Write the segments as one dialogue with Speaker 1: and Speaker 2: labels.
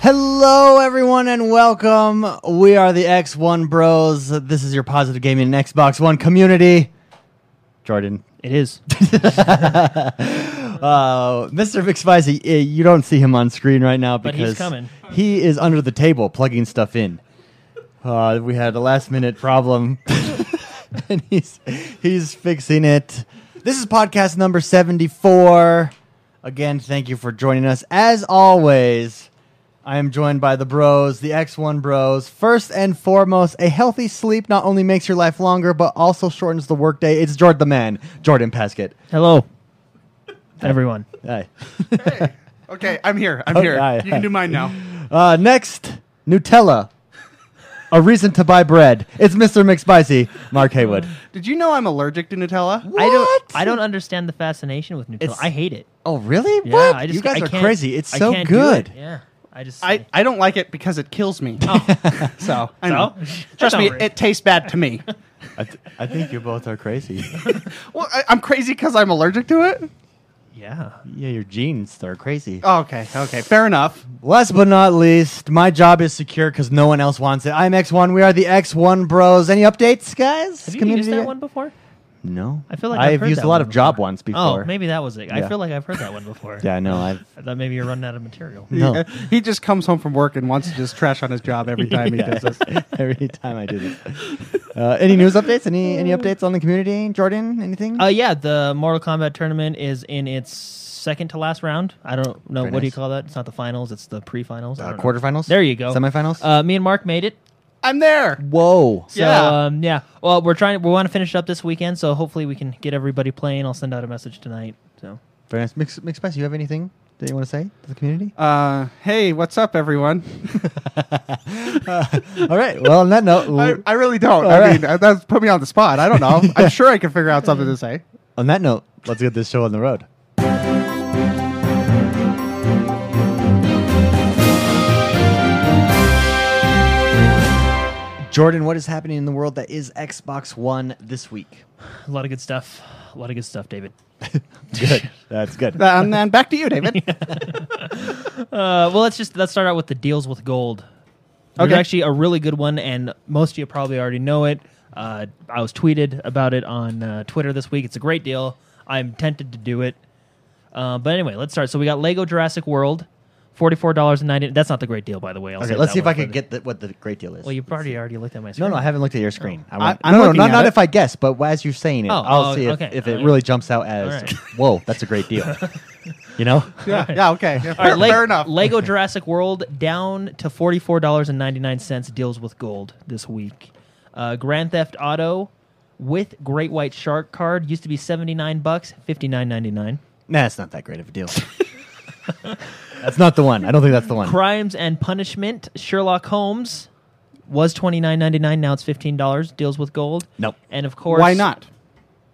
Speaker 1: Hello, everyone, and welcome. We are the X1 Bros. This is your positive gaming and Xbox One community. Jordan.
Speaker 2: It is.
Speaker 1: Uh, Mr. Vic Spicy, eh, you don't see him on screen right now
Speaker 2: But
Speaker 1: because
Speaker 2: he's coming.
Speaker 1: he is under the table plugging stuff in. Uh, we had a last minute problem, and he's he's fixing it. This is podcast number seventy four. Again, thank you for joining us. As always, I am joined by the bros, the X1 bros. First and foremost, a healthy sleep not only makes your life longer, but also shortens the workday. It's Jordan the man, Jordan Paskett.
Speaker 2: Hello, everyone.
Speaker 1: Hi.
Speaker 3: Okay, I'm here. I'm
Speaker 1: Oh,
Speaker 3: here.
Speaker 1: hi,
Speaker 3: you
Speaker 1: hi.
Speaker 3: can do mine now.
Speaker 1: Uh, next, Nutella. A reason to buy bread. It's Mr. McSpicy, Mark Haywood.
Speaker 3: Did you know I'm allergic to Nutella?
Speaker 2: I don't.
Speaker 1: What?
Speaker 2: I don't understand the fascination with Nutella.
Speaker 1: It's-
Speaker 2: I hate it.
Speaker 1: Oh, really?
Speaker 2: Yeah,
Speaker 1: what?
Speaker 2: I
Speaker 1: you
Speaker 2: just,
Speaker 1: guys
Speaker 2: I
Speaker 1: are
Speaker 2: can't-
Speaker 1: crazy. It's
Speaker 2: I
Speaker 1: so
Speaker 2: can't do
Speaker 1: good.
Speaker 2: it. Yeah, I just.
Speaker 3: I, I don't like it because it kills me. so, I know.
Speaker 2: Oh. So?
Speaker 3: Trust me,
Speaker 2: Don't worry.
Speaker 3: it tastes bad to me.
Speaker 1: I, th- I think you both are crazy.
Speaker 3: well, I, I'm crazy because I'm allergic to it?
Speaker 2: yeah.
Speaker 1: yeah, your genes are crazy.
Speaker 3: Oh, okay, okay. Fair enough.
Speaker 1: Last but not least, my job is secure because no one else wants it. I'm X1. We are the X1 Bros. Any updates, guys?
Speaker 2: Have you
Speaker 1: Community
Speaker 2: used that
Speaker 1: yet?
Speaker 2: one before?
Speaker 1: No.
Speaker 2: I feel like
Speaker 1: I've,
Speaker 2: I've heard
Speaker 1: used
Speaker 2: that
Speaker 1: a lot
Speaker 2: one
Speaker 1: of job
Speaker 2: before.
Speaker 1: ones before.
Speaker 2: Oh, maybe that was it.
Speaker 1: Yeah.
Speaker 2: I feel like I've heard that one before.
Speaker 1: Yeah, I know. I've.
Speaker 2: I thought maybe you're running out of material.
Speaker 1: No.
Speaker 3: He, he just comes home from work and wants to just trash on his job every time he does this.
Speaker 1: Every time I do this. Uh, any news updates? Any any updates on the community? Jordan, anything?
Speaker 2: Uh, yeah, the Mortal Kombat tournament is in its second to last round. I don't know
Speaker 1: Very
Speaker 2: what do you
Speaker 1: nice.
Speaker 2: call that. It's not the finals. It's the pre-finals. I
Speaker 1: uh,
Speaker 2: don't know.
Speaker 1: quarterfinals.
Speaker 2: There you go.
Speaker 1: Semifinals.
Speaker 2: Uh, me and Mark made it.
Speaker 3: I'm there.
Speaker 1: Whoa.
Speaker 2: So
Speaker 3: Yeah.
Speaker 2: yeah. Um, yeah. Well, we're trying. We want to finish up this weekend, so hopefully we can get everybody playing. I'll send out a message tonight. So
Speaker 1: Very nice. Mix, Mix Spice, you have anything that you want to say to the community?
Speaker 3: Uh, hey, what's up, everyone?
Speaker 1: All right. Well, on that note,
Speaker 3: I,
Speaker 1: l-
Speaker 3: I really don't.
Speaker 1: All
Speaker 3: I mean,
Speaker 1: right.
Speaker 3: uh, that's put me on the spot. I don't know. I'm sure I can figure out something to say.
Speaker 1: on that note, let's get this show on the road. Jordan, what is happening in the world that is Xbox One this week?
Speaker 2: a lot of good stuff. A lot of good stuff, David.
Speaker 1: Good. That's good.
Speaker 3: Um, and back to you, David.
Speaker 2: Uh, well, let's just let's start out with the deals with gold. There's
Speaker 3: Okay.
Speaker 2: actually a really good one, and most of you probably already know it. Uh, I was tweeted about it on uh, Twitter this week. It's a great deal. I'm tempted to do it, uh, but anyway, let's start. So we got Lego Jurassic World, forty four dollars and ninety. That's not the great deal, by the way. I'll
Speaker 1: Okay,
Speaker 2: save
Speaker 1: let's
Speaker 2: that
Speaker 1: see if I
Speaker 2: one for
Speaker 1: can
Speaker 2: the-
Speaker 1: get the, what the great deal is.
Speaker 2: Well, you've already already looked at my
Speaker 1: No,
Speaker 2: screen.
Speaker 1: no, I haven't looked at your screen. I
Speaker 3: I'm
Speaker 1: no, no,
Speaker 3: looking
Speaker 1: not,
Speaker 3: at
Speaker 1: not
Speaker 3: it.
Speaker 1: if I guess, but as you're saying it,
Speaker 2: Oh,
Speaker 1: I'll
Speaker 2: oh,
Speaker 1: see if,
Speaker 2: okay.
Speaker 1: if it
Speaker 2: All right.
Speaker 1: really jumps out as,
Speaker 2: All right.
Speaker 1: whoa, that's a great deal. you know?
Speaker 3: yeah, yeah, okay. Yeah,
Speaker 2: All right,
Speaker 3: fair,
Speaker 2: Leg-
Speaker 3: fair enough.
Speaker 2: Lego Jurassic World down to forty four dollars and ninety nine cents deals with gold this week. Uh, Grand Theft Auto with Great White Shark card used to be seventy nine bucks, fifty nine ninety nine.
Speaker 1: Nah, it's not that great of a deal. that's not the one. I don't think that's the one.
Speaker 2: Crimes and Punishment Sherlock Holmes was twenty nine ninety nine. Now it's fifteen dollars. Deals with gold.
Speaker 1: Nope.
Speaker 2: And of course,
Speaker 3: Why not?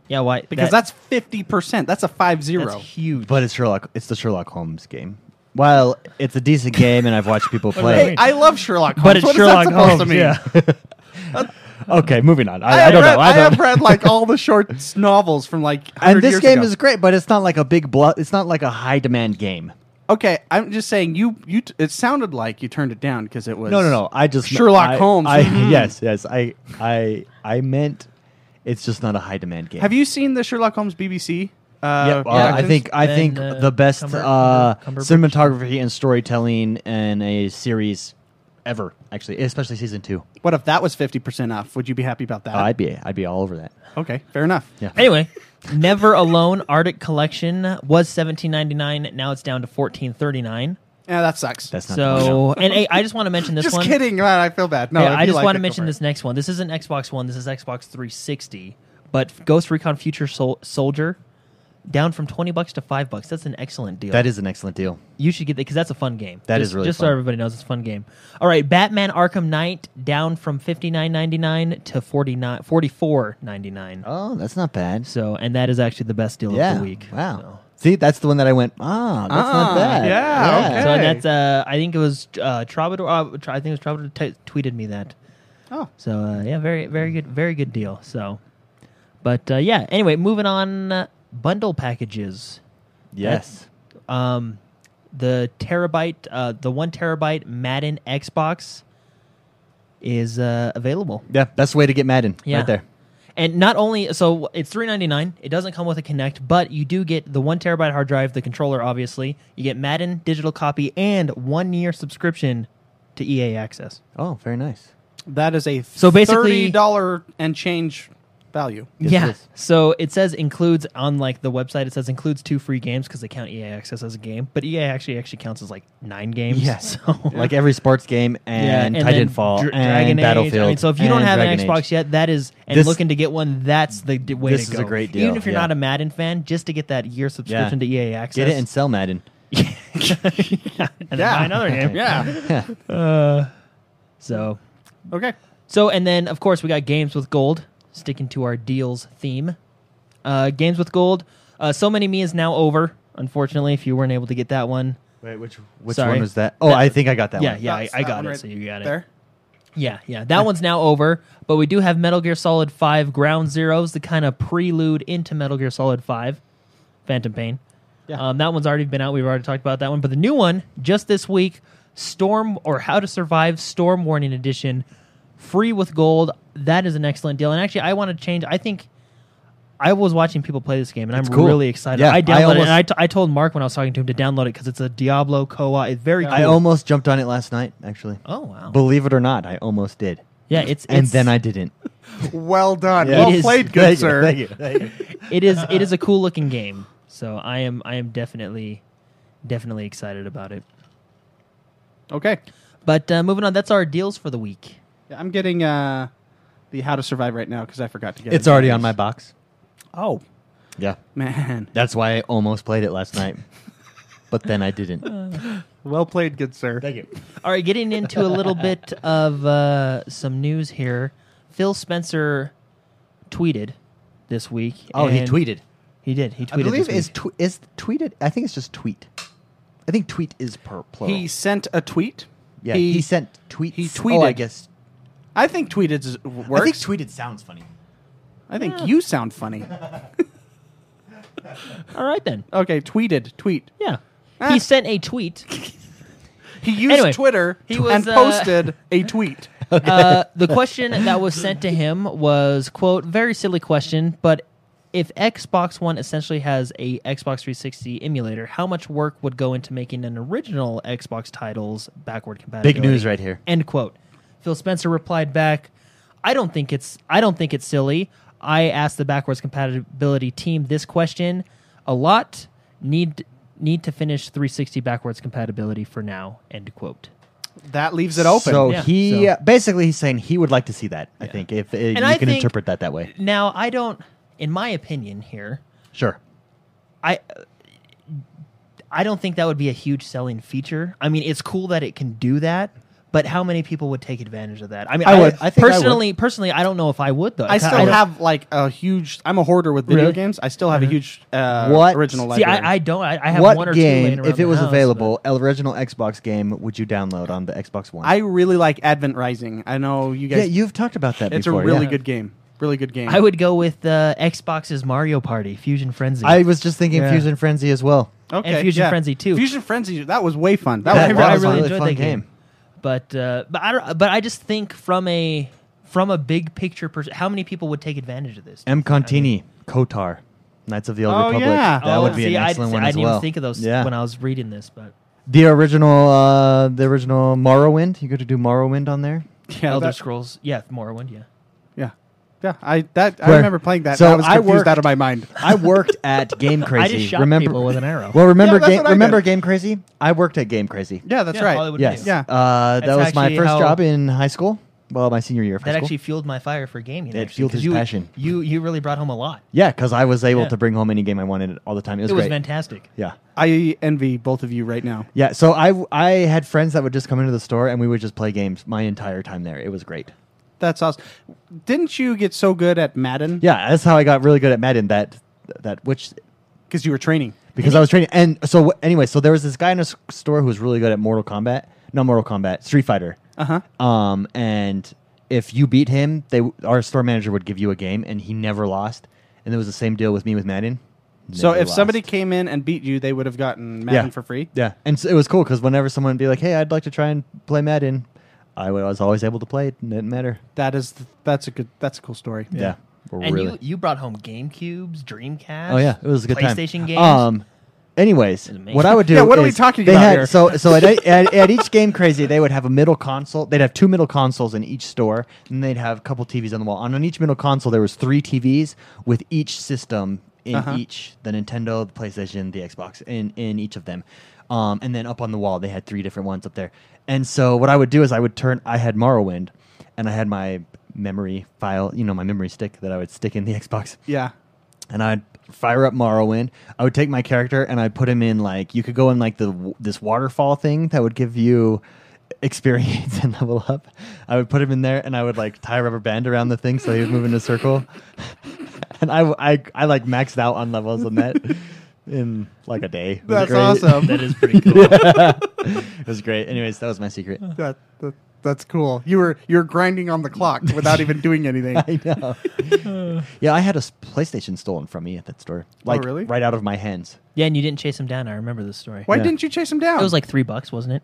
Speaker 2: Yeah, why?
Speaker 3: Because
Speaker 2: that-
Speaker 3: that's fifty percent. That's a five
Speaker 2: that's
Speaker 3: zero.
Speaker 2: huge.
Speaker 1: But it's Sherlock. It's the Sherlock Holmes game. Well, it's a decent game, and I've watched people play.
Speaker 3: Hey,
Speaker 1: it.
Speaker 3: I love Sherlock Holmes.
Speaker 2: But it's
Speaker 3: What is
Speaker 2: Sherlock
Speaker 3: that supposed
Speaker 2: Holmes.
Speaker 3: to mean?
Speaker 2: Yeah.
Speaker 1: okay, moving on.
Speaker 3: I,
Speaker 1: I, I
Speaker 3: have
Speaker 1: don't
Speaker 3: read,
Speaker 1: know.
Speaker 3: I
Speaker 1: I don't.
Speaker 3: have read like all the short s- novels from like. 100
Speaker 1: and this
Speaker 3: years
Speaker 1: game
Speaker 3: ago.
Speaker 1: is great, but it's not like a big. Blo- it's not like a high demand game.
Speaker 3: okay. I'm just saying you you. T- it sounded like you turned it down because it was
Speaker 1: No, no, no. I just
Speaker 3: Sherlock
Speaker 1: I-
Speaker 3: Holmes.
Speaker 1: I,
Speaker 3: Mhm.
Speaker 1: Yes, yes. I, I, I meant it's just not a high demand game.
Speaker 3: Have you seen the Sherlock Holmes BBC?
Speaker 1: Yeah,
Speaker 3: Uh,
Speaker 1: uh, I
Speaker 3: productions?
Speaker 1: think I
Speaker 2: Ben,
Speaker 1: think
Speaker 2: uh,
Speaker 1: the best
Speaker 2: Cumber-
Speaker 1: uh,
Speaker 2: Cumber- Cumberbridge?
Speaker 1: cinematography and storytelling in a series ever, actually, especially season two.
Speaker 3: What if that was fifty percent off? Would you Oh, be happy about that?
Speaker 1: Uh, I'd be I'd be all over that.
Speaker 3: okay, fair enough.
Speaker 1: Yeah.
Speaker 2: Anyway, Never Alone Arctic Collection was seventeen ninety nine. Now it's down to fourteen thirty nine.
Speaker 3: Yeah, that sucks.
Speaker 1: That's not the one.
Speaker 2: So, and hey, I just want to mention this
Speaker 3: just
Speaker 2: one.
Speaker 3: kidding. Man, I feel bad. No,
Speaker 2: yeah,
Speaker 3: if
Speaker 2: I
Speaker 3: you
Speaker 2: just
Speaker 3: like
Speaker 2: want to
Speaker 3: it, go
Speaker 2: mention
Speaker 3: for it.
Speaker 2: this next one. This isn't Xbox One. This is Xbox 360. But Ghost Recon Future Sol- Soldier down from twenty bucks to five bucks. That's an excellent deal.
Speaker 1: That is an excellent deal.
Speaker 2: you should get that because that's a fun game.
Speaker 1: That
Speaker 2: That
Speaker 1: is
Speaker 2: is
Speaker 1: really
Speaker 2: just
Speaker 1: fun.
Speaker 2: so everybody knows it's a fun game. All right, Batman Arkham Knight down from fifty nine ninety nine to 49 44
Speaker 1: Oh, that's not bad.
Speaker 2: So, and that is actually the best deal of
Speaker 1: yeah.
Speaker 2: the week.
Speaker 1: Wow.
Speaker 2: So.
Speaker 1: See, that's the one that I went. Ah, that's not
Speaker 3: Ah,
Speaker 1: bad.
Speaker 3: yeah, okay.
Speaker 2: So and
Speaker 3: Hey.
Speaker 2: that's uh, I think it was uh, Troubadour. Uh, Tr- I think it was Troubadour t- tweeted me that.
Speaker 3: Oh.
Speaker 2: So uh,
Speaker 1: Mm-hmm.
Speaker 2: yeah, very very good, very good deal. So, but uh, yeah. Anyway, moving on. Uh, bundle packages.
Speaker 1: Yes.
Speaker 2: Um, the terabyte, uh, the one terabyte Madden Xbox is uh, available.
Speaker 1: Yeah, that's the way to get Madden.
Speaker 2: Yeah.
Speaker 1: Right there.
Speaker 2: And not only so it's three ninety nine. It doesn't come with a Kinect, but you do get the one terabyte hard drive, the controller, obviously. You get Madden digital copy and one year subscription to EA Access.
Speaker 1: Oh, very nice.
Speaker 3: That is a
Speaker 2: So basically-
Speaker 3: $30 and change value.
Speaker 1: Yes,
Speaker 2: yeah.
Speaker 1: it is.
Speaker 2: So it says includes on like the website. It says includes two free games because they count EA Access as a game, but EA actually actually counts as like nine games.
Speaker 1: Yeah.
Speaker 2: So
Speaker 1: Like every sports game and,
Speaker 2: then
Speaker 1: Titanfall
Speaker 2: Dra-
Speaker 1: and
Speaker 2: Dragon Age.
Speaker 1: Battlefield.
Speaker 2: I mean, so if you don't
Speaker 1: and
Speaker 2: have
Speaker 1: Dragon
Speaker 2: an
Speaker 1: Age.
Speaker 2: Xbox yet, that is and
Speaker 1: This-
Speaker 2: looking to get one, that's the d- way
Speaker 1: This
Speaker 2: to
Speaker 1: is
Speaker 2: go.
Speaker 1: a great
Speaker 2: Even
Speaker 1: deal,
Speaker 2: if you're
Speaker 1: yeah.
Speaker 2: not a Madden fan, just to get that year subscription to EA Access,
Speaker 1: get it and sell Madden.
Speaker 2: and then
Speaker 3: Yeah.
Speaker 2: buy another game.
Speaker 3: Yeah.
Speaker 2: So,
Speaker 3: okay.
Speaker 2: so and then of course we got games with gold. Sticking to our deals theme, uh, games with gold. Uh, so many me is now over. Unfortunately, if you weren't able to get that one,
Speaker 1: Wait, which which
Speaker 2: Sorry.
Speaker 1: one was that? Oh,
Speaker 2: That-
Speaker 1: I think I got that
Speaker 2: yeah,
Speaker 1: one.
Speaker 2: yeah, I,
Speaker 3: That's
Speaker 2: I
Speaker 3: that
Speaker 2: got
Speaker 3: one
Speaker 2: it.
Speaker 3: right
Speaker 2: So you got it.
Speaker 3: There.
Speaker 2: Yeah, yeah. That one's now over, but we do have Metal Gear Solid 5 Ground Zeroes, the kind of prelude into Metal Gear Solid 5 Phantom Pain.
Speaker 3: Yeah.
Speaker 2: Um, that one's already been out. We've already talked about that one. But the new one, just this week, Storm or How to Survive Storm Warning Edition, free with gold. That is an excellent deal. And actually, I want to change. I think I was watching people play this game, and
Speaker 1: It's
Speaker 2: I'm
Speaker 1: cool.
Speaker 2: really excited.
Speaker 1: Yeah,
Speaker 2: I
Speaker 1: I
Speaker 2: downloaded it,
Speaker 1: almost-
Speaker 2: and I, t- I told Mark when I was talking to him to download it because it's a Diablo co op. It's very
Speaker 1: I
Speaker 2: cool.
Speaker 1: almost jumped on it last night, actually.
Speaker 2: oh, wow.
Speaker 1: Believe it or not, I almost did.
Speaker 2: yeah, it's,
Speaker 1: And
Speaker 2: it's-
Speaker 1: then I didn't.
Speaker 3: Well done.
Speaker 1: Yeah.
Speaker 2: It
Speaker 3: Well
Speaker 2: is-
Speaker 3: played,
Speaker 1: Thank you,
Speaker 3: good sir.
Speaker 1: thank you, thank you.
Speaker 2: it is it is a cool looking game. So I am I am definitely definitely excited about it.
Speaker 3: Okay.
Speaker 2: But uh, moving on, that's our deals for the week.
Speaker 3: Yeah, I'm getting uh, the How to Survive right now because I forgot to get
Speaker 1: It's
Speaker 3: it.
Speaker 1: already on my box.
Speaker 3: Oh,
Speaker 1: Yeah.
Speaker 3: man.
Speaker 1: That's why I almost played it last night. but then I didn't.
Speaker 3: Well played, good sir.
Speaker 1: Thank you.
Speaker 2: All right, getting into a little bit of uh, some news here. Phil Spencer tweeted this week.
Speaker 1: Oh, he
Speaker 2: and-
Speaker 1: tweeted.
Speaker 2: He did. He tweeted.
Speaker 1: I believe
Speaker 2: this
Speaker 1: is
Speaker 2: week.
Speaker 1: tw- is tweeted. I think it's just tweet. I think tweet is per plural.
Speaker 3: He sent a tweet.
Speaker 1: yeah, he, sent tweets.
Speaker 3: he
Speaker 1: Oh, I
Speaker 3: tweeted.
Speaker 1: guess.
Speaker 3: I think tweeted is- works.
Speaker 1: I think tweeted sounds funny.
Speaker 3: I think you sound funny.
Speaker 2: all right then.
Speaker 3: Okay, tweeted, tweet.
Speaker 2: Yeah,
Speaker 3: Ah.
Speaker 2: he sent a tweet.
Speaker 3: He used
Speaker 2: Anyway,
Speaker 3: Twitter
Speaker 2: he
Speaker 3: and
Speaker 2: was, uh,
Speaker 3: posted a tweet.
Speaker 2: Uh, the question that was sent to him was quote very silly question but if xbox one essentially has a xbox 360 emulator how much work would go into making an original xbox title's backward compatibility
Speaker 1: Big news right here.
Speaker 2: end quote phil spencer replied back i don't think it's i don't think it's silly i asked the backwards compatibility team this question a lot need need to finish 360 backwards compatibility for now end quote
Speaker 3: That leaves it open.
Speaker 1: So
Speaker 2: Yeah,
Speaker 1: he
Speaker 2: so-
Speaker 1: uh, basically he's saying he would like to see that. I think if uh, you
Speaker 2: I
Speaker 1: can
Speaker 2: think-
Speaker 1: interpret that that way.
Speaker 2: Now, I don't, in my opinion, here,
Speaker 1: Sure.
Speaker 2: I, I don't think that would be a huge selling feature. I mean, it's cool that it can do that, but how many people would take advantage of that? I mean,
Speaker 1: I would. I think I would.
Speaker 2: personally, personally, I don't know if I would though.
Speaker 3: I still
Speaker 2: don't-
Speaker 3: have like a huge. I'm a hoarder with video
Speaker 2: Really?
Speaker 3: games. I still have a huge uh,
Speaker 1: What?
Speaker 3: original
Speaker 2: See,
Speaker 3: library.
Speaker 2: I, I don't. I, I have
Speaker 1: what
Speaker 2: one or two laying
Speaker 1: game,
Speaker 2: around
Speaker 1: if it
Speaker 2: the
Speaker 1: was
Speaker 2: house,
Speaker 1: available, original Xbox game would you download on the Xbox One?
Speaker 3: I really like Advent Rising. I know you
Speaker 1: yeah,
Speaker 3: guys.
Speaker 1: you've talked about that.
Speaker 3: it's
Speaker 1: before,
Speaker 3: a really
Speaker 1: yeah.
Speaker 3: good game. Really good game.
Speaker 2: but I would go with uh, Xbox's Mario Party Fusion Frenzy.
Speaker 1: I was just thinking
Speaker 2: Yeah.
Speaker 1: Fusion Frenzy as well.
Speaker 3: Okay,
Speaker 2: and Fusion Frenzy 2.
Speaker 3: Fusion Frenzy. That was way fun. That,
Speaker 2: I
Speaker 1: That
Speaker 3: was,
Speaker 2: re- I
Speaker 3: really
Speaker 1: was
Speaker 2: really
Speaker 1: a
Speaker 2: enjoyed
Speaker 1: fun
Speaker 2: that game. but uh, but I don't, but I just think from a from a big picture, pers- how many people would take advantage of this?
Speaker 1: M. Contini, Kotar, Knights of the Old
Speaker 3: Oh,
Speaker 1: Republic.
Speaker 3: yeah.
Speaker 1: That
Speaker 2: Oh,
Speaker 1: would be
Speaker 2: see,
Speaker 1: an
Speaker 2: I-
Speaker 1: excellent
Speaker 2: see,
Speaker 1: one
Speaker 2: I
Speaker 1: as
Speaker 2: didn't
Speaker 1: well.
Speaker 2: even think of those
Speaker 1: Yeah.
Speaker 2: when I was reading this, but
Speaker 1: the original, uh, the original Morrowind. You could do Morrowind on there.
Speaker 3: yeah,
Speaker 2: Elder
Speaker 3: that-
Speaker 2: Scrolls, yeah, Morrowind, yeah.
Speaker 3: yeah, yeah. I that I
Speaker 1: Where-
Speaker 3: remember playing that.
Speaker 1: so
Speaker 3: So I was
Speaker 1: I
Speaker 3: confused
Speaker 1: worked-
Speaker 3: out of my mind.
Speaker 1: I worked at Game Crazy.
Speaker 2: I just shot
Speaker 1: remember,
Speaker 2: people with an arrow.
Speaker 1: Well, remember,
Speaker 3: Yeah, that's
Speaker 1: game,
Speaker 3: what I
Speaker 1: remember
Speaker 3: did.
Speaker 1: Game Crazy? I worked at Game Crazy.
Speaker 3: Yeah, that's
Speaker 2: Yeah,
Speaker 3: right.
Speaker 2: Hollywood
Speaker 1: Yes.
Speaker 2: Video.
Speaker 3: Yeah.
Speaker 1: Uh, that
Speaker 2: That's
Speaker 1: was my
Speaker 2: actually
Speaker 1: first
Speaker 2: how-
Speaker 1: job in high school. Well, my senior year of high
Speaker 2: that
Speaker 1: school.
Speaker 2: actually fueled my fire for gaming.
Speaker 1: It
Speaker 2: actually,
Speaker 1: fueled
Speaker 2: 'cause
Speaker 1: his
Speaker 2: you,
Speaker 1: passion.
Speaker 2: You you really brought home a lot.
Speaker 1: yeah, because I was able
Speaker 2: Yeah.
Speaker 1: to bring home any game I wanted all the time. It was
Speaker 2: It was
Speaker 1: great.
Speaker 2: fantastic.
Speaker 1: Yeah.
Speaker 3: I envy both of you right now.
Speaker 1: Yeah, so I I had friends that would just come into the store and we would just play games my entire time there. It was great.
Speaker 3: That's awesome. Didn't you get so good at Madden?
Speaker 1: Yeah, that's how I got really good at Madden. That that which
Speaker 3: because you were training.
Speaker 1: because I was training. And so wh- anyway, so there was this guy in a s- store who was really good at Mortal Kombat, not Mortal Kombat, Street Fighter.
Speaker 3: Uh huh.
Speaker 1: Um, and if you beat him, they w- our store manager would give you a game, and he never lost. And it was the same deal with me with Madden.
Speaker 3: So
Speaker 1: Never
Speaker 3: if somebody
Speaker 1: lost.
Speaker 3: came in and beat you, they would have gotten Madden for free.
Speaker 1: Yeah, and so it was cool because whenever someone would be like, "Hey, I'd like to try and play Madden," I was always able to play it. And it didn't matter.
Speaker 3: That is th- that's a good that's a cool story.
Speaker 1: Yeah, We're
Speaker 2: And you, you brought home GameCubes, Dreamcast.
Speaker 1: Oh yeah, it was a good time.
Speaker 2: PlayStation games.
Speaker 1: Um, anyways,
Speaker 2: amazing.
Speaker 1: what I would do.
Speaker 3: Yeah, what are we
Speaker 1: is
Speaker 3: talking
Speaker 1: they
Speaker 3: about
Speaker 1: had,
Speaker 3: here?
Speaker 1: So, so at, at, at each game, crazy, they would have a middle console. They'd have two middle consoles in each store, and they'd have a couple TVs on the wall. And on each middle console, there was three TVs with each system in
Speaker 3: Uh-huh.
Speaker 1: each the Nintendo, the PlayStation, the Xbox, in in each of them. Um, and then up on the wall, they had three different ones up there. And so, what I would do is I would turn. I had Morrowind, and I had my memory file, you know, my memory stick that I would stick in the Xbox
Speaker 3: Yeah.
Speaker 1: and I'd fire up Morrowind. I would take my character and I'd put him in like you could go in like the this waterfall thing that would give you experience and level up. I would put him in there and I would like tie a rubber band around the thing so he would move in a circle. and I, I I like maxed out on levels on that in like a day. It was
Speaker 3: That's
Speaker 1: great.
Speaker 3: awesome.
Speaker 2: that is pretty cool.
Speaker 1: It was great. Anyways, that was my secret.
Speaker 3: That, that that's cool. You were you were grinding on the clock without even doing anything.
Speaker 1: I know. yeah, I had a s- PlayStation stolen from me at that store. Like
Speaker 3: Oh, really?
Speaker 1: right out of my hands.
Speaker 2: yeah, and you didn't chase him down. I remember this story.
Speaker 3: Why
Speaker 1: Yeah.
Speaker 3: didn't you chase him down?
Speaker 2: It was like three bucks, wasn't it?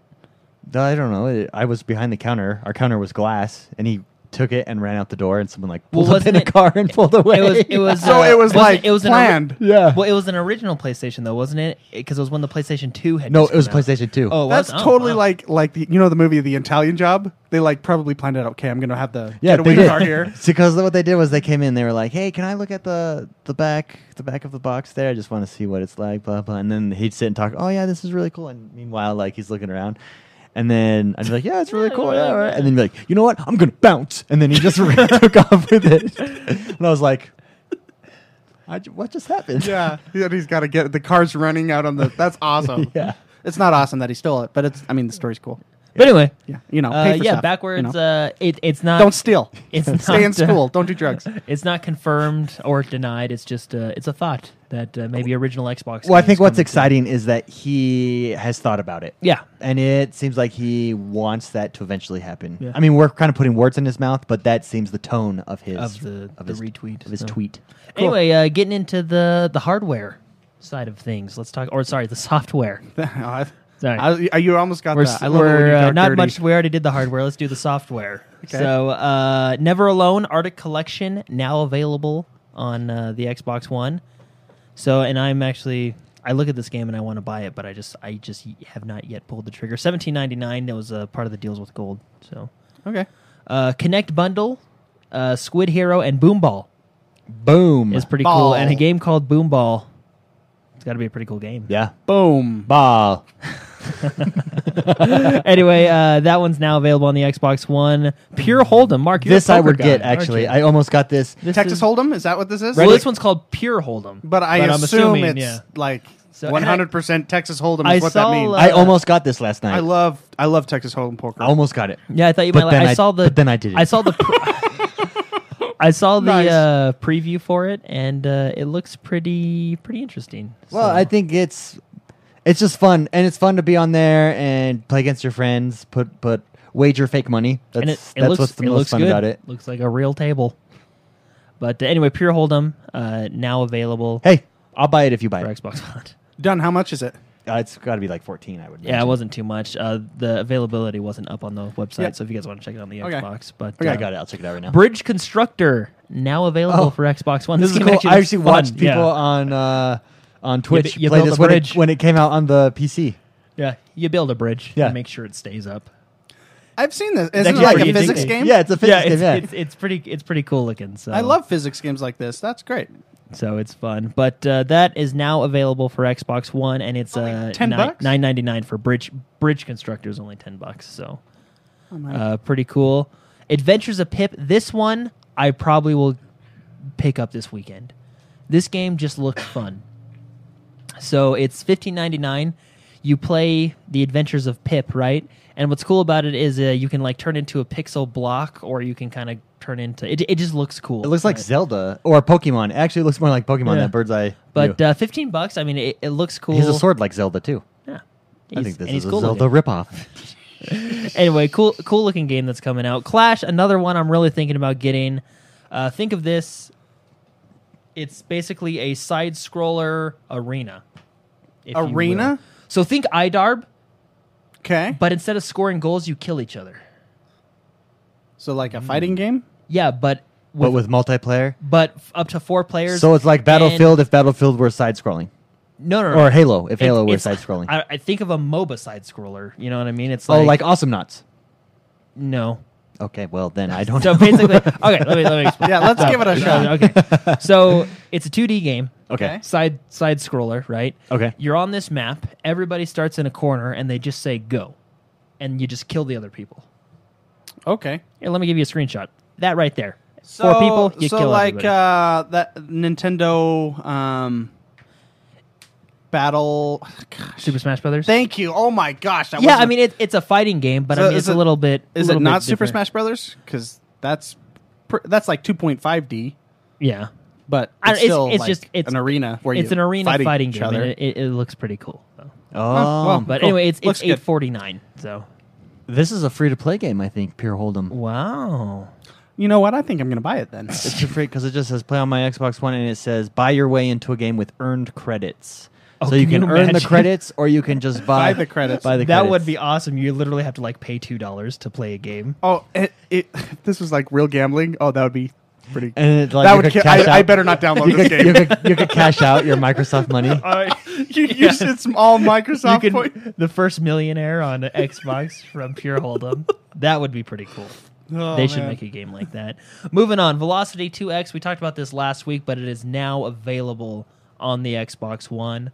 Speaker 1: I don't know. It- I was behind the counter. Our counter was glass, and he took it and ran out the door. And someone like
Speaker 2: Well,
Speaker 1: pulled up in
Speaker 2: wasn't
Speaker 1: a
Speaker 2: it-
Speaker 1: car and pulled away.
Speaker 2: It was. It was.
Speaker 3: So
Speaker 2: uh,
Speaker 3: it was
Speaker 2: wasn't-
Speaker 3: like
Speaker 2: it was an
Speaker 3: planned.
Speaker 2: ori-
Speaker 1: Yeah.
Speaker 2: Well, it was an original PlayStation though, wasn't it? Because it was when the PlayStation Two had.
Speaker 1: no,
Speaker 2: just
Speaker 1: it was
Speaker 2: come out.
Speaker 1: PlayStation Two.
Speaker 2: Oh, it was?
Speaker 3: that's
Speaker 2: Oh,
Speaker 3: totally
Speaker 2: wow.
Speaker 3: like like the, you know the movie The Italian Job. They like probably planned out. Okay, I'm gonna have the
Speaker 1: yeah, they
Speaker 3: getaway
Speaker 1: did.
Speaker 3: car here.
Speaker 1: because what they did was they came in. They were like, "Hey, can I look at the the back the back of the box there? I just want to see what it's like." Blah blah. And then he'd sit and talk. Oh yeah, this is really cool. And meanwhile, like he's looking around. And then I'd be like, "Yeah, it's really cool." Yeah, all right. And then be like, "You know what? I'm gonna bounce." And then he just ran- took off with it. And I was like, I, ju- "What just happened?"
Speaker 3: Yeah, yeah, he's got to get the car's running out on the. That's awesome.
Speaker 1: Yeah.
Speaker 3: it's not awesome that he stole it, but it's. I mean, the story's cool.
Speaker 2: But anyway,
Speaker 3: Yeah, you know.
Speaker 2: uh,
Speaker 3: pay for
Speaker 2: yeah,
Speaker 3: stuff,
Speaker 2: backwards.
Speaker 3: you know.
Speaker 2: uh, it, it's not.
Speaker 3: Don't steal.
Speaker 2: It's not,
Speaker 3: Stay in
Speaker 2: uh,
Speaker 3: school. Don't do drugs.
Speaker 2: It's not confirmed or denied. It's just uh, it's a thought that uh, maybe original Xbox.
Speaker 1: Well, I
Speaker 2: games
Speaker 1: think what's
Speaker 2: come-
Speaker 1: exciting is that he has thought about it.
Speaker 2: Yeah.
Speaker 1: And it seems like he wants that to eventually happen.
Speaker 2: Yeah.
Speaker 1: I mean, we're kind of putting words in his mouth, but that seems the tone of his
Speaker 2: Of the- the
Speaker 1: his,
Speaker 2: retweet,
Speaker 1: of his
Speaker 2: so.
Speaker 1: tweet.
Speaker 2: Anyway, uh, getting into the the hardware side of things. Let's talk. Or sorry, the software.
Speaker 3: I,
Speaker 2: Sorry.
Speaker 3: I- you almost got
Speaker 2: We're,
Speaker 3: that. I love it when
Speaker 2: we're
Speaker 3: you
Speaker 2: uh,
Speaker 3: talk
Speaker 2: not
Speaker 3: dirty.
Speaker 2: much. We already did the hardware. Let's do the software.
Speaker 3: Okay.
Speaker 2: So, uh, Never Alone Arctic Collection now available on uh, the Xbox One. So, and I'm actually I look at this game and I want to buy it, but I just I just have not yet pulled the trigger. 17.99. That was uh, part of the deals with gold. So,
Speaker 3: Okay.
Speaker 2: uh, Connect Bundle, uh, Squid Hero, and Boom Ball
Speaker 1: Boom.
Speaker 2: is pretty
Speaker 3: Ball.
Speaker 2: cool, and a game called Boom Ball. It's got to be a pretty cool game.
Speaker 1: yeah.
Speaker 3: Boom.
Speaker 1: Ball.
Speaker 2: anyway, uh, that one's now available on the Xbox One. Pure Hold'em, Mark. You're
Speaker 1: This
Speaker 2: a
Speaker 1: I
Speaker 2: poker
Speaker 1: would
Speaker 2: guy,
Speaker 1: get,
Speaker 2: aren't
Speaker 1: actually.
Speaker 2: you?
Speaker 1: I almost got this.
Speaker 2: This
Speaker 3: Texas
Speaker 2: is-
Speaker 3: Hold'em. Is that what this is?
Speaker 2: Well, this one's called Pure Hold'em,
Speaker 3: But I
Speaker 2: I'm
Speaker 3: assume
Speaker 2: assuming,
Speaker 3: it's
Speaker 2: yeah.
Speaker 3: like
Speaker 2: So-
Speaker 3: one hundred percent Texas Hold'em
Speaker 2: I
Speaker 3: is what
Speaker 2: saw,
Speaker 3: that means.
Speaker 2: uh,
Speaker 1: I almost got this last night.
Speaker 3: I love I love Texas Hold'em poker.
Speaker 1: I almost got it.
Speaker 2: Yeah, I thought you
Speaker 1: But
Speaker 2: might.
Speaker 1: then
Speaker 2: like, I
Speaker 1: I-
Speaker 2: saw the.
Speaker 1: but then I didn't.
Speaker 2: I saw the. pr- I saw the
Speaker 3: Nice.
Speaker 2: uh, preview for it, and uh, it looks pretty pretty interesting.
Speaker 1: Well,
Speaker 2: So-
Speaker 1: I think it's it's just fun, and it's fun to be on there and play against your friends. Put put wager fake money. That's
Speaker 2: and it, it
Speaker 1: that's
Speaker 2: looks
Speaker 1: what's the
Speaker 2: it
Speaker 1: most
Speaker 2: looks
Speaker 1: fun
Speaker 2: good.
Speaker 1: about it.
Speaker 2: Looks like a real table. But uh, anyway, Pure Hold'em uh, now available
Speaker 1: Hey, I'll buy it if you buy
Speaker 2: for
Speaker 1: it.
Speaker 2: Xbox One.
Speaker 3: Done. How much is it?
Speaker 1: Uh, it's got to be like fourteen. I would.
Speaker 2: Yeah, it
Speaker 1: imagine.
Speaker 2: wasn't too much. Uh, the availability wasn't up on the website,
Speaker 3: Yeah.
Speaker 2: so if you guys want to check it on the
Speaker 3: Okay.
Speaker 2: Xbox, but
Speaker 1: Okay,
Speaker 2: uh,
Speaker 1: I got it. I'll check it out right now.
Speaker 2: Bridge Constructor now available
Speaker 1: Oh.
Speaker 2: for Xbox One.
Speaker 1: This is
Speaker 2: game
Speaker 1: cool. I
Speaker 2: looks
Speaker 1: actually
Speaker 2: fun.
Speaker 1: watched people
Speaker 2: Yeah.
Speaker 1: on uh, on Twitch
Speaker 2: bu- you
Speaker 1: play
Speaker 2: build
Speaker 1: this
Speaker 2: a
Speaker 1: when it,
Speaker 2: bridge.
Speaker 1: when it came out on the PC.
Speaker 2: Yeah, you build a bridge.
Speaker 1: Yeah.
Speaker 2: and make sure it stays up.
Speaker 3: I've seen this. Isn't it
Speaker 2: actually
Speaker 3: like
Speaker 2: pretty
Speaker 3: a physics
Speaker 2: addicting.
Speaker 3: game?
Speaker 1: Yeah, it's a physics
Speaker 2: it's,
Speaker 1: game. Yeah.
Speaker 2: It's, it's pretty. It's pretty cool looking. So
Speaker 3: I love physics games like this. That's great.
Speaker 2: So it's fun. But uh, that is now available for Xbox One, and it's
Speaker 3: Only
Speaker 2: uh,
Speaker 3: 10 bucks?
Speaker 2: nine ninety nine for bridge bridge constructors. Only ten bucks. So
Speaker 3: Oh, my.
Speaker 2: uh, pretty cool. Adventures of Pip. This one I probably will pick up this weekend. This game just looks fun. So it's fifteen ninety nine. You play the Adventures of Pip, right? And what's cool about it is uh, you can like turn into a pixel block, or you can kind of turn into it. It just looks cool.
Speaker 1: it looks like
Speaker 2: Right.
Speaker 1: Zelda or Pokemon. Actually, it looks more like Pokemon
Speaker 2: Yeah.
Speaker 1: than Bird's Eye.
Speaker 2: But
Speaker 1: View.
Speaker 2: uh, fifteen bucks. I mean, it, it looks cool.
Speaker 1: he's a sword like Zelda too.
Speaker 2: Yeah.
Speaker 1: I
Speaker 2: He's-
Speaker 1: think this
Speaker 2: and he's
Speaker 1: is a
Speaker 2: cool
Speaker 1: Zelda
Speaker 2: looking.
Speaker 1: ripoff.
Speaker 2: Anyway, cool, cool looking game that's coming out. Clash, another one I'm really thinking about getting. Uh, think of this It's basically a side scroller arena. if you will.
Speaker 3: Arena?
Speaker 2: So think IDARB,
Speaker 3: Okay.
Speaker 2: but instead of scoring goals, you kill each other.
Speaker 3: So like a fighting game?
Speaker 2: Yeah, but with,
Speaker 1: but with multiplayer.
Speaker 2: but f- up to four players.
Speaker 1: So it's like Battlefield if Battlefield were side scrolling,
Speaker 2: No, no, no.
Speaker 1: or Halo if
Speaker 2: It-
Speaker 1: Halo were
Speaker 2: it's-
Speaker 1: side scrolling.
Speaker 2: I, I think of a MOBA side scroller. You know what I mean? It's like,
Speaker 1: Oh, like Awesome Knots.
Speaker 2: no.
Speaker 1: Okay, well then I don't.
Speaker 2: So
Speaker 1: know.
Speaker 2: basically, okay. Let me let me explain.
Speaker 3: Yeah, let's give it a shot.
Speaker 2: Okay, so it's a 2D game,
Speaker 1: okay.
Speaker 2: side side scroller, right?
Speaker 1: Okay.
Speaker 2: You're on this map. Everybody starts in a corner, and they just say go, and you just kill the other people.
Speaker 3: Okay.
Speaker 2: Here, let me give you a screenshot. That right there.
Speaker 3: So,
Speaker 2: Four people, you
Speaker 3: so
Speaker 2: kill
Speaker 3: like
Speaker 2: everybody.
Speaker 3: uh, that Nintendo um, battle. Gosh.
Speaker 2: Super Smash Brothers.
Speaker 3: Thank you. Oh my gosh. That
Speaker 2: yeah,
Speaker 3: uh, wasn't-
Speaker 2: I mean it, it's a fighting game, but
Speaker 3: So
Speaker 2: I mean
Speaker 3: is
Speaker 2: it's a
Speaker 3: it-
Speaker 2: little bit.
Speaker 3: is
Speaker 2: little
Speaker 3: it
Speaker 2: bit
Speaker 3: not Super
Speaker 2: different.
Speaker 3: Smash Brothers? Because that's pr- that's like 2.5D,
Speaker 2: Yeah,
Speaker 3: but
Speaker 2: I-
Speaker 3: it's,
Speaker 2: it's-
Speaker 3: still
Speaker 2: it's
Speaker 3: like
Speaker 2: just- it's-
Speaker 3: an arena where
Speaker 2: it's
Speaker 3: you
Speaker 2: an arena
Speaker 3: fight
Speaker 2: fighting,
Speaker 3: each
Speaker 2: game,
Speaker 3: Other.
Speaker 2: and it, it, it looks pretty cool. Though.
Speaker 1: Oh,
Speaker 3: well,
Speaker 2: But
Speaker 3: Cool.
Speaker 2: anyway, it's
Speaker 3: Looks
Speaker 2: it's
Speaker 3: good.
Speaker 2: eight forty nine. So
Speaker 1: this is a free to play game, I think. Pure Hold'em.
Speaker 2: wow,
Speaker 3: You know what? I think I'm going to buy it then.
Speaker 1: It's a free because it just says play on my Xbox One, and it says buy your way into a game with earned credits.
Speaker 2: Oh,
Speaker 1: so you
Speaker 2: can
Speaker 1: can,
Speaker 2: you
Speaker 1: earn the
Speaker 2: imagine?
Speaker 1: credits, or you can just buy,
Speaker 3: Buy the credits.
Speaker 1: Buy the
Speaker 2: that
Speaker 1: credits.
Speaker 2: would be awesome. You literally have to like pay two dollars to play a game.
Speaker 3: oh, it, it, if this was like real gambling. Oh, that would be pretty.
Speaker 1: And it, like,
Speaker 3: that
Speaker 1: you
Speaker 3: would.
Speaker 1: could
Speaker 3: Ca-
Speaker 1: cash
Speaker 3: I, I
Speaker 1: out-
Speaker 3: better not download
Speaker 1: You
Speaker 3: this
Speaker 1: could,
Speaker 3: game. Uh,
Speaker 1: you, could, you could cash out your Microsoft money.
Speaker 2: Uh,
Speaker 3: you you said some all Microsoft.
Speaker 2: you
Speaker 3: point.
Speaker 2: could the first millionaire on Xbox from Pure Hold'em. That would be pretty cool.
Speaker 3: Oh,
Speaker 2: they should
Speaker 3: man.
Speaker 2: make a game like that. Moving on, Velocity 2X. We talked about this last week, but it is now available on the Xbox One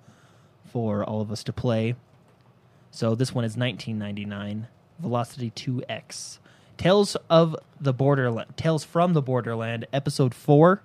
Speaker 2: for all of us to play. So this one is 19.99. Velocity 2X. Tales of the Borderland, Tales from the Borderland, Episode Four,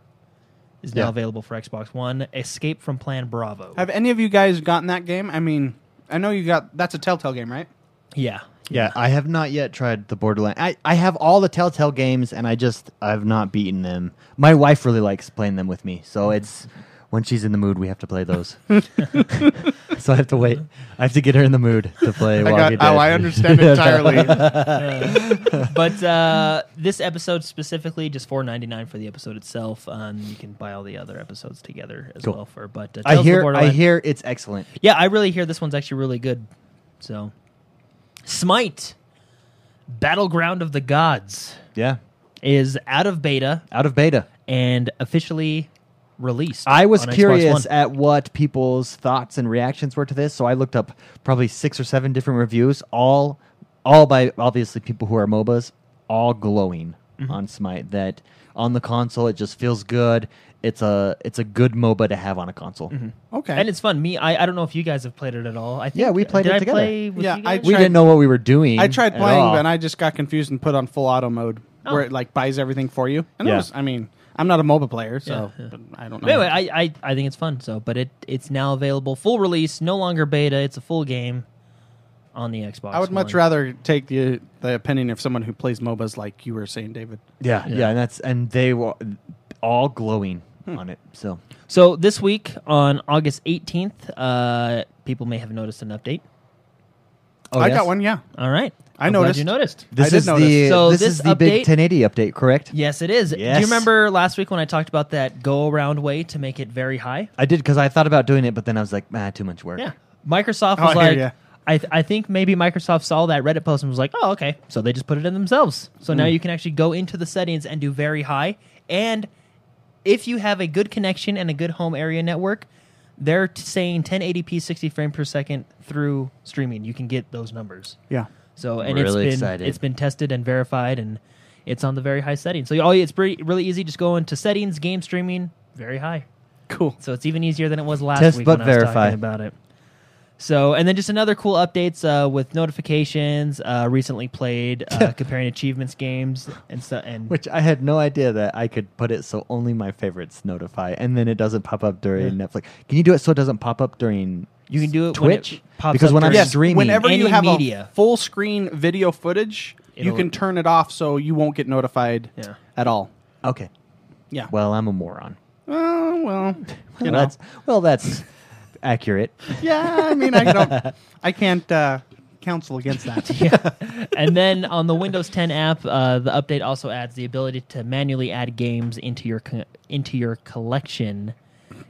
Speaker 2: is now
Speaker 1: Yeah.
Speaker 2: available for Xbox One. Escape from Plan Bravo.
Speaker 3: Have any of you guys gotten that game? I mean, I know you got that's a Telltale game, right?
Speaker 2: yeah,
Speaker 1: Yeah, I have not yet tried the Borderland. I, I have all the Telltale games, and I just I've not beaten them. My wife really likes playing them with me, so it's when she's in the mood, we have to play those. so I have to wait. I have to get her in the mood to play. Walking
Speaker 2: oh,
Speaker 3: oh,
Speaker 1: Dead.
Speaker 2: but uh, this episode specifically just four ninety nine for the episode itself. Um, you can buy all the other episodes together as
Speaker 1: Cool.
Speaker 2: well for. But uh, Tales
Speaker 1: I
Speaker 2: of the
Speaker 1: hear I
Speaker 2: Borderland-
Speaker 1: hear it's excellent.
Speaker 2: Yeah, I really hear this one's actually really good. So, Smite, Battleground of the Gods,
Speaker 1: Yeah,
Speaker 2: is out of beta
Speaker 1: out of beta.
Speaker 2: and officially released.
Speaker 1: I was
Speaker 2: on Xbox
Speaker 1: curious
Speaker 2: One.
Speaker 1: at what people's thoughts and reactions were to this, so I looked up probably six or seven different reviews, all all by obviously people who are MOBAs, all glowing
Speaker 3: Mm-hmm.
Speaker 1: on Smite. That on the console it just feels good. It's a it's a good MOBA to have on a console.
Speaker 3: Okay.
Speaker 2: and it's fun. Me, I, I don't know if you guys have played it at all. I think, uh,
Speaker 1: Yeah, we played
Speaker 2: did
Speaker 1: it
Speaker 2: I
Speaker 1: together.
Speaker 2: Play with
Speaker 3: Yeah,
Speaker 2: you
Speaker 3: I
Speaker 2: guys?
Speaker 1: We
Speaker 3: Tried-
Speaker 1: didn't know what we were doing.
Speaker 3: I tried
Speaker 1: at
Speaker 3: playing,
Speaker 1: all.
Speaker 3: but I just got confused and put on full auto mode, where
Speaker 2: Oh.
Speaker 3: it like buys everything for you. And it
Speaker 1: Yeah.
Speaker 3: was, I mean, I'm not a MOBA player, so
Speaker 2: Yeah, yeah.
Speaker 3: but I don't know.
Speaker 2: But anyway, I, I I think it's fun. So, but it it's now available full release, no longer beta. It's a full game on the Xbox.
Speaker 3: I would much
Speaker 2: One.
Speaker 3: rather take the the opinion of someone who plays MOBAs, like you were saying, David.
Speaker 1: yeah,
Speaker 2: Yeah.
Speaker 1: yeah, and that's and they were all glowing
Speaker 3: Hmm.
Speaker 1: on it. So
Speaker 2: So this week on August eighteenth, uh, people may have noticed an update.
Speaker 1: Oh,
Speaker 3: I
Speaker 1: yes?
Speaker 3: got one. Yeah,
Speaker 2: All right,
Speaker 3: I
Speaker 2: I'm glad
Speaker 3: noticed.
Speaker 2: you noticed.
Speaker 1: This
Speaker 3: I did
Speaker 1: is the
Speaker 3: notice.
Speaker 2: So
Speaker 1: this,
Speaker 2: this
Speaker 1: is the big
Speaker 2: update-
Speaker 1: 1080 update, correct?
Speaker 2: Yes, it is. Do
Speaker 1: Yes.
Speaker 2: you remember last week when I talked about that go around way to make it very high?
Speaker 1: I did because I thought about doing it, but then I was like, ah, too much work.
Speaker 2: Yeah. Microsoft
Speaker 3: Oh,
Speaker 2: was
Speaker 3: I hear
Speaker 2: like,
Speaker 3: ya.
Speaker 2: I, th- I think maybe Microsoft saw that Reddit post and was like, oh, okay. So they just put it in themselves. So
Speaker 3: Hmm.
Speaker 2: now you can actually go into the settings and do very high. And if you have a good connection and a good home area network, they're t- saying 1080p 60 frames per second through streaming. You can get those numbers.
Speaker 3: yeah.
Speaker 2: So and it's
Speaker 1: Really
Speaker 2: been
Speaker 1: excited.
Speaker 2: it's been tested and verified, and it's on the very high setting. So all you- it's pretty, really easy. Just go into settings, game streaming, very high.
Speaker 3: Cool.
Speaker 2: So it's even easier than it was last
Speaker 1: Test
Speaker 2: week
Speaker 1: but
Speaker 2: when I was
Speaker 1: verify.
Speaker 2: talking about it. So and then just another cool updates uh, with notifications, uh, recently played, uh, comparing achievements games and so and
Speaker 1: Which I had no idea that I could put it so only my favorites notify, and then it doesn't pop up during Netflix. Can you do it so it doesn't pop up during?
Speaker 2: You can do it when it
Speaker 1: Twitch
Speaker 2: pops
Speaker 1: because
Speaker 2: up
Speaker 1: when I'm
Speaker 2: during-
Speaker 3: Yes.
Speaker 1: streaming,
Speaker 3: Whenever you
Speaker 2: any
Speaker 3: have
Speaker 2: media.
Speaker 3: a full screen video footage, you
Speaker 2: It'll-
Speaker 3: can turn it off so you won't get notified
Speaker 2: Yeah.
Speaker 3: at all.
Speaker 1: okay,
Speaker 3: Yeah.
Speaker 1: well I'm a moron.
Speaker 3: Oh, well, you
Speaker 1: Well,
Speaker 3: know.
Speaker 1: that's well, that's accurate.
Speaker 3: Yeah, I mean, I don't. I can't. Uh, counsel against that.
Speaker 2: yeah. And then on the Windows 10 app, uh, the update also adds the ability to manually add games into your co- into your collection,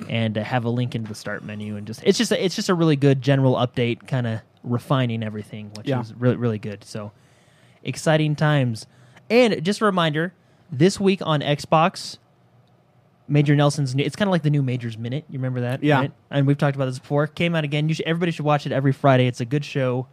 Speaker 2: and uh, have a link into the start menu. And just it's just a, it's just a really good general update, kind of refining everything, which
Speaker 3: Yeah.
Speaker 2: is really really good. So exciting times. And just a reminder, this week on Xbox. Major Nelson's new. It's kind of like the new Major's Minute. You remember that?
Speaker 3: Yeah.
Speaker 2: And we've talked about this before. Came out again. You should, everybody should watch it every Friday. It's a good show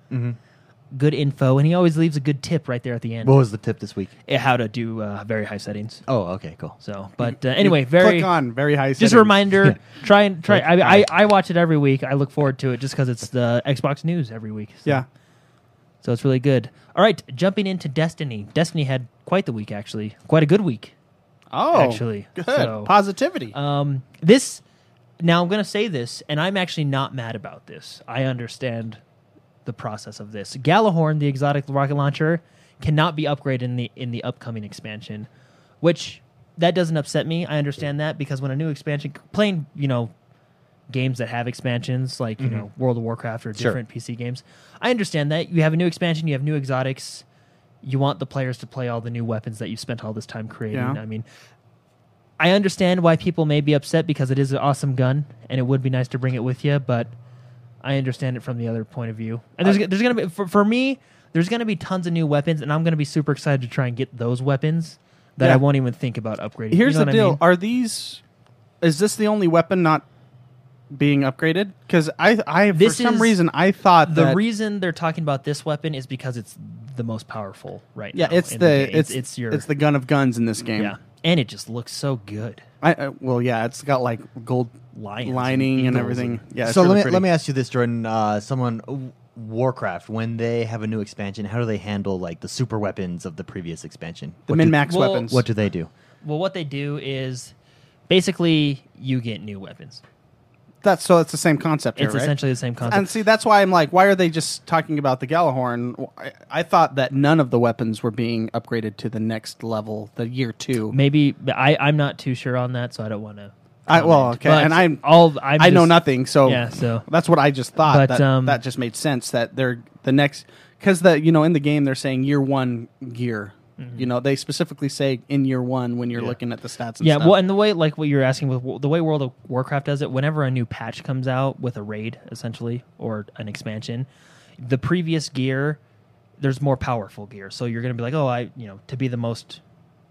Speaker 2: good info, and he always leaves a good tip right there at the end
Speaker 1: What was the tip this week?
Speaker 2: eh, how to do uh, very high settings.
Speaker 1: Oh, okay, cool.
Speaker 2: So, but uh, anyway, very
Speaker 3: click on very high.
Speaker 2: just
Speaker 3: settings.
Speaker 2: a reminder. try and try. I, I I watch it every week. I look forward to it just because it's the Xbox news every week. So,
Speaker 3: Yeah,
Speaker 2: so it's really good. All right, jumping into Destiny. Destiny had quite the week actually, quite a good week.
Speaker 3: Oh,
Speaker 2: Actually,
Speaker 3: good
Speaker 2: so-
Speaker 3: positivity.
Speaker 2: Um, this now I'm going to say this, and I'm actually not mad about this. I understand the process of this. Galahorn, the exotic rocket launcher, cannot be upgraded in the in the upcoming expansion, which that doesn't upset me. I understand that because when a new expansion, playing you know games that have expansions like you know World of Warcraft or
Speaker 1: Sure.
Speaker 2: different PC games, I understand that you have a new expansion, you have new exotics. You want the players to play all the new weapons that you spent all this time creating.
Speaker 3: Yeah.
Speaker 2: I mean, I understand why people may be upset because it is an awesome gun and it would be nice to bring it with you, but I understand it from the other point of view. And there's, there's gonna be for, for me, there's gonna be tons of new weapons, and I'm gonna be super excited to try and get those weapons that
Speaker 3: Yeah.
Speaker 2: I won't even think about upgrading. You
Speaker 3: Here's
Speaker 2: know
Speaker 3: the
Speaker 2: what I
Speaker 3: deal:
Speaker 2: mean?
Speaker 3: Are these? Is this the only weapon not being upgraded? Because I, I for
Speaker 2: This
Speaker 3: some
Speaker 2: is
Speaker 3: reason I thought
Speaker 2: the
Speaker 3: that
Speaker 2: reason they're talking about this weapon is because it's the most powerful right
Speaker 3: yeah,
Speaker 2: now.
Speaker 3: it's the,
Speaker 2: in game.
Speaker 3: it's,
Speaker 2: it's your
Speaker 3: it's the gun of guns in this game.
Speaker 2: yeah, and it just looks so good.
Speaker 3: I, I well yeah, it's got like gold
Speaker 2: Lions and
Speaker 3: lining and,
Speaker 2: eagles
Speaker 3: everything.
Speaker 2: and-
Speaker 3: Yeah. it's
Speaker 1: so
Speaker 3: really
Speaker 1: let me
Speaker 3: pretty.
Speaker 1: let me ask you this, Jordan. Uh, someone w- Warcraft when they have a new expansion, how do they handle like the super weapons of the previous expansion?
Speaker 3: the
Speaker 1: What do-
Speaker 3: min max
Speaker 2: Well-
Speaker 3: weapons.
Speaker 1: What do they do?
Speaker 2: Well, what they do is basically you get new weapons.
Speaker 3: that's so it's the same concept. here,
Speaker 2: It's
Speaker 3: right?
Speaker 2: essentially the same concept.
Speaker 3: And see, that's why I'm like, why are they just talking about the Galahorn? I, I thought that none of the weapons were being upgraded to the next level, the year two.
Speaker 2: Maybe but I, I'm not too sure on that, so I don't want to.
Speaker 3: I, well, okay,
Speaker 2: But
Speaker 3: and I'm
Speaker 2: all I'm
Speaker 3: I know
Speaker 2: just-
Speaker 3: nothing, so
Speaker 2: Yeah, so-
Speaker 3: that's what I just thought.
Speaker 2: But,
Speaker 3: that,
Speaker 2: um,
Speaker 3: that just made sense that they're the next because the you know in the game they're saying year one gear. You know, they specifically say in year one when you're looking at the stats. And
Speaker 2: Mm-hmm. Yeah,
Speaker 3: stuff.
Speaker 2: well, and the way like what you're asking with the way World of Warcraft does it, whenever a new patch comes out with a raid essentially or an expansion, the previous gear there's more powerful gear. So you're going to be like, "Oh, I, you know, to be the most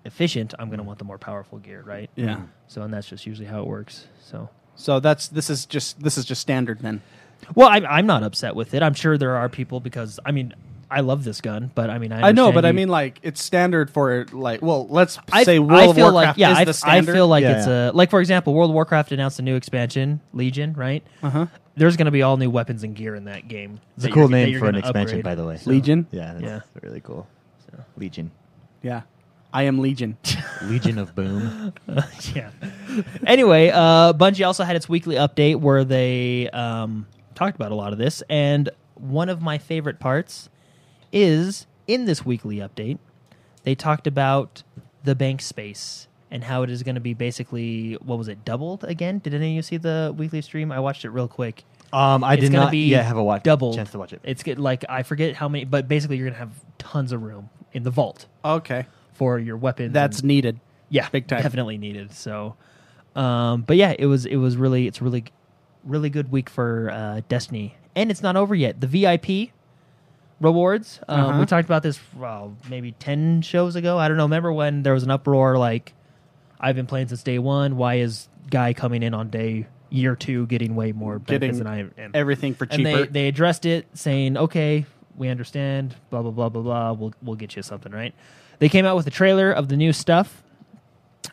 Speaker 2: efficient, I'm going to want the more powerful gear, right?"
Speaker 3: yeah.
Speaker 2: So and that's just usually how it works. So
Speaker 3: So that's this is just this is just standard then.
Speaker 2: Well, I, I'm not upset with it. I'm sure there are people because I mean, I love this gun, but I mean, I,
Speaker 3: I know,
Speaker 2: understand
Speaker 3: but I
Speaker 2: you-
Speaker 3: mean, like it's standard for like. Well, let's
Speaker 2: I,
Speaker 3: say
Speaker 2: I
Speaker 3: World of
Speaker 2: feel like
Speaker 3: Warcraft
Speaker 2: yeah,
Speaker 3: is
Speaker 2: I,
Speaker 3: the
Speaker 2: I
Speaker 3: standard.
Speaker 2: feel like
Speaker 1: Yeah,
Speaker 2: it's
Speaker 1: yeah.
Speaker 2: a like for example, World of Warcraft announced a new expansion, Legion, right?
Speaker 3: Uh-huh.
Speaker 2: There's going to be all new weapons and gear in that game.
Speaker 1: It's a cool name for an expansion, by the way.
Speaker 3: Legion.
Speaker 1: Yeah, that's
Speaker 2: Yeah.
Speaker 1: really cool. Legion,
Speaker 3: Yeah, I am Legion.
Speaker 1: Legion of Boom.
Speaker 2: yeah. Anyway, uh, Bungie also had its weekly update where they um, talked about a lot of this, and one of my favorite parts is in this weekly update they talked about the bank space and how it is going to be basically what was it doubled again? Did any of you see the weekly stream? I watched it real quick.
Speaker 1: Um, I
Speaker 2: it's
Speaker 1: did
Speaker 2: gonna
Speaker 1: not
Speaker 2: be
Speaker 1: yet have a watch
Speaker 2: doubled.
Speaker 1: chance to watch it.
Speaker 2: It's good, like I forget how many, but basically you're gonna have tons of room in the vault
Speaker 3: okay,
Speaker 2: for your weapons.
Speaker 3: that's
Speaker 2: and-
Speaker 3: needed.
Speaker 2: yeah,
Speaker 3: big time.
Speaker 2: definitely needed. So, um, but yeah, it was it was really it's really really good week for uh, Destiny, and it's not over yet. The VIP rewards. Um,
Speaker 3: Uh-huh.
Speaker 2: We talked about this well, maybe ten shows ago. I don't know. Remember when there was an uproar like, "I've been playing since day one. Why is guy coming in on day year two getting way more benefits
Speaker 3: Getting
Speaker 2: than I am?"
Speaker 3: Everything for
Speaker 2: and
Speaker 3: cheaper.
Speaker 2: they, they addressed it saying okay we understand blah blah blah blah blah we'll, we'll get you something right they came out with a trailer of the new stuff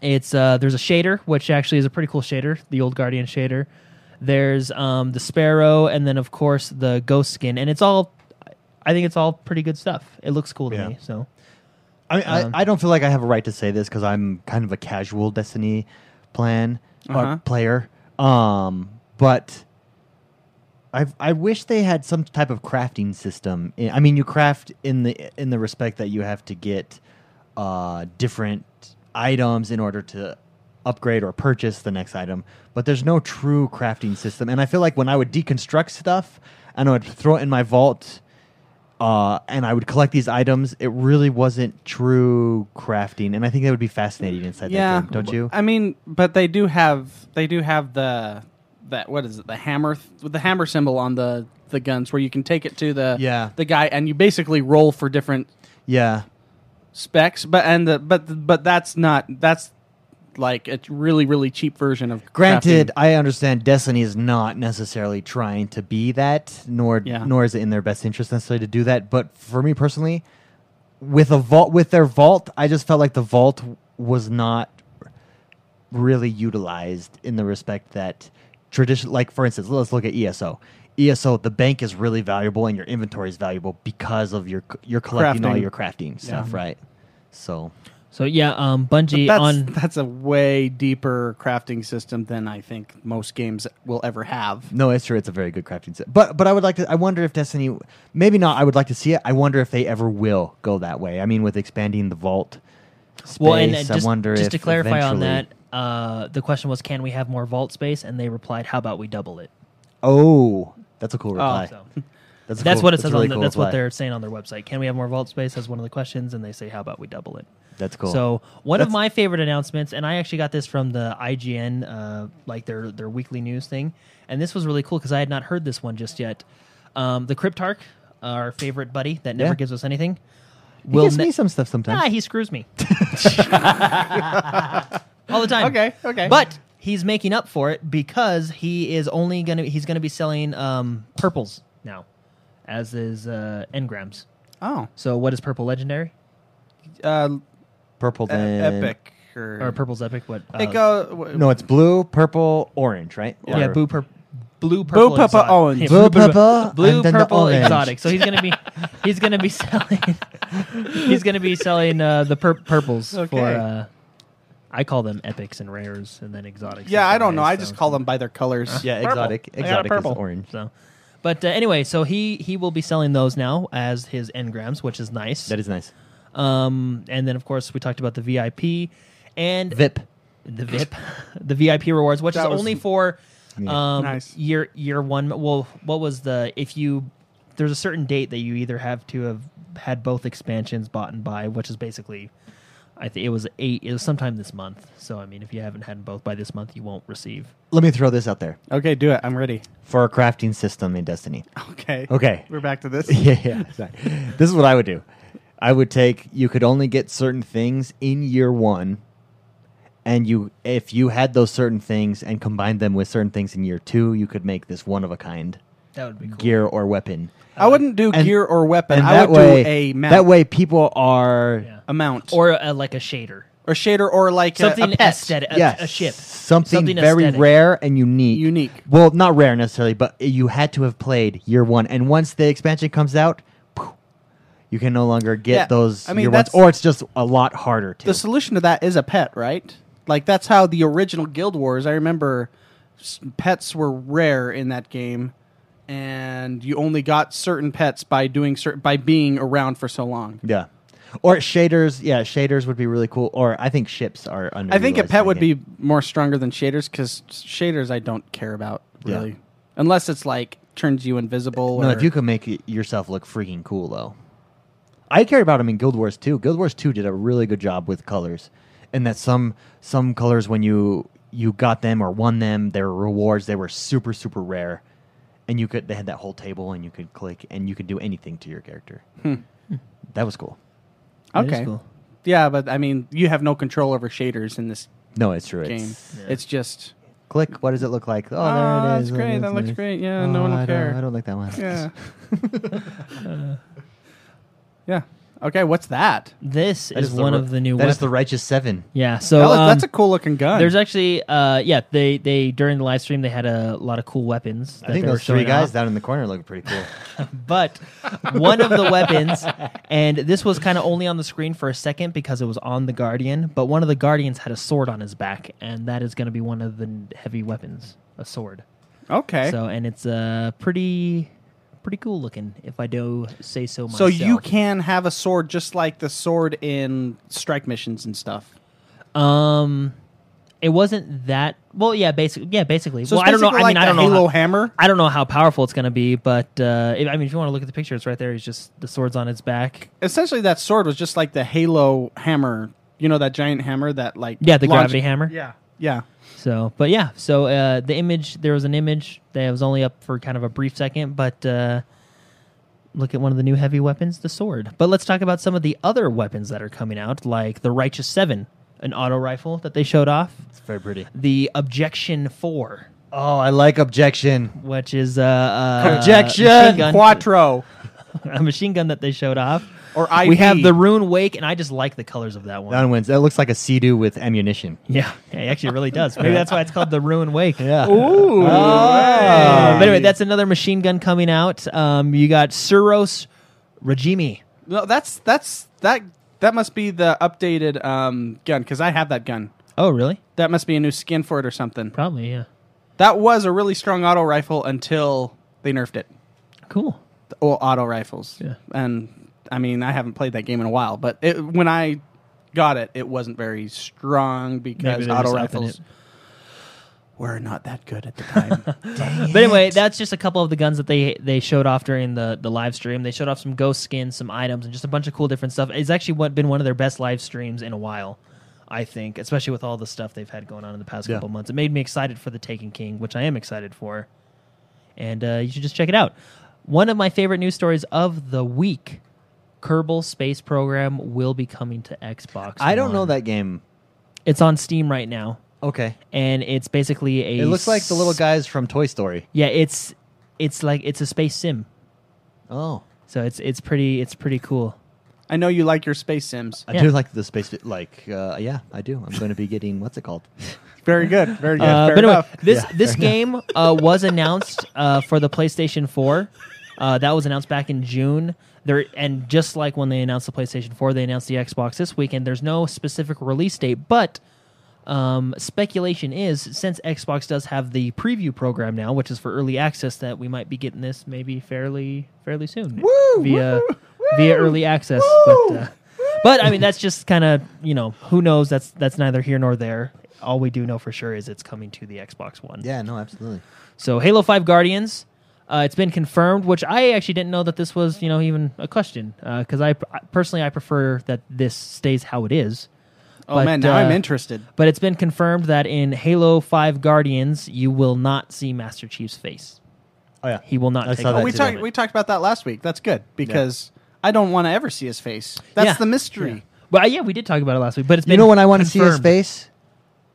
Speaker 2: it's uh there's a shader which actually is a pretty cool shader the old guardian shader there's um the sparrow and then of course the ghost skin and it's all i think it's all pretty good stuff it looks cool to
Speaker 1: Yeah.
Speaker 2: me so
Speaker 1: I mean,
Speaker 2: Um,
Speaker 1: I, I don't feel like I have a right to say this because I'm kind of a casual Destiny plan or
Speaker 3: Uh-huh.
Speaker 1: player. Um, but I I wish they had some type of crafting system. I I mean, you craft in the in the respect that you have to get uh, different items in order to upgrade or purchase the next item. But there's no true crafting system, and I feel like when I would deconstruct stuff and I would throw it in my vault uh, and I would collect these items. It really wasn't true crafting, and I think that would be fascinating inside
Speaker 3: yeah,
Speaker 1: that game, don't you?
Speaker 3: I mean, but they do have they do have the that what is it the hammer th- with the hammer symbol on the the guns where you can take it to the
Speaker 1: Yeah.
Speaker 3: the guy and you basically roll for different
Speaker 1: yeah,
Speaker 3: specs. But and the, but but that's not that's like a really really cheap version of
Speaker 1: Granted,
Speaker 3: crafting.
Speaker 1: I understand Destiny is not necessarily trying to be that, nor
Speaker 3: Yeah.
Speaker 1: nor is it in their best interest necessarily to do that. But for me personally, with a vault with their vault, I just felt like the vault was not really utilized in the respect that tradition like for instance let's look at E eso eso the bank is really valuable and your inventory is valuable because of your you're collecting all
Speaker 3: Crafting.
Speaker 1: your crafting stuff right so
Speaker 2: So yeah, um,
Speaker 3: But
Speaker 2: Bungie
Speaker 3: that's,
Speaker 2: on
Speaker 3: that's a way deeper crafting system than I think most games will ever have.
Speaker 1: No, it's true. It's a very good crafting set. But but I would like to. I wonder if Destiny, maybe not. I would like to see it. I wonder if they ever will go that way. I mean, with expanding the vault space,
Speaker 2: well, and uh,
Speaker 1: I
Speaker 2: just,
Speaker 1: wonder
Speaker 2: just
Speaker 1: if
Speaker 2: to clarify on
Speaker 1: eventually-
Speaker 2: that, uh, the question was, can we have more vault space? And they replied, how about we double it?
Speaker 1: Oh, that's a cool reply.
Speaker 2: So
Speaker 1: that's a
Speaker 2: that's
Speaker 1: cool-
Speaker 2: what it
Speaker 1: a
Speaker 2: says.
Speaker 1: really
Speaker 2: on the,
Speaker 1: cool
Speaker 2: that's what
Speaker 1: reply.
Speaker 2: they're saying on their website. Can we have more vault space? That's one of the questions, and they say, how about we double it?
Speaker 1: That's cool.
Speaker 2: So one of
Speaker 1: That's-
Speaker 2: my favorite announcements, and I actually got this from the IGN, uh, like their their weekly news thing, and this was really cool because I had not heard this one just yet. Um, the Cryptarch, our favorite buddy that never
Speaker 1: Yeah.
Speaker 2: gives us anything,
Speaker 1: he gives me some stuff sometimes.
Speaker 2: Nah, he screws me all the time.
Speaker 3: Okay, okay.
Speaker 2: But he's making up for it because he is only gonna he's gonna be selling um, purples now, as is uh, engrams.
Speaker 3: Oh,
Speaker 2: So what is purple legendary
Speaker 3: uh,
Speaker 1: purple
Speaker 3: e-
Speaker 1: then
Speaker 3: epic or,
Speaker 2: or purple's epic? What uh,
Speaker 3: It go
Speaker 1: No, it's blue, purple, orange, right?
Speaker 2: yeah,
Speaker 1: Or-
Speaker 2: blue pur- blue purple
Speaker 3: Blue purple
Speaker 2: exotic.
Speaker 3: orange.
Speaker 2: Yeah,
Speaker 1: Blue purple
Speaker 2: blue
Speaker 1: and then the
Speaker 2: purple
Speaker 1: orange.
Speaker 2: exotic. So he's gonna be he's gonna be selling he's gonna be selling uh, the pur- purples for.
Speaker 3: Okay.
Speaker 2: Uh, I call them epics and rares, and then exotics.
Speaker 3: Yeah,
Speaker 2: and
Speaker 3: I don't know. I
Speaker 2: semis,
Speaker 3: just
Speaker 2: so-
Speaker 3: call them by their colors.
Speaker 1: Yeah,
Speaker 2: Purple.
Speaker 1: exotic.
Speaker 2: I got a
Speaker 1: Exotic is
Speaker 2: purple.
Speaker 1: orange.
Speaker 2: So, but uh, anyway, so he he will be selling those now as his engrams, which is nice.
Speaker 1: That is nice.
Speaker 2: um, and then of course we talked about the VIP and
Speaker 1: Vip.
Speaker 2: the VIP, the VIP rewards, which is
Speaker 3: That was-
Speaker 2: only for um,
Speaker 1: Yeah.
Speaker 3: Nice.
Speaker 2: year year one. Well, what was the if you there's a certain date that you either have to have had both expansions bought and buy, which is basically I think it was eight. It was sometime this month. So I mean, if you haven't had both by this month, you won't receive.
Speaker 1: Let me throw this out there
Speaker 3: Okay, do it. I'm ready.
Speaker 1: for a crafting system in Destiny.
Speaker 3: Okay.
Speaker 1: Okay.
Speaker 3: We're back to this.
Speaker 1: yeah, yeah. Sorry. This is what I would do. I would take. You could only get certain things in year one, and you, if you had those certain things and combined them with certain things in year two, you could make this one of a kind
Speaker 2: That would be cool.
Speaker 1: gear or weapon.
Speaker 3: I wouldn't do
Speaker 1: And-
Speaker 3: gear or weapon.
Speaker 1: And
Speaker 3: I
Speaker 1: that
Speaker 3: would
Speaker 1: way,
Speaker 3: do a mount.
Speaker 1: that way, people are
Speaker 2: Yeah.
Speaker 3: a mount or,
Speaker 2: or uh, like a shader,
Speaker 3: or shader or like a-
Speaker 2: something
Speaker 3: a, pet.
Speaker 2: aesthetic, a,
Speaker 1: yes,
Speaker 2: a ship,
Speaker 1: something, very
Speaker 2: aesthetic.
Speaker 1: rare and unique.
Speaker 3: Unique.
Speaker 1: Well, not rare necessarily, but you had to have played year one, and once the expansion comes out. phew, You can no longer get
Speaker 3: Yeah,
Speaker 1: those
Speaker 3: I mean,
Speaker 1: year ones,
Speaker 3: that's-
Speaker 1: or it's just a lot harder to.
Speaker 3: The solution to that is a pet, right? Like that's how the original Guild Wars. I remember s- pets were rare in that game, and you only got certain pets by doing certain by being around for so long.
Speaker 1: Yeah. Or shaders, yeah, shaders would be really cool. Or I think ships are under.
Speaker 3: I think a pet would be more stronger than shaders because shaders I don't care about
Speaker 1: Yeah.
Speaker 3: really, unless it's like turns you invisible.
Speaker 1: No,
Speaker 3: or,
Speaker 1: if you can make y- yourself look freaking cool though. I cared about them in Guild Wars 2. Guild Wars 2 did a really good job with colors, and that some some colors when you you got them or won them, they were rewards. They were super super rare, and you could they had that whole table and you could click and you could do anything to your character. That was cool.
Speaker 2: That is
Speaker 3: okay,
Speaker 2: cool.
Speaker 3: yeah, but I mean, you have no control over shaders in this
Speaker 1: No, it's true.
Speaker 3: game.
Speaker 1: It's
Speaker 3: It's just
Speaker 1: click. What does it look like? Oh,
Speaker 3: Oh,
Speaker 1: there it
Speaker 3: that's
Speaker 1: is.
Speaker 3: great.
Speaker 1: It is
Speaker 3: That looks
Speaker 1: nice. Ah,
Speaker 3: great. Yeah, no one will
Speaker 1: I don't-
Speaker 3: care.
Speaker 1: I don't like that one.
Speaker 3: yeah, yeah. Okay, what's that?
Speaker 2: This
Speaker 1: That
Speaker 2: is one
Speaker 1: ri-
Speaker 2: of the new.
Speaker 1: That is
Speaker 2: weapons.
Speaker 1: the righteous seven.
Speaker 2: yeah. So
Speaker 3: That look-
Speaker 2: um,
Speaker 3: that's a cool looking gun.
Speaker 2: There's actually, uh, yeah, they they during the live stream they had a lot of cool weapons. That
Speaker 1: I think
Speaker 2: they
Speaker 1: those
Speaker 2: were
Speaker 1: three
Speaker 2: showing
Speaker 1: guys
Speaker 2: off.
Speaker 1: down in the corner look pretty cool.
Speaker 2: But one of the weapons, and this was kind of only on the screen for a second because it was on the Guardian. But one of the Guardians had a sword on his back, and that is going to be one of the n- heavy weapons, a sword.
Speaker 3: okay. So,
Speaker 2: So, and it's uh, pretty pretty cool looking, if I do say so myself.
Speaker 3: you can have a sword just like the sword in strike missions and stuff.
Speaker 2: Um, it wasn't that well. Yeah, basically. Yeah, basically.
Speaker 3: So
Speaker 2: well,
Speaker 3: it's
Speaker 2: I don't know. I
Speaker 3: basically
Speaker 2: mean,
Speaker 3: like
Speaker 2: I don't
Speaker 3: the
Speaker 2: know.
Speaker 3: Halo
Speaker 2: how,
Speaker 3: hammer.
Speaker 2: I don't know how powerful it's going to be, but uh, if, I mean, if you want to look at the picture, it's right there. He's just the sword's on its back.
Speaker 3: Essentially, that sword was just like the Halo hammer. You know that giant hammer that like
Speaker 2: Yeah, the
Speaker 3: launch-
Speaker 2: gravity hammer.
Speaker 3: Yeah, yeah.
Speaker 2: So, but yeah, so uh, the image there was an image that was only up for kind of a brief second, but uh, look at one of the new heavy weapons, the sword. But let's talk about some of the other weapons that are coming out, like the Righteous Seven, an auto rifle that they showed off,
Speaker 1: It's very pretty.
Speaker 2: the Objection Four,
Speaker 1: Oh, I like objection.
Speaker 2: which is uh, uh, machine
Speaker 3: Objection
Speaker 2: gun,
Speaker 3: Quattro
Speaker 2: a machine gun that they showed off.
Speaker 3: or IV.
Speaker 2: We have the Rune Wake, and I just like the colors of that one.
Speaker 1: That one wins. That looks like a Sea-Doo with ammunition.
Speaker 2: yeah, it actually really does. Maybe that's why it's called the Rune Wake.
Speaker 1: Yeah.
Speaker 3: Ooh.
Speaker 2: Uh, but anyway,
Speaker 3: Hey.
Speaker 2: that's another machine gun coming out. Um, you got Suros Regimi.
Speaker 3: No, that's that's that that must be the updated um, gun because I have that gun.
Speaker 2: Oh, really?
Speaker 3: That must be a new skin for it or something.
Speaker 2: Probably, yeah.
Speaker 3: That was a really strong auto rifle until they nerfed it.
Speaker 2: Cool.
Speaker 3: The- Well, auto rifles.
Speaker 2: Yeah.
Speaker 3: And I mean, I haven't played that game in a while, but it, when I got it, it wasn't very strong because
Speaker 2: they're
Speaker 3: auto
Speaker 2: just upping
Speaker 3: rifles
Speaker 2: it.
Speaker 3: were not that good at the time.
Speaker 2: But anyway, that's just a couple of the guns that they they showed off during the the live stream. They showed off some ghost skins, some items, and just a bunch of cool different stuff. It's actually what been one of their best live streams in a while, I think, especially with all the stuff they've had going on in the past
Speaker 1: Yeah.
Speaker 2: couple months. It made me excited for the Taken King, which I am excited for, and uh, you should just check it out. One of my favorite news stories of the week: Kerbal Space Program will be coming to Xbox.
Speaker 1: I don't know
Speaker 2: One.
Speaker 1: that game.
Speaker 2: it's on Steam right now,
Speaker 1: Okay.
Speaker 2: and it's basically a.
Speaker 1: It looks like the little guys from Toy Story.
Speaker 2: Yeah, it's it's like it's a space sim.
Speaker 1: Oh.
Speaker 2: So it's it's pretty it's pretty cool.
Speaker 3: I know you like your space sims.
Speaker 1: I
Speaker 2: Yeah.
Speaker 1: do like the space. Like, uh, yeah, I do. I'm going to be getting what's it called?
Speaker 3: Very good. Very good.
Speaker 2: Uh,
Speaker 3: Fair
Speaker 2: but anyway,
Speaker 3: enough.
Speaker 2: this this game uh, was announced uh, for the PlayStation 4. Uh, that was announced back in June. There and just like when they announced the PlayStation 4, they announced the Xbox this weekend. There's no specific release date, but um, speculation is since Xbox does have the preview program now, which is for early access, that we might be getting this maybe fairly fairly soon via via early access. But, uh, but I mean that's just kind of you know who knows that's that's neither here nor there. All we do know for sure is it's coming to the Xbox One.
Speaker 1: Yeah, no, absolutely.
Speaker 2: So Halo Five Guardians, uh, it's been confirmed, which I actually didn't know that this was you know even a question because I I- personally I prefer that this stays how it is.
Speaker 3: oh
Speaker 2: but,
Speaker 3: man, now I'm
Speaker 2: uh,
Speaker 3: interested.
Speaker 2: But it's been confirmed that in Halo Five Guardians you will not see Master Chief's face.
Speaker 1: Oh yeah,
Speaker 2: He will not.
Speaker 1: I
Speaker 2: take
Speaker 1: saw
Speaker 2: off
Speaker 1: that
Speaker 3: we
Speaker 2: his
Speaker 1: too.
Speaker 3: talked
Speaker 2: helmet.
Speaker 3: we talked about that last week. That's good because I don't want to ever see his face. That's
Speaker 2: Yeah.
Speaker 3: the mystery.
Speaker 2: Well, yeah, we did talk about it last week, but it's been
Speaker 1: You know when I want to see his
Speaker 2: confirmed.
Speaker 1: face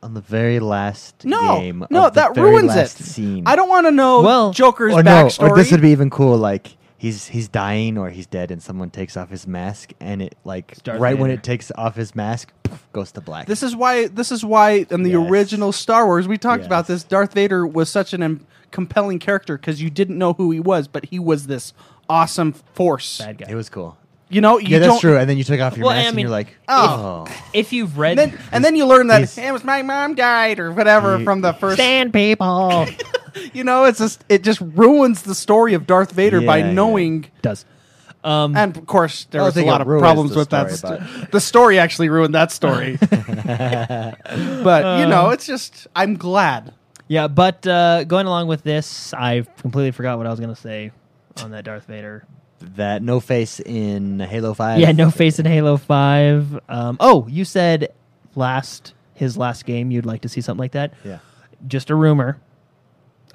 Speaker 1: on the very last
Speaker 3: No,
Speaker 1: game. of
Speaker 3: no,
Speaker 1: the
Speaker 3: that
Speaker 1: very
Speaker 3: ruins it.
Speaker 1: last Scene.
Speaker 3: I don't want to know
Speaker 2: Well-
Speaker 3: Joker's
Speaker 1: or no,
Speaker 3: backstory.
Speaker 1: or this would be even cool. Like he's he's dying or he's dead, and someone takes off his mask, and it like
Speaker 2: Darth
Speaker 1: right when
Speaker 2: Vader.
Speaker 1: it takes off his mask, poof, goes to black.
Speaker 3: This is why. This is why in the
Speaker 1: Yes.
Speaker 3: original Star Wars we talked
Speaker 1: Yes.
Speaker 3: about this. Darth Vader was such an um, compelling character because you didn't know who he was, but he was this awesome force.
Speaker 2: Bad guy.
Speaker 1: it was cool.
Speaker 3: You know, you
Speaker 1: yeah, that's
Speaker 3: don't,
Speaker 1: true. And then you took off your
Speaker 2: Well,
Speaker 1: mask,
Speaker 2: I
Speaker 1: and you're
Speaker 2: mean,
Speaker 1: like,
Speaker 3: oh.
Speaker 1: oh,
Speaker 2: If you've read
Speaker 3: And then, and then you learn that
Speaker 1: he's-
Speaker 3: it was my mom died or whatever
Speaker 1: He-
Speaker 3: from the first.
Speaker 2: Stand people
Speaker 3: You know, it's just it just ruins the story of Darth Vader by
Speaker 1: Yeah, yeah.
Speaker 3: knowing.
Speaker 2: does. Um,
Speaker 3: And of course,
Speaker 1: I
Speaker 3: there
Speaker 1: don't
Speaker 3: was a
Speaker 1: think
Speaker 3: lot
Speaker 1: it
Speaker 3: of
Speaker 1: ruins
Speaker 3: problems
Speaker 1: the
Speaker 3: with that.
Speaker 1: story,
Speaker 3: st- the story actually ruined that story. but
Speaker 1: Uh.
Speaker 3: you know, it's just I'm glad.
Speaker 2: yeah, but uh, going along with this, I completely forgot what I was going to say on that Darth Vader.
Speaker 1: that no face in Halo Five.
Speaker 2: Yeah, no face in Halo Five. Um, oh, you said last his last game you'd like to see something like that.
Speaker 1: Yeah.
Speaker 2: Just a rumor.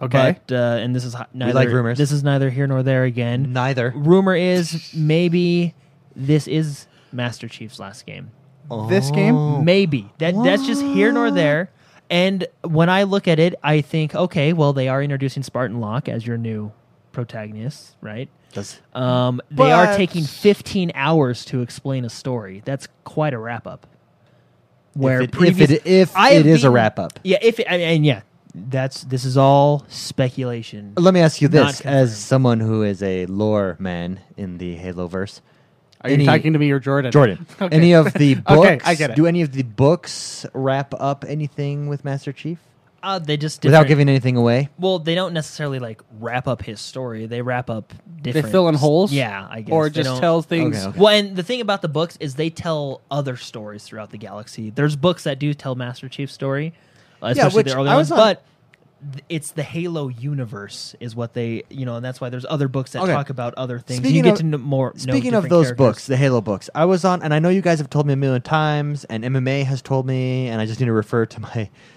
Speaker 3: Okay.
Speaker 2: But, uh, and this is hi- neither
Speaker 1: like rumors.
Speaker 2: This is neither here nor there again.
Speaker 1: Neither.
Speaker 2: Rumor is maybe this is Master Chief's last game.
Speaker 3: This game?
Speaker 1: Oh.
Speaker 2: Maybe that that's just here nor there. And when I look at it, I think, okay, well, they are introducing Spartan Locke as your new protagonist, right?
Speaker 1: Does-
Speaker 2: Um, they are
Speaker 3: But-
Speaker 2: taking 15 hours to explain a story. That's quite a wrap up.
Speaker 1: If it- if it- if it is a wrap-up.
Speaker 2: yeah. If it, and, and yeah, that's this is all speculation.
Speaker 1: Let me ask you
Speaker 2: Not
Speaker 1: this:
Speaker 2: confirmed.
Speaker 1: as someone who is a lore man in the Halo verse,
Speaker 3: Are you
Speaker 1: Any-
Speaker 3: talking to me or Jordan?
Speaker 1: Jordan,
Speaker 3: Okay.
Speaker 1: any of the books?
Speaker 3: Okay, I get it.
Speaker 1: Do any of the books wrap up anything with Master Chief
Speaker 2: Uh, they just
Speaker 1: without
Speaker 2: different-
Speaker 1: giving anything away?
Speaker 2: Well, they don't necessarily like wrap up his story. They wrap up
Speaker 3: They
Speaker 2: different.
Speaker 3: fill in holes,
Speaker 2: Yeah, I guess.
Speaker 3: or
Speaker 2: They
Speaker 3: just
Speaker 2: don't-
Speaker 3: tell things.
Speaker 1: Okay.
Speaker 2: Well, and the thing about the books is they tell other stories throughout the galaxy. There's books that do tell Master Chief's story, uh, especially
Speaker 1: which
Speaker 2: the early
Speaker 1: I
Speaker 2: ones.
Speaker 1: was on-
Speaker 2: but th- it's the Halo universe is what they you know, and that's why there's other books that
Speaker 1: Okay.
Speaker 2: talk about other things. and you
Speaker 1: Speaking
Speaker 2: get
Speaker 1: of-
Speaker 2: to know more. know
Speaker 1: Speaking of
Speaker 2: different
Speaker 1: those
Speaker 2: characters.
Speaker 1: books, the Halo books, I was on, and I know you guys have told me a million times, and MMA has told me, and I just need to refer to my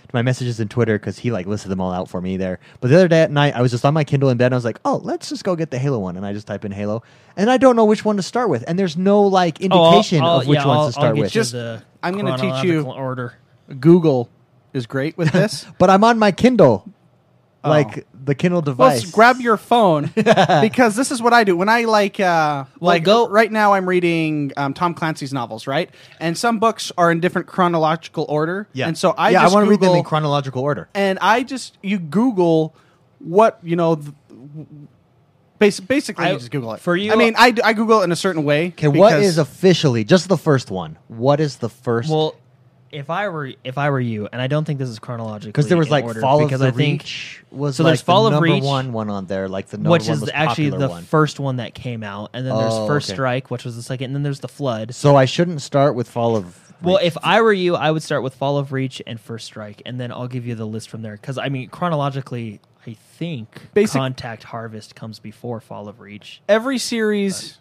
Speaker 1: to my messages in Twitter because he like listed them all out for me there. But the other day at night, I was just on my Kindle in bed, and I was like, oh, let's just go get the Halo one, and I just type in Halo, and I don't know which one to start with, and there's no like
Speaker 2: Oh, I'll-
Speaker 1: indication
Speaker 2: I'll-
Speaker 1: of which
Speaker 2: yeah,
Speaker 1: ones
Speaker 2: I'll-
Speaker 1: to start
Speaker 2: I'll get
Speaker 1: with.
Speaker 2: you
Speaker 3: Just-
Speaker 2: the
Speaker 3: I'm gonna teach you-
Speaker 2: chronological order.
Speaker 3: Google is great with this.
Speaker 1: but I'm on my Kindle,
Speaker 3: Oh.
Speaker 1: like the Kindle
Speaker 3: Well,
Speaker 1: device.
Speaker 3: s- grab your phone because this is what I do when I like. Uh,
Speaker 2: Well,
Speaker 3: like
Speaker 2: go-
Speaker 3: right now, I'm reading um, Tom Clancy's novels, right? And some books are in different chronological order.
Speaker 1: yeah,
Speaker 3: And so I
Speaker 1: yeah,
Speaker 3: just
Speaker 1: I want to read them in
Speaker 3: Google-
Speaker 1: chronological order.
Speaker 3: and I just you Google what you know. Th- bas- basically,
Speaker 2: I-
Speaker 3: you just Google it
Speaker 2: for you-
Speaker 3: I mean, I, d- I Google it in a certain way.
Speaker 1: Okay, what
Speaker 3: because-
Speaker 1: is officially just the first one? What is the first?
Speaker 2: Well, if I were if I were you, and I don't think this is chronological
Speaker 1: because there was like Fall
Speaker 2: because
Speaker 1: of
Speaker 2: I
Speaker 1: the
Speaker 2: think
Speaker 1: Reach was
Speaker 2: so
Speaker 1: like
Speaker 2: there's Fall
Speaker 1: the
Speaker 2: of
Speaker 1: number
Speaker 2: Reach,
Speaker 1: one one on there, like the number
Speaker 2: which
Speaker 1: one
Speaker 2: is
Speaker 1: most
Speaker 2: actually
Speaker 1: popular
Speaker 2: the
Speaker 1: one.
Speaker 2: first one that came out, and then there's
Speaker 1: Oh,
Speaker 2: First
Speaker 1: okay.
Speaker 2: Strike, which was the second, and then there's the Flood.
Speaker 1: so I shouldn't start with Fall of.
Speaker 2: Well,
Speaker 1: Reach.
Speaker 2: if I were you, I would start with Fall of Reach and First Strike, and then I'll give you the list from there. Because I mean, chronologically, I think
Speaker 3: Basic-
Speaker 2: Contact Harvest comes before Fall of Reach.
Speaker 3: every series?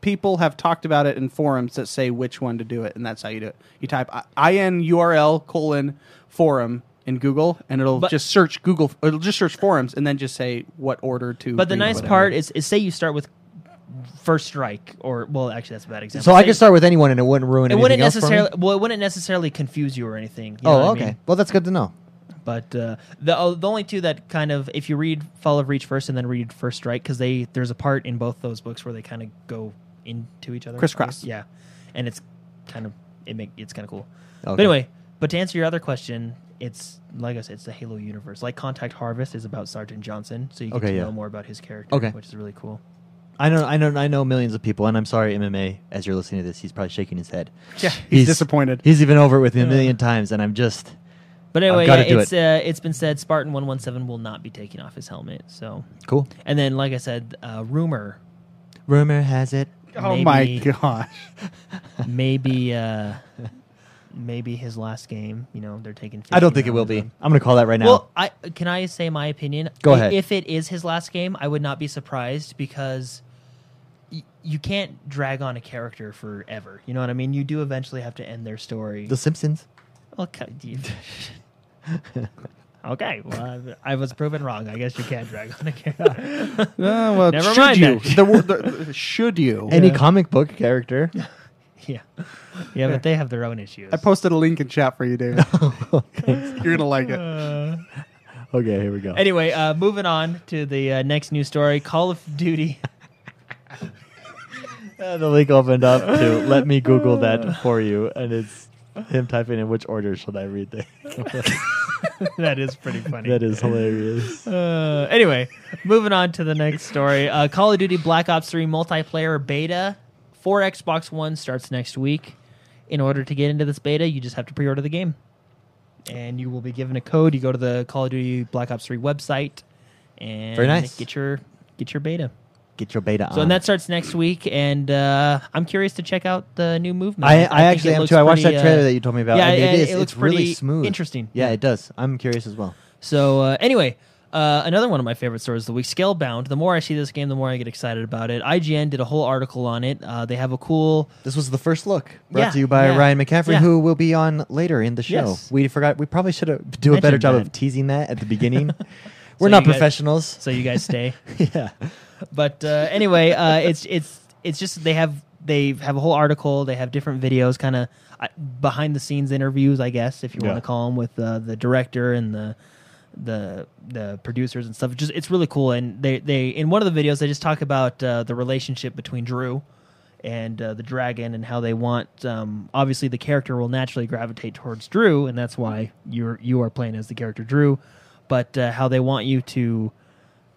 Speaker 3: People have talked about it in forums that say which one to do it, and that's how you do it. You type I- inurl colon forum in Google, and it'll
Speaker 2: But-
Speaker 3: just search Google. It'll just search forums, and then just say what order to.
Speaker 2: But the
Speaker 3: read
Speaker 2: nice
Speaker 3: whatever.
Speaker 2: part is, is say you start with First Strike, or well, actually, that's a bad example.
Speaker 1: so I
Speaker 2: Say-
Speaker 1: could start with anyone and it wouldn't ruin
Speaker 2: It wouldn't
Speaker 1: anything else for me?
Speaker 2: necessarily. Well, it wouldn't necessarily confuse you or anything. you know
Speaker 1: Oh,
Speaker 2: what I
Speaker 1: okay.
Speaker 2: mean?
Speaker 1: Well, that's good to know.
Speaker 2: But uh, the oh, the only two that kind of if you read Fall of Reach first and then read First Strike because they there's a part in both those books where they kind of go into each other I
Speaker 3: Crisscross.
Speaker 2: guess. Yeah, and it's kind of it make it's kind of cool. But
Speaker 1: Okay.
Speaker 2: anyway, but to answer your other question, it's like I said, it's the Halo universe. Like Contact Harvest is about Sergeant Johnson, so you get
Speaker 1: Okay,
Speaker 2: to
Speaker 1: yeah.
Speaker 2: know more about his character,
Speaker 1: Okay.
Speaker 2: which is really cool.
Speaker 1: I know, I know, I know millions of people, and I'm sorry, MMA. As you're listening to this, he's probably shaking his head.
Speaker 3: Yeah, he's disappointed.
Speaker 1: He's even over it with me a
Speaker 2: Yeah.
Speaker 1: million times, and I'm just.
Speaker 2: But anyway, yeah,
Speaker 1: gotta do
Speaker 2: it's Uh, it's been said Spartan one one seven will not be taking off his helmet. So,
Speaker 1: Cool.
Speaker 2: and then like I said, uh, rumor
Speaker 1: Rumor has it.
Speaker 3: oh
Speaker 2: maybe-
Speaker 3: my gosh,
Speaker 2: maybe uh maybe his last game you know they're taking
Speaker 1: I don't
Speaker 2: 15
Speaker 1: think it will
Speaker 2: rounds
Speaker 1: be.
Speaker 2: on-
Speaker 1: I'm going to call that right now.
Speaker 2: well i can i say my opinion
Speaker 1: Go
Speaker 2: I-
Speaker 1: ahead.
Speaker 2: if it is his last game i would not be surprised because y- you can't drag on a character forever you know what i mean you do eventually have to end their story
Speaker 1: the Simpsons.
Speaker 2: okay you- okay well i was proven wrong i guess you can't drag on a character
Speaker 1: Ah,
Speaker 3: Uh, well,
Speaker 2: Never
Speaker 3: should
Speaker 2: mind
Speaker 3: you?
Speaker 2: that.
Speaker 3: The wor- the- the- should you?
Speaker 1: Any comic book character.
Speaker 2: yeah yeah but they have their own issues
Speaker 3: I posted a link in chat for you, David. You're gonna like it.
Speaker 2: Uh,
Speaker 1: Okay, here we go.
Speaker 2: Anyway, uh, moving on to the uh, next news story Call of Duty.
Speaker 1: Uh, the link opened up to let me Google that for you, and it's him typing in which order should I read that.
Speaker 2: that is pretty funny.
Speaker 1: that is hilarious.
Speaker 2: Uh, anyway, moving on to the next story uh, Call of Duty Black Ops 3 multiplayer beta for Xbox One starts next week. In order to get into this beta, you just have to pre order the game. And you will be given a code. You go to the Call of Duty Black Ops 3 website and
Speaker 1: Very nice.
Speaker 2: get your get your beta.
Speaker 1: Get your beta on.
Speaker 2: So and that starts next week, and uh, I'm curious to check out the new movement.
Speaker 1: I, I,
Speaker 2: think
Speaker 1: actually
Speaker 2: it
Speaker 1: am
Speaker 2: looks
Speaker 1: too. I watched
Speaker 2: pretty,
Speaker 1: that trailer
Speaker 2: uh,
Speaker 1: that you told me about.
Speaker 2: yeah,
Speaker 1: and
Speaker 2: and
Speaker 1: it is.
Speaker 2: it looks
Speaker 1: it's really
Speaker 2: pretty
Speaker 1: smooth.
Speaker 2: interesting.
Speaker 1: Yeah,
Speaker 2: Yeah.
Speaker 1: it does. I'm curious as well.
Speaker 2: So uh, anyway, uh, another one of my favorite stories of the week, Scalebound. The more I see this game, the more I get excited about it. IGN did a whole article on it. Uh, they have a cool.
Speaker 1: This was the first look brought
Speaker 2: Yeah,
Speaker 1: to you by
Speaker 2: yeah,
Speaker 1: Ryan McCaffrey,
Speaker 2: yeah.
Speaker 1: who will be on later in the show.
Speaker 2: Yes.
Speaker 1: We forgot. We probably should have do a
Speaker 2: Mention
Speaker 1: better job
Speaker 2: that.
Speaker 1: of teasing that at the beginning. We're
Speaker 2: So
Speaker 1: not
Speaker 2: you guys-
Speaker 1: professionals.
Speaker 2: So you guys stay.
Speaker 1: yeah.
Speaker 2: but uh, anyway, uh, it's it's it's just they have they have a whole article. They have different videos, kind of behind the scenes interviews, I guess, if you
Speaker 1: Yeah.
Speaker 2: want to call them, with uh, the director and the the the producers and stuff. Just it's really cool. And they they in one of the videos they just talk about uh, the relationship between Drew and uh, the dragon and how they want um, obviously the character will naturally gravitate towards Drew and that's why you're you are playing as the character Drew but uh, how they want you to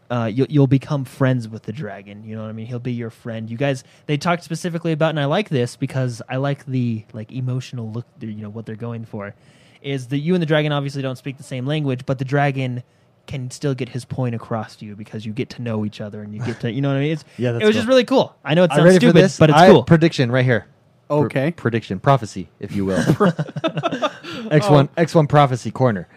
Speaker 2: uh, you'll, you'll become friends with the dragon. You know what I mean? He'll be your friend. You guys, they talked specifically about, and I like this because I like the like emotional look. they're- You know what they're going for is that you and the dragon obviously don't speak the same language, but the dragon can still get his point across to you because you get to know each other and you get to, you know what I mean? It's,
Speaker 1: Yeah, that's
Speaker 2: it was
Speaker 1: cool.
Speaker 2: just really cool. I know it
Speaker 1: I'm
Speaker 2: sounds
Speaker 1: ready
Speaker 2: stupid,
Speaker 1: for this,
Speaker 2: but it's
Speaker 1: I-
Speaker 2: cool.
Speaker 1: Prediction right here. Pr-
Speaker 3: Okay.
Speaker 1: prediction, prophecy, if you will. X one X one prophecy corner.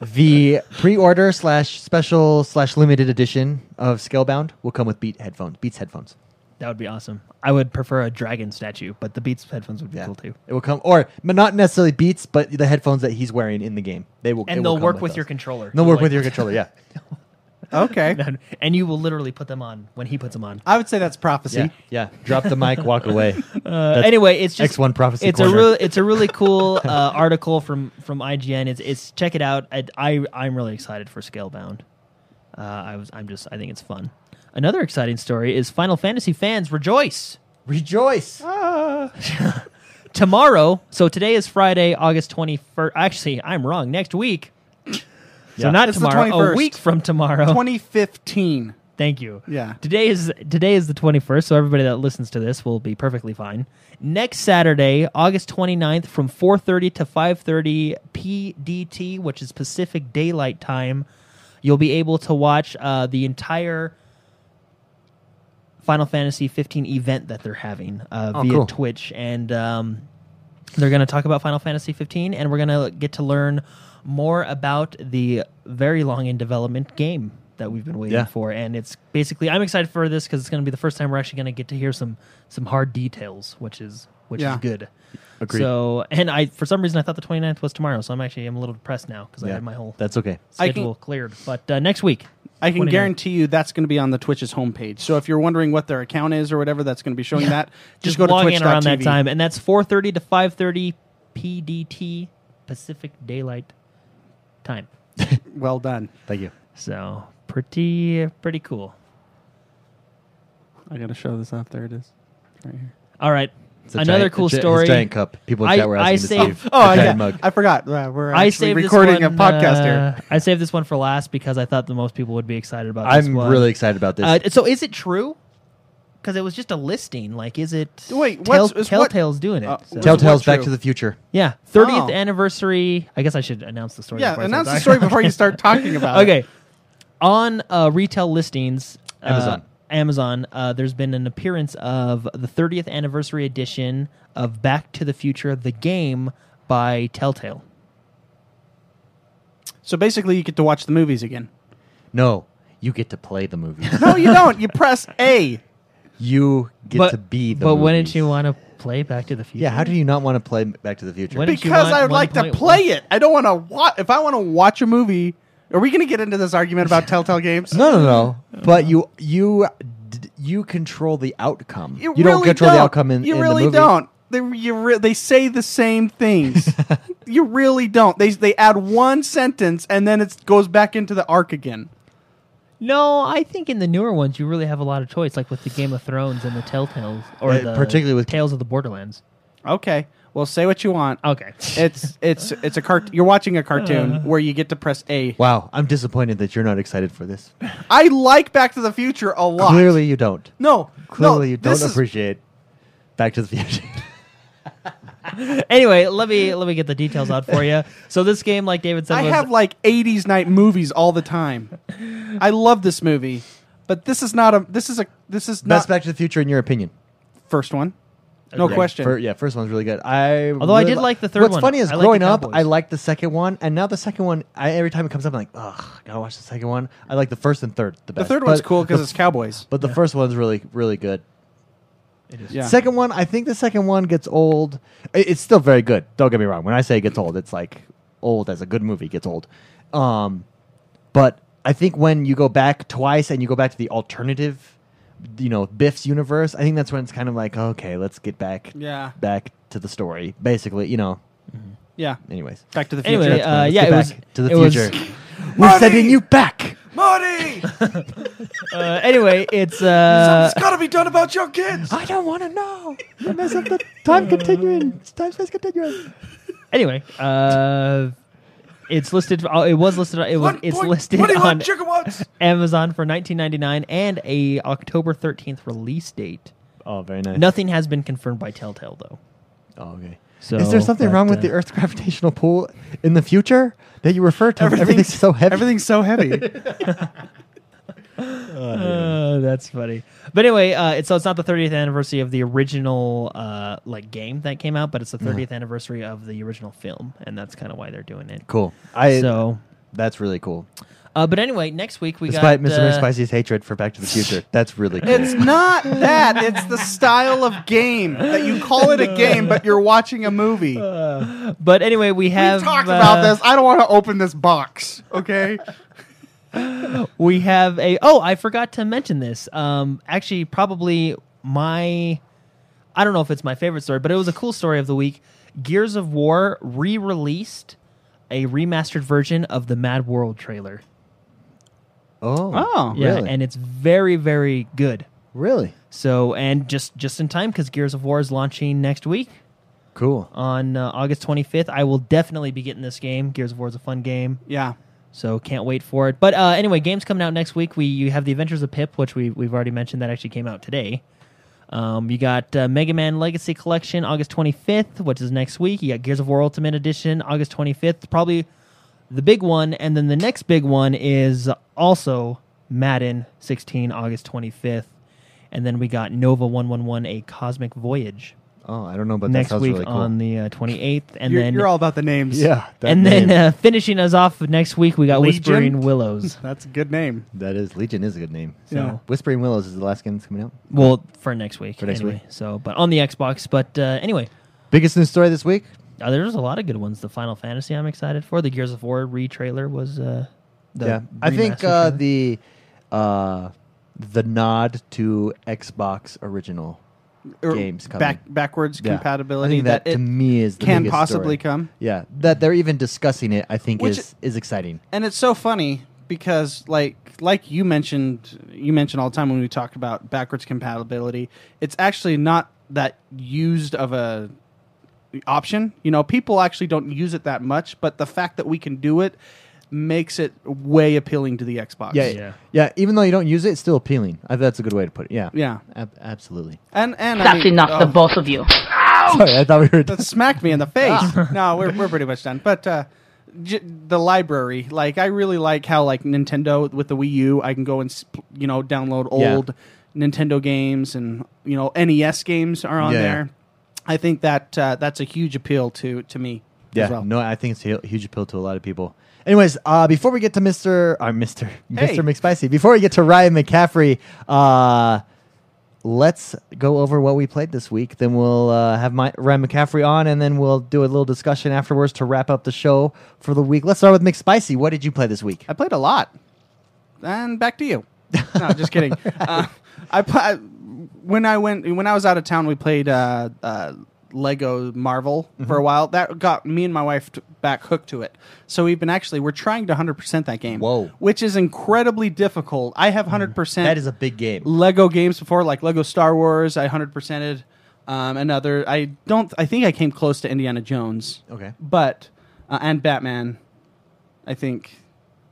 Speaker 1: The pre-order slash special slash limited edition of Scalebound will come with Beat headphones, Beats headphones.
Speaker 2: That would be awesome. I would prefer a dragon statue, but the Beats headphones would be
Speaker 1: Yeah,
Speaker 2: cool too.
Speaker 1: it will come, or but not necessarily Beats, but the headphones that he's wearing in the game. They will, it
Speaker 2: And
Speaker 1: will
Speaker 2: they'll
Speaker 1: come
Speaker 2: work with your
Speaker 1: those.
Speaker 2: controller.
Speaker 1: They'll work with your
Speaker 2: Like-
Speaker 1: controller. Yeah,
Speaker 3: Okay.
Speaker 2: and you will literally put them on when he puts them on.
Speaker 3: I would say that's prophecy.
Speaker 1: yeah, yeah. Drop the mic, walk away.
Speaker 2: Uh, anyway, it's just
Speaker 1: X1 prophecy
Speaker 2: It's
Speaker 1: corner.
Speaker 2: a real, it's a really cool uh, article from from IGN. It's it's check it out. I, I I'm really excited for Scalebound. Uh, I was I'm just I think it's fun. Another exciting story is Final Fantasy fans rejoice.
Speaker 1: Rejoice.
Speaker 2: Ah. tomorrow. So today is Friday, August 21st. Actually, I'm wrong. Next week. So
Speaker 1: Yeah.
Speaker 2: not
Speaker 3: It's the
Speaker 2: tomorrow. A
Speaker 3: 21st.
Speaker 2: week from tomorrow.
Speaker 3: 2015.
Speaker 2: Thank you.
Speaker 3: Yeah.
Speaker 2: Today is today is the 21st, so everybody that listens to this will be perfectly fine. Next Saturday, August 29th from 4:30 to 5:30 PDT, which is Pacific Daylight Time, you'll be able to watch uh, the entire Final Fantasy 15 event that they're having uh,
Speaker 1: Oh,
Speaker 2: via
Speaker 1: cool.
Speaker 2: Twitch and um, they're going to talk about Final Fantasy 15 and we're going to get to learn more about the very long in development game that we've been waiting
Speaker 1: Yeah.
Speaker 2: for and it's basically I'm excited for this cuz it's going to be the first time we're actually going to get to hear some some hard details which is which
Speaker 3: Yeah.
Speaker 2: is good.
Speaker 1: Agreed.
Speaker 2: So and I for some reason I thought the 29th was tomorrow so I'm actually I'm a little depressed now cuz I
Speaker 1: Yeah,
Speaker 2: had my whole
Speaker 1: That's okay.
Speaker 3: I can-
Speaker 2: schedule cleared but uh, next week
Speaker 3: I can
Speaker 2: 29th.
Speaker 3: guarantee you that's going to be on the Twitch's homepage. So if you're wondering what their account is or whatever that's going to be showing that, just, go to
Speaker 2: log in around that
Speaker 3: twitch.tv.
Speaker 2: time, and that's 4:30 to 5:30 PDT Pacific Daylight Time.
Speaker 3: Well done.
Speaker 1: Thank you.
Speaker 2: So pretty pretty cool.
Speaker 3: I got to show this off. There it is. Right here.
Speaker 2: All right,
Speaker 1: It's a
Speaker 2: another
Speaker 1: giant-
Speaker 2: cool
Speaker 1: it's a- it's a
Speaker 2: story.
Speaker 1: giant cup. People in
Speaker 2: I-
Speaker 1: chat were
Speaker 2: I
Speaker 1: asking to
Speaker 2: saved-
Speaker 1: Steve.
Speaker 3: Oh,
Speaker 1: a giant
Speaker 3: yeah.
Speaker 1: mug.
Speaker 3: I forgot. Uh, we're
Speaker 2: I
Speaker 3: actually
Speaker 2: saved this
Speaker 3: recording
Speaker 2: one,
Speaker 3: a podcast
Speaker 2: uh,
Speaker 3: here.
Speaker 2: I saved this one for last because I thought the most people would be excited about. this
Speaker 1: I'm
Speaker 2: one.
Speaker 1: really excited about this.
Speaker 2: Uh, so is it true? Because it was just a listing. Like, is it?
Speaker 3: Wait,
Speaker 2: Tell-
Speaker 3: what's- is what-
Speaker 2: Telltale's doing it.
Speaker 3: Uh,
Speaker 2: so-
Speaker 3: Tell-
Speaker 1: Telltale's
Speaker 3: What's
Speaker 1: Back
Speaker 3: true?
Speaker 1: to the Future.
Speaker 2: yeah, thirtieth
Speaker 3: Oh.
Speaker 2: anniversary. I guess I should announce the story.
Speaker 3: Yeah,
Speaker 2: before I
Speaker 3: announce the
Speaker 2: start
Speaker 3: story
Speaker 2: talking.
Speaker 3: before you start talking about
Speaker 1: Uh,
Speaker 3: it.
Speaker 2: okay. On uh, retail listings, uh,
Speaker 1: Amazon.
Speaker 2: Amazon, uh, there's been an appearance of the 30th anniversary edition of Back to the Future, the game by Telltale.
Speaker 3: So basically, you get to watch the movies again.
Speaker 1: No, you get to play the movie.
Speaker 3: No, you don't. You press A.
Speaker 1: you get
Speaker 2: but
Speaker 1: to be the.
Speaker 2: but
Speaker 1: movies.
Speaker 2: wouldn't you want to play Back to the Future?
Speaker 1: Yeah, how do you not want to play Back to the Future?
Speaker 2: When- Did you
Speaker 3: Because
Speaker 2: want
Speaker 3: I would like to
Speaker 2: 1.1?
Speaker 3: play it. I don't want to watch. If I want to watch a movie, are we going to get into this argument about Telltale games?
Speaker 1: no, no, no. But you you d- you control the outcome.
Speaker 3: You,
Speaker 1: don't
Speaker 3: really
Speaker 1: control the
Speaker 3: don't.
Speaker 1: outcome in
Speaker 3: you
Speaker 1: in the
Speaker 3: really
Speaker 1: movie.
Speaker 3: don't. They you re- they say the same things. you really don't. They they add one sentence and then it goes back into the arc again.
Speaker 2: No, I think in the newer ones you really have a lot of choice, like with the Game of Thrones and the Telltales, or
Speaker 1: Uh,
Speaker 2: the
Speaker 1: particularly with-
Speaker 2: Tales of the Borderlands.
Speaker 3: Okay. Well, say what you want.
Speaker 2: Okay,
Speaker 3: It's it's it's a cart. You're watching a cartoon
Speaker 1: Uh.
Speaker 3: where you get to press A.
Speaker 1: Wow, I'm disappointed that you're not excited for this.
Speaker 3: I like Back to the Future a lot.
Speaker 1: Clearly, you don't.
Speaker 3: no,
Speaker 1: Clearly,
Speaker 3: no,
Speaker 1: you don't
Speaker 3: this is-
Speaker 1: appreciate Back to the Future.
Speaker 2: anyway, let me let me get the details out for you. So this game, like David said,
Speaker 3: I
Speaker 2: was
Speaker 3: have like '80s night movies all the time. I love this movie, but this is not a. This is a. This is
Speaker 1: Best
Speaker 3: not
Speaker 1: Back to the Future in your opinion?
Speaker 3: first one. No
Speaker 2: Agreed.
Speaker 3: question.
Speaker 1: Fir- yeah, first one's really good. I
Speaker 2: Although I
Speaker 1: really
Speaker 2: did
Speaker 1: li-
Speaker 2: like the third
Speaker 1: What's
Speaker 2: one.
Speaker 1: funny is
Speaker 2: I like the
Speaker 1: growing up,
Speaker 2: Cowboys.
Speaker 1: I liked the second one, and now the second one. I, every time it comes up, I'm like, ugh, gotta watch the second one. I like the first and third the
Speaker 3: the
Speaker 1: best.
Speaker 3: third one's
Speaker 1: But
Speaker 3: cool because
Speaker 1: the-
Speaker 3: it's cowboys.
Speaker 1: But the first one's really, really good.
Speaker 2: It is.
Speaker 3: Yeah.
Speaker 1: Second one, I think the second one gets old. I- It's still very good. Don't get me wrong. When I say it gets old, it's like old as a good movie gets old. Um, but I think when you go back twice and you go back to the alternative, you know, Biff's universe, I think that's when it's kind of like, okay, let's get back,
Speaker 3: Yeah.
Speaker 1: back to the story. Basically, you know.
Speaker 3: Yeah.
Speaker 1: Anyways,
Speaker 3: Back to the future.
Speaker 2: Anyway, uh,
Speaker 1: Let's
Speaker 2: yeah,
Speaker 1: get
Speaker 2: it
Speaker 1: back
Speaker 2: was
Speaker 1: to the
Speaker 2: it was-
Speaker 1: future. We're sending you back.
Speaker 3: Marty,
Speaker 2: uh, anyway, it's uh,
Speaker 3: something's got to be done about your kids.
Speaker 1: I don't want to know. I mess up the time continuum. Time space continuum.
Speaker 2: anyway, uh, it's listed. oh, It was listed. It was. It's listed on
Speaker 3: gigawatts.
Speaker 2: Amazon for 19.99 and a October 13th release date.
Speaker 1: Oh, very nice.
Speaker 2: Nothing has been confirmed by Telltale though.
Speaker 1: Oh, okay.
Speaker 2: So
Speaker 1: is there something
Speaker 2: that,
Speaker 1: wrong with
Speaker 2: uh,
Speaker 1: the Earth's gravitational pull in the future that you refer to? Everything's, so heavy.
Speaker 3: Everything's so heavy.
Speaker 1: Oh,
Speaker 2: Uh, that's funny. But anyway, uh, it's, so it's not the 30th anniversary of the original uh, like game that came
Speaker 1: Mm-hmm.
Speaker 2: out, but it's the 30th anniversary of the original film, and that's kind of why they're doing it.
Speaker 1: cool. I
Speaker 2: so
Speaker 1: That's really cool.
Speaker 2: Uh, but anyway, next week we
Speaker 1: Despite
Speaker 2: got
Speaker 1: Mr.
Speaker 2: uh,
Speaker 1: McSpicy's hatred for Back to the Future, that's really cool.
Speaker 3: It's not that. It's the style of game that you call it a game, but you're watching a movie. We've
Speaker 2: But anyway, we have
Speaker 3: talked
Speaker 2: uh,
Speaker 3: about this. I don't want to open this box. Okay.
Speaker 2: We have a oh, I forgot to mention this. Um, actually, probably my I don't know if it's my favorite story, but it was a cool story of the week. Gears of War re-released a remastered version of the Mad World trailer.
Speaker 1: oh,
Speaker 3: Oh,
Speaker 2: Yeah,
Speaker 1: really?
Speaker 2: and it's very very good.
Speaker 1: really
Speaker 2: So and just just in time because Gears of War is launching next week
Speaker 1: cool.
Speaker 2: on uh, August 25th. I will definitely be getting this game. Gears of War is a fun game.
Speaker 3: Yeah.
Speaker 2: So can't wait for it. But uh, anyway, games coming out next week. We you have the Adventures of Pip, which we we've already mentioned that actually came out today. Um, you got uh, Mega Man Legacy Collection August 25th, which is next week. You got Gears of War Ultimate Edition August 25th, probably the big one. And then the next big one is also Madden 16 August 25th. And then we got Nova 111 A Cosmic Voyage
Speaker 1: Oh, I don't know, but that
Speaker 2: next
Speaker 1: sounds
Speaker 2: week
Speaker 1: really cool.
Speaker 2: on the uh, 28th. And
Speaker 3: you're,
Speaker 2: then
Speaker 3: you're all about the names.
Speaker 1: yeah, that
Speaker 2: and then
Speaker 1: name.
Speaker 2: uh, finishing us off next week, we got
Speaker 3: Legion?
Speaker 2: Whispering Willows.
Speaker 3: That's a good name.
Speaker 1: that is Legion is a good name.
Speaker 3: So- Yeah.
Speaker 1: Whispering Willows is the last game that's coming out.
Speaker 2: Well, for next week.
Speaker 1: For next
Speaker 2: anyway.
Speaker 1: week.
Speaker 2: So, but on the Xbox. But uh, anyway,
Speaker 1: Biggest news story this week.
Speaker 2: uh, there's a lot of good ones. The Final Fantasy I'm excited for. The Gears of War re trailer was. Uh, the
Speaker 1: yeah, I think
Speaker 2: remastered
Speaker 1: uh,
Speaker 2: trailer.
Speaker 1: the uh, the nod to Xbox original
Speaker 3: Or
Speaker 1: games coming.
Speaker 3: back backwards
Speaker 1: Yeah.
Speaker 3: compatibility
Speaker 1: I think that,
Speaker 3: it
Speaker 1: to me is the
Speaker 3: can
Speaker 1: biggest story.
Speaker 3: possibly come.
Speaker 1: Yeah, that they're even discussing it. I think
Speaker 3: Which-
Speaker 1: is is exciting.
Speaker 3: and it's so funny because like like you mentioned you mentioned all the time when we talk about backwards compatibility it's actually not that used of a option you know people actually don't use it that much but the fact that we can do it makes it way appealing to the xbox
Speaker 1: Yeah,
Speaker 2: Yeah.
Speaker 1: yeah, Even though you don't use it, it's still appealing. I think that's a good way to put it. Yeah,
Speaker 3: yeah
Speaker 1: Ab- absolutely.
Speaker 3: and and I
Speaker 4: That's
Speaker 3: mean-
Speaker 4: enough, the
Speaker 3: oh,
Speaker 4: both of you.
Speaker 1: Sorry, I thought we were.
Speaker 3: that smacked me in the face. no, we're, we're pretty much done. But uh, j- the library, like I really like how like Nintendo with the Wii U, I can go and sp- you know download
Speaker 1: Yeah.
Speaker 3: old Nintendo games and you know NES games are on
Speaker 1: Yeah.
Speaker 3: there. I think that uh, that's a huge appeal to to me.
Speaker 1: Yeah,
Speaker 3: as well.
Speaker 1: no, I think it's a hu- huge appeal to a lot of people. Anyways, uh, before we get to Mister, uh, Mister,
Speaker 3: Hey.
Speaker 1: Mister McSpicy, before we get to Ryan McCaffrey, uh, let's go over what we played this week. Then we'll uh, have my, Ryan McCaffrey on, and then we'll do a little discussion afterwards to wrap up the show for the week. Let's start with McSpicy. What did you play this week?
Speaker 3: I played a lot. And back to you. No, just kidding. uh, I pl- when I went when I was out of town, we played uh, uh, Lego Marvel for a while. That got me and my wife t- back hooked to it. So we've been actually we're trying to 100% that game.
Speaker 1: Whoa. Mm-hmm.
Speaker 3: which is incredibly difficult. I have 100%.
Speaker 1: That is a big game.
Speaker 3: Lego games before, like Lego Star Wars. I 100%ed um, another. I don't. I think I came close to Indiana Jones
Speaker 1: Okay.
Speaker 3: but uh, and Batman, I think.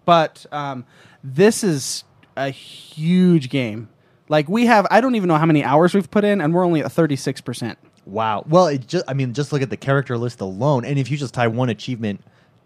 Speaker 3: But um, this is a huge game. Like we have, I don't even know how many hours we've put in, and we're only at thirty six percent.
Speaker 1: Wow. Well, it just, I mean, just look at the character list alone, and if you just tie one achievement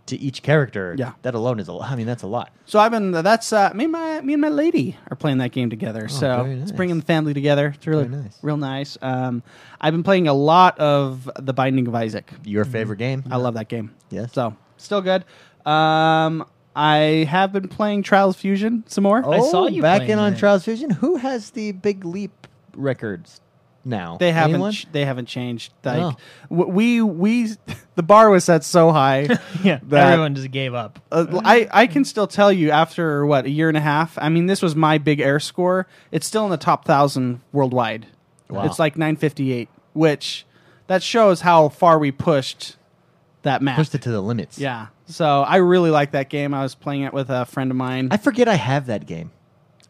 Speaker 1: to each character,
Speaker 3: Yeah.
Speaker 1: that alone is a lot. I mean, that's a lot.
Speaker 3: So I've been. That's uh, me and my me and my lady are playing that game together. so
Speaker 1: Oh, very
Speaker 3: it's
Speaker 1: nice.
Speaker 3: bringing the family together. It's really
Speaker 1: Very nice.
Speaker 3: real nice. Um, I've been playing a lot of The Binding of Isaac.
Speaker 1: Your favorite game?
Speaker 3: I love that game.
Speaker 1: Yes.
Speaker 3: So still good. Um, I have been playing Trials Fusion some more.
Speaker 1: Oh,
Speaker 2: saw you
Speaker 1: back
Speaker 2: playing
Speaker 1: in on
Speaker 2: that.
Speaker 1: Trials Fusion. Who has the big leap records now?
Speaker 3: They haven't.
Speaker 1: Anyone? Oh.
Speaker 3: Ch- they haven't changed.
Speaker 1: No.
Speaker 3: Like w we we the bar was set so high.
Speaker 2: yeah,
Speaker 3: that-
Speaker 2: everyone just gave up.
Speaker 3: Uh, I I can still tell you after what a year and a half. I mean, this was my big air score. It's still in the top thousand worldwide.
Speaker 1: Wow.
Speaker 3: It's like nine fifty eight, which that shows how far we pushed that map.
Speaker 1: pushed it to the limits.
Speaker 3: Yeah. So I really like that game. I was playing it with a friend of mine.
Speaker 1: I forget I have that game.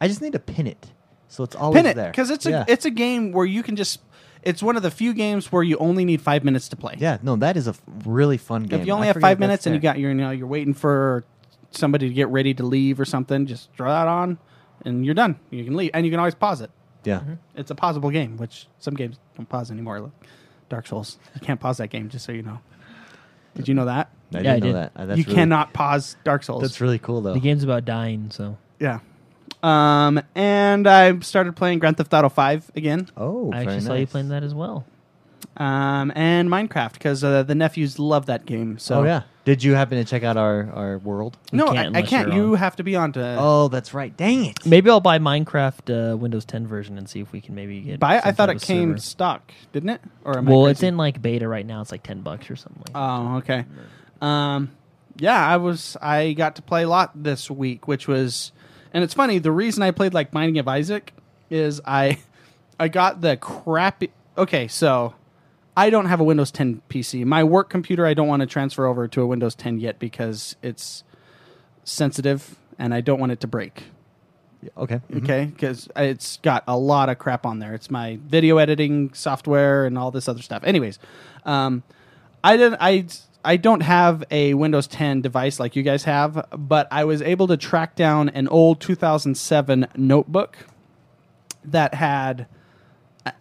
Speaker 1: I just need to pin it, so it's always
Speaker 3: Pin it
Speaker 1: there.
Speaker 3: because it's a
Speaker 1: yeah.
Speaker 3: it's a game where you can just. It's one of the few games where you only need five minutes to play.
Speaker 1: yeah. No, that is a f- really fun game.
Speaker 3: If you only
Speaker 1: I
Speaker 3: have
Speaker 1: forget
Speaker 3: five
Speaker 1: that's
Speaker 3: minutes and you
Speaker 1: there.
Speaker 3: got your, you know, you're waiting for somebody to get ready to leave or something, just throw that on, and you're done. You can leave, and you can always pause it.
Speaker 1: yeah,
Speaker 3: It's a pausable game, which some games don't pause anymore. Like Dark Souls, you can't pause that game. Just so you know, did you know that?
Speaker 1: I
Speaker 2: Yeah, I
Speaker 1: didn't know
Speaker 2: did.
Speaker 1: that. Uh, that's
Speaker 3: you
Speaker 1: really-
Speaker 3: cannot pause Dark Souls.
Speaker 1: That's really cool though.
Speaker 2: The game's about dying, so
Speaker 3: yeah. Um, and I started playing Grand Theft Auto Five again.
Speaker 1: Oh,
Speaker 2: I
Speaker 1: very
Speaker 2: actually saw you
Speaker 1: nice.
Speaker 2: playing that as well.
Speaker 3: um, and Minecraft because uh, the nephews love that game. So
Speaker 1: Oh yeah. Did you happen to check out our our world?
Speaker 3: no,
Speaker 2: can't
Speaker 3: I, I
Speaker 2: unless
Speaker 3: can't.
Speaker 2: you're
Speaker 3: You
Speaker 2: on.
Speaker 3: have to be on to.
Speaker 1: Oh, that's right. Dang it.
Speaker 2: Maybe I'll buy Minecraft uh, Windows 10 version and see if we can maybe get.
Speaker 3: Buy it?
Speaker 2: some
Speaker 3: I thought
Speaker 2: type
Speaker 3: it
Speaker 2: of
Speaker 3: came
Speaker 2: server.
Speaker 3: stock, didn't it? Or am I
Speaker 2: Well, it's
Speaker 3: crazy?
Speaker 2: in like beta right now. It's like 10 bucks or something. Like
Speaker 3: Oh, okay. Um, yeah, I was. I got to play a lot this week, which was, and it's funny. The reason I played like Mining of Isaac is I, I got the crappy. Okay, so I don't have a Windows 10 PC. My work computer, I don't want to transfer over to a Windows 10 yet because it's sensitive and I don't want it to break
Speaker 1: Okay. Mhm.
Speaker 3: okay because it's got a lot of crap on there it's my video editing software and all this other stuff anyways um, i didn't i i don't have a windows 10 device like you guys have but i was able to track down an old 2007 notebook that had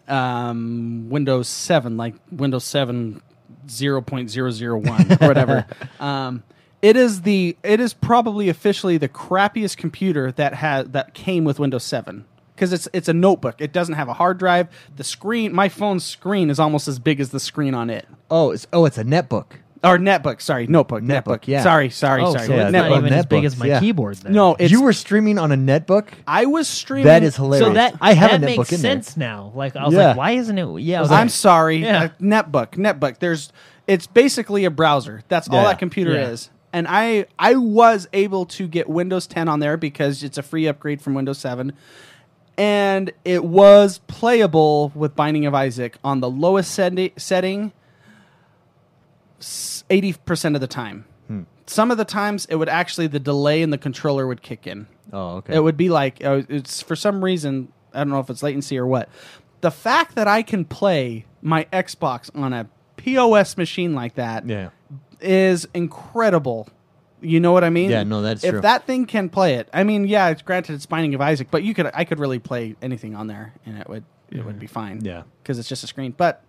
Speaker 3: um, windows 7 like windows 7 0.001 or whatever um, it is the it is probably officially the crappiest computer that had that came with Windows 7 because it's it's a notebook. It doesn't have a hard drive. The screen, my phone's screen is almost as big as the screen on it.
Speaker 1: Oh, it's oh, it's a netbook.
Speaker 3: Or netbook, sorry, notebook, netbook.
Speaker 1: Netbook, yeah.
Speaker 3: Sorry, sorry,
Speaker 2: oh,
Speaker 3: sorry.
Speaker 2: so
Speaker 1: yeah,
Speaker 2: it's
Speaker 1: that-
Speaker 2: not
Speaker 1: oh,
Speaker 2: even as big as
Speaker 1: netbooks,
Speaker 2: my
Speaker 1: yeah.
Speaker 2: keyboard. Then.
Speaker 3: No, it's
Speaker 1: you were streaming on a netbook?
Speaker 3: I was streaming.
Speaker 1: That is hilarious.
Speaker 2: so that
Speaker 1: I have
Speaker 2: that
Speaker 1: a netbook
Speaker 2: makes
Speaker 1: in there.
Speaker 2: sense now. Like I was
Speaker 1: Yeah.
Speaker 2: like, why isn't it? Yeah, I was
Speaker 3: I'm
Speaker 2: like,
Speaker 3: sorry.
Speaker 2: Yeah.
Speaker 3: Uh, netbook, netbook. There's it's basically a browser. That's all
Speaker 1: Yeah.
Speaker 3: that computer
Speaker 2: Yeah.
Speaker 3: is. And I I was able to get Windows 10 on there because it's a free upgrade from Windows 7. And it was playable with Binding of Isaac on the lowest sendi- setting s- 80% of the time.
Speaker 2: Hmm.
Speaker 3: Some of the times it would actually the delay in the controller would kick in.
Speaker 1: Oh, okay.
Speaker 3: It would be like uh, it's for some reason I don't know if it's latency or what. The fact that I can play my Xbox on a POS machine like that is
Speaker 1: yeah.
Speaker 3: incredible. You know what I mean?
Speaker 1: Yeah, no, that's
Speaker 3: if
Speaker 1: true.
Speaker 3: that thing can play it. I mean, yeah, it's granted it's Binding of Isaac, but you could I could really play anything on there and it would it would be fine.
Speaker 1: Mm-hmm. Yeah.
Speaker 3: because it's just a screen. But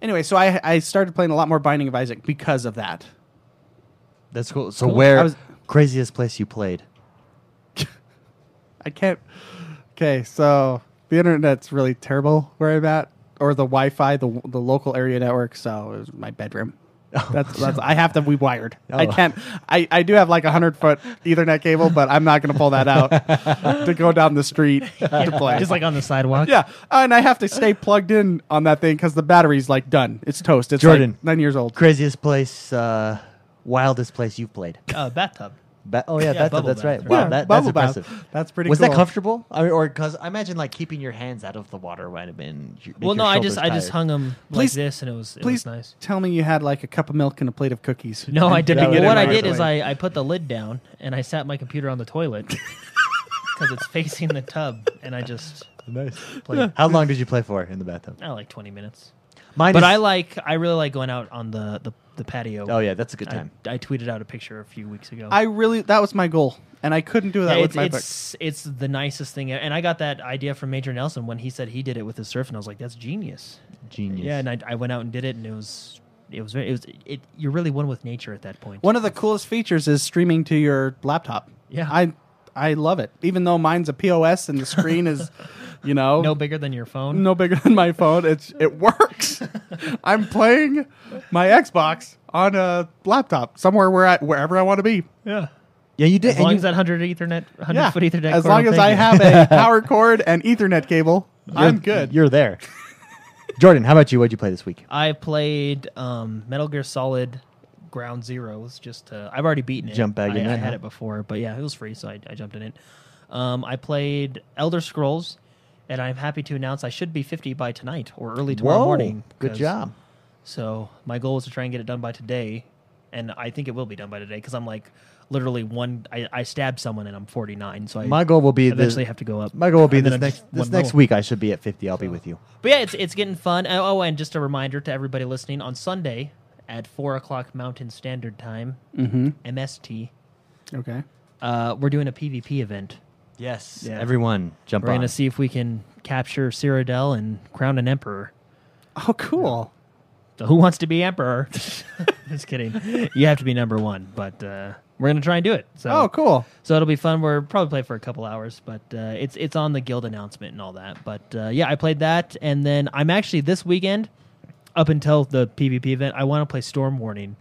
Speaker 3: anyway, so I I started playing a lot more Binding of Isaac because of that.
Speaker 1: That's cool. So
Speaker 3: Cool.
Speaker 1: where
Speaker 3: I was-
Speaker 1: craziest place you played?
Speaker 3: I can't. Okay, so the internet's really terrible where I'm at, or the Wi-Fi, the the local area network. So it was my bedroom. That's, that's I have to be wired. I
Speaker 1: Oh.
Speaker 3: can't. I, I do have like a hundred foot Ethernet cable, but I'm not going to pull that out to go down the street to play.
Speaker 2: just like on the sidewalk.
Speaker 3: yeah, and I have to stay plugged in on that thing because the battery's like done. It's toast. It's
Speaker 1: Jordan.
Speaker 3: like nine years old.
Speaker 1: Craziest place, uh, wildest place you've played?
Speaker 2: uh, bathtub.
Speaker 1: Ba- oh yeah,
Speaker 2: Yeah,
Speaker 1: that's,
Speaker 2: bubble
Speaker 1: that's
Speaker 2: bath,
Speaker 1: right.
Speaker 2: right.
Speaker 1: Wow,
Speaker 3: Yeah,
Speaker 1: that, that's
Speaker 3: bubble bath.
Speaker 1: impressive.
Speaker 3: That's pretty
Speaker 1: Was that
Speaker 3: cool.
Speaker 1: comfortable? I mean, or because I imagine like keeping your hands out of the water might have been. make
Speaker 2: Well,
Speaker 1: your
Speaker 2: no, I just
Speaker 1: shoulders
Speaker 2: I just
Speaker 1: tired.
Speaker 2: hung them like
Speaker 3: Please-
Speaker 2: this, and it was it was
Speaker 3: Please
Speaker 2: nice.
Speaker 3: tell me you had like a cup of milk and a plate of cookies.
Speaker 2: No, I
Speaker 3: And
Speaker 2: didn't.
Speaker 3: it in
Speaker 2: what I
Speaker 3: my
Speaker 2: did is
Speaker 3: plate.
Speaker 2: I, I put the lid down and I sat my computer on the toilet because it's facing the tub, and I just
Speaker 1: Nice.
Speaker 2: played
Speaker 1: How long did you play for in the bathroom?
Speaker 2: I like twenty minutes.
Speaker 1: Mine
Speaker 2: But
Speaker 1: is-
Speaker 2: I like I really like going out on the the, the patio.
Speaker 1: Oh yeah, that's a good
Speaker 2: I,
Speaker 1: time.
Speaker 2: I tweeted out a picture a few weeks ago.
Speaker 3: I really that was my goal, and I couldn't do that
Speaker 2: Yeah,
Speaker 3: with
Speaker 2: it's,
Speaker 3: my book.
Speaker 2: it's, it's the nicest thing, and I got that idea from Major Nelson when he said he did it with his surf, and I was like, "That's genius."
Speaker 1: Genius.
Speaker 2: Yeah, and I, I went out and did it, and it was it was very- it was it. You're really one with nature at that point.
Speaker 3: One of the coolest features is streaming to your laptop.
Speaker 2: Yeah.
Speaker 3: I I love it. Even though mine's a POS and the screen is, you know,
Speaker 2: no bigger than your phone.
Speaker 3: no bigger than my phone. It's it works. I'm playing my Xbox on a laptop somewhere where I wherever I want to be.
Speaker 2: Yeah.
Speaker 1: yeah, you did.
Speaker 2: As
Speaker 1: and
Speaker 2: long
Speaker 1: you-
Speaker 2: as that hundred Ethernet, hundred
Speaker 3: Yeah,
Speaker 2: foot Ethernet.
Speaker 3: as
Speaker 2: cord
Speaker 3: long as
Speaker 2: thing
Speaker 3: I
Speaker 2: is-
Speaker 3: have a power cord and Ethernet cable,
Speaker 1: you're-
Speaker 3: I'm good.
Speaker 1: You're there. Jordan, how about you? What'd you play this week?
Speaker 2: I played um, Metal Gear Solid Ground Zero. It was just uh, I've already beaten it.
Speaker 1: Jump back
Speaker 2: I,
Speaker 1: in
Speaker 2: I
Speaker 1: that,
Speaker 2: had
Speaker 1: huh?
Speaker 2: it before, but yeah, it was free, so I, I jumped in it. Um, I played Elder Scrolls, and I'm happy to announce I should be 50 by tonight or early tomorrow morning.
Speaker 1: Good
Speaker 2: 'cause-
Speaker 1: job.
Speaker 2: So my goal was to try and get it done by today, and I think it will be done by today because I'm like literally one. I, I stabbed someone and I'm 49, so I
Speaker 1: My goal will be this.
Speaker 2: eventually have to go up.
Speaker 1: My goal will be
Speaker 2: And
Speaker 1: this
Speaker 2: then I'm
Speaker 1: next
Speaker 2: just
Speaker 1: this
Speaker 2: one
Speaker 1: next
Speaker 2: level.
Speaker 1: week. I should be at fifty. I'll be with you.
Speaker 2: But yeah, it's it's getting fun. Oh, oh, and just a reminder to everybody listening on Sunday at four o'clock Mountain Standard Time,
Speaker 3: Mm-hmm.
Speaker 2: MST.
Speaker 3: okay.
Speaker 2: Uh, we're doing a PvP event.
Speaker 1: Yes.
Speaker 3: Yeah.
Speaker 1: Everyone, jump
Speaker 2: We're
Speaker 1: on.
Speaker 2: gonna see if we can capture Cyrodiil and crown an emperor.
Speaker 3: Oh, cool.
Speaker 2: So who wants to be emperor? just kidding. You have to be number one, but uh, we're gonna try and do it. So
Speaker 3: Oh, cool.
Speaker 2: So it'll be fun. We're probably play for a couple hours, but uh, it's it's on the guild announcement and all that. But uh, yeah, I played that, and then I'm actually this weekend up until the PvP event, I want to play Storm Warning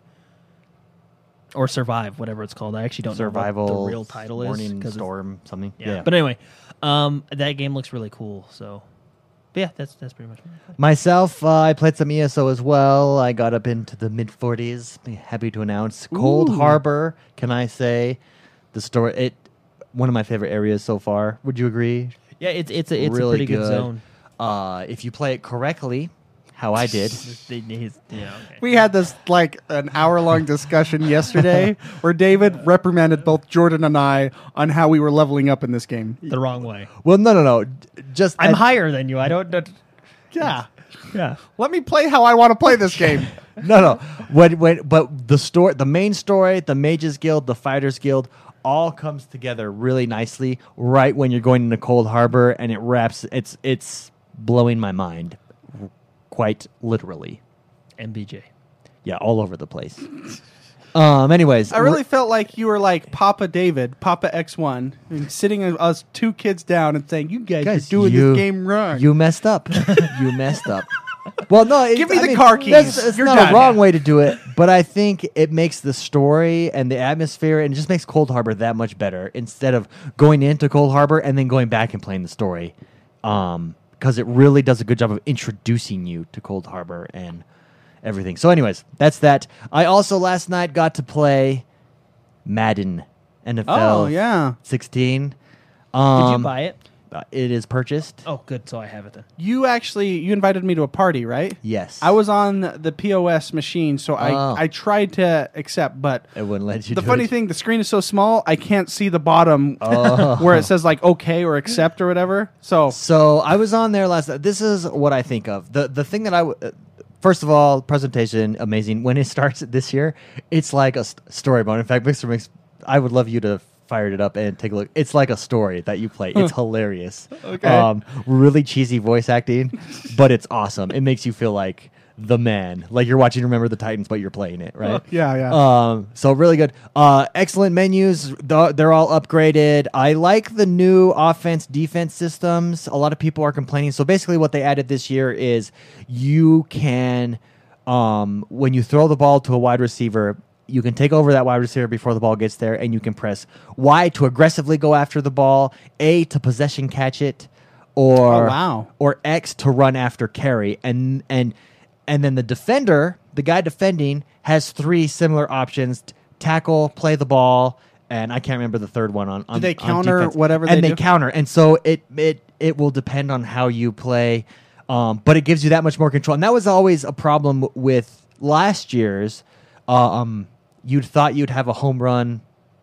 Speaker 2: or Survive, whatever it's called. I actually don't
Speaker 1: Survival.
Speaker 2: know what the real title is
Speaker 1: warning,
Speaker 2: 'cause it's-
Speaker 1: storm something.
Speaker 2: Yeah. But anyway, um, that game looks really cool. So, but yeah, that's that's pretty much. What I played.
Speaker 1: Myself, uh, I played some ESO as well. I got up into the mid 40s. Be Happy to announce Cold
Speaker 3: Ooh.
Speaker 1: Harbor. Can I say the story? It one of my favorite areas so far. Would you agree?
Speaker 2: Yeah, it's it's a it's
Speaker 1: Really
Speaker 2: a pretty good, zone.
Speaker 1: Uh, if you play it correctly, how I did.
Speaker 2: They- they- he's- yeah, okay.
Speaker 3: We had this like an hour long discussion yesterday where David reprimanded both Jordan and I on how we were leveling up in this game.
Speaker 2: the wrong way.
Speaker 1: well, no, no, no. d- Just
Speaker 2: I'm
Speaker 1: at-
Speaker 2: higher than you. I don't. don't
Speaker 3: Yeah.
Speaker 2: yeah.
Speaker 3: Let me play how I want to play this game.
Speaker 1: no, no. When, when, but the story, the main story, the Mages Guild, the Fighters Guild, all comes together really nicely right when you're going into Cold Harbor, and it wraps. It's it's blowing my mind, quite literally.
Speaker 2: MBJ.
Speaker 1: Yeah, all over the place. um. Anyways,
Speaker 3: I really felt like you were like Papa David, Papa X1, and sitting us two kids down and saying, You guys,
Speaker 1: guys,
Speaker 3: are doing
Speaker 1: you-
Speaker 3: this game wrong.
Speaker 1: You messed up. you messed up. Well, no. It,
Speaker 3: Give me
Speaker 1: I
Speaker 3: the
Speaker 1: mean,
Speaker 3: car
Speaker 1: that's-
Speaker 3: keys.
Speaker 1: It's
Speaker 3: You're
Speaker 1: not
Speaker 3: done.
Speaker 1: a wrong way to do it, but I think it makes the story and the atmosphere, and it just makes Cold Harbor that much better. Instead of going into Cold Harbor and then going back and playing the story, because it really does a good job of introducing you to Cold Harbor and everything. So, anyways, that's that. I also last night got to play Madden NFL.
Speaker 3: oh, yeah.
Speaker 1: sixteen.
Speaker 2: Did
Speaker 1: Um,
Speaker 2: you buy it?
Speaker 1: uh, It is purchased.
Speaker 2: Oh, good. So I have it then.
Speaker 3: You actually you invited me to a party, right?
Speaker 1: Yes,
Speaker 3: I was on the POS machine, so
Speaker 1: Oh.
Speaker 3: I, I tried to accept, but
Speaker 1: It wouldn't let you.
Speaker 3: the
Speaker 1: do
Speaker 3: funny
Speaker 1: it.
Speaker 3: thing, the screen is so small, I can't see the bottom
Speaker 1: Oh.
Speaker 3: where it says like okay or accept or whatever. So
Speaker 1: So I was on there last. This is what I think of the the thing that I. w- uh, First of all, presentation amazing. When it starts this year, it's like a st- story mode. In fact, Mixer makes. I would love you to fire it up and take a look. It's like a story that you play. It's hilarious.
Speaker 3: Okay.
Speaker 1: Um, really cheesy voice acting, but it's awesome. It makes you feel like the man, like you're watching Remember the Titans, but you're playing it, right?
Speaker 3: yeah, yeah.
Speaker 1: Um, so really good. Uh, excellent menus. Th- They're all upgraded. I like the new offense defense systems. A lot of people are complaining. So basically, what they added this year is you can, um, when you throw the ball to a wide receiver. You can take over that wide receiver before the ball gets there, and you can press Y to aggressively go after the ball, A to possession catch it, or
Speaker 3: Oh, wow.
Speaker 1: or X to run after carry, and and and then the defender, the guy defending, has three similar options: t- tackle, play the ball, and I can't remember the third one on. on on
Speaker 3: they counter
Speaker 1: defense.
Speaker 3: whatever
Speaker 1: and
Speaker 3: they
Speaker 1: they
Speaker 3: do?
Speaker 1: counter, and so it it it will depend on how you play, um, but it gives you that much more control, and that was always a problem with last year's. Um, you'd thought you'd have a home run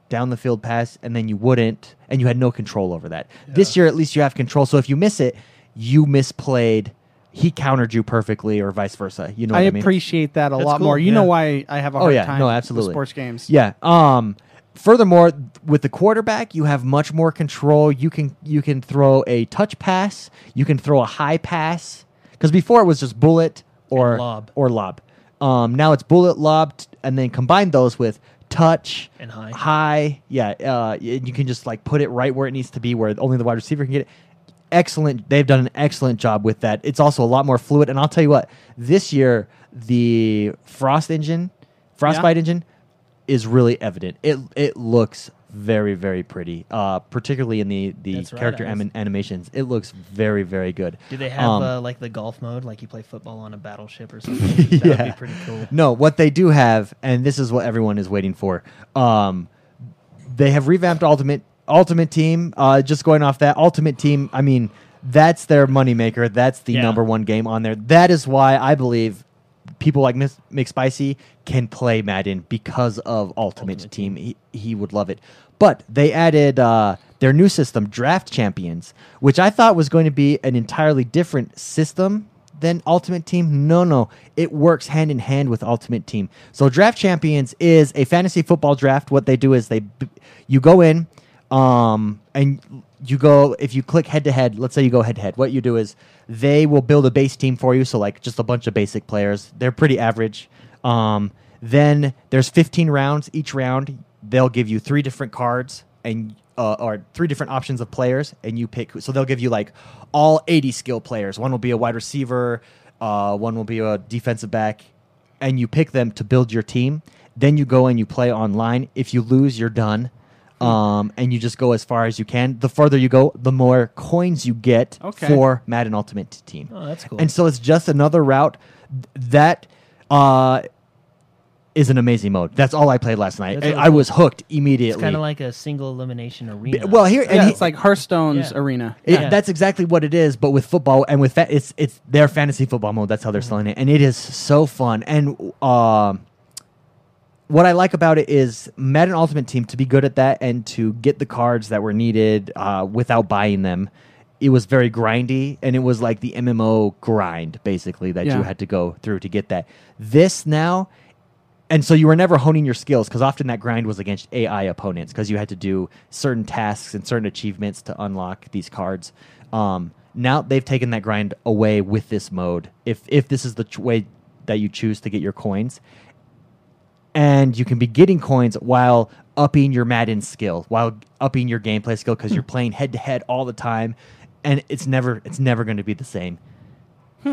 Speaker 1: down the field pass and then you wouldn't and you had no control over that this year at least you have control so if you miss it you misplayed he countered you perfectly or vice versa you know
Speaker 3: I
Speaker 1: what i mean
Speaker 3: appreciate that a lot
Speaker 2: cool,
Speaker 3: more. You know
Speaker 2: yeah.
Speaker 3: why I have a hard
Speaker 1: oh yeah
Speaker 3: time
Speaker 1: no
Speaker 3: with
Speaker 1: absolutely
Speaker 3: sports games.
Speaker 1: yeah um furthermore with the quarterback you have much more control you can you can throw a touch pass you can throw a high pass because before it was just bullet or
Speaker 2: And lob.
Speaker 1: or lob um now it's bullet lob t- and then combine those with touch
Speaker 2: And high.
Speaker 1: high yeah uh y- you can just like put it right where it needs to be where only the wide receiver can get it excellent they've done an excellent job with that it's also a lot more fluid and i'll tell you what this year the frost engine frostbite engine is really evident it it looks very very pretty uh particularly in the the
Speaker 2: That's right,
Speaker 1: character
Speaker 2: I was-
Speaker 1: anim- animations it looks very very good
Speaker 2: Do they have
Speaker 1: Um,
Speaker 2: uh, like the golf mode, like you play football on a battleship or something? That would be pretty cool.
Speaker 1: No, what they do have, and this is what everyone is waiting for. Um, they have revamped Ultimate Ultimate Team. Uh, just going off that Ultimate Team, I mean, that's their moneymaker. That's the
Speaker 2: Yeah.
Speaker 1: number one game on there. That is why I believe people like Miss McSpicy can play Madden because of Ultimate,
Speaker 2: Ultimate
Speaker 1: Team. He, he would love it. But they added uh, their new system, Draft Champions, which I thought was going to be an entirely different system than Ultimate Team. No, no, it works hand in hand with Ultimate Team. So Draft Champions is a fantasy football draft. What they do is they b- you go in um, and you go if you click head to head let's say you go head to head what you do is they will build a base team for you so like just a bunch of basic players they're pretty average um, then there's 15 rounds each round they'll give you three different cards and uh, or three different options of players and you pick who- so they'll give you like all 80 skill players one will be a wide receiver Uh, one will be a defensive back, and you pick them to build your team. Then you go and you play online. If you lose, you're done.
Speaker 2: Mm.
Speaker 1: Um, and you just go as far as you can. The further you go, the more coins you get
Speaker 3: Okay.
Speaker 1: for Madden Ultimate Team.
Speaker 2: Oh, that's cool.
Speaker 1: And so it's just another route Th- that uh, is an amazing mode. That's all I played last night.
Speaker 2: That's
Speaker 1: I,
Speaker 2: really
Speaker 1: I was hooked immediately.
Speaker 2: It's kind of like a single elimination arena.
Speaker 1: B- well, here and
Speaker 3: yeah,
Speaker 1: he-
Speaker 3: it's like Hearthstone's
Speaker 2: Yeah.
Speaker 3: arena.
Speaker 1: it-
Speaker 2: Yeah.
Speaker 1: that's exactly what it is, but with football and with fa- it's it's their fantasy football mode. That's how
Speaker 2: Mm.
Speaker 1: they're selling it, and it is so fun. And um, what I like about it is Madden Ultimate Team to be good at that and to get the cards that were needed uh, without buying them. It was very grindy, and it was like the MMO grind basically that you
Speaker 3: Yeah.
Speaker 1: had to go through to get that. This now and so you were never honing your skills because often that grind was against AI opponents because you had to do certain tasks and certain achievements to unlock these cards. Um, now they've taken that grind away with this mode. If if this is the ch- way that you choose to get your coins, and you can be getting coins while upping your Madden skill, while upping your gameplay skill
Speaker 2: Hmm.
Speaker 1: because you're playing head to head all the time, and it's never it's never going to be the same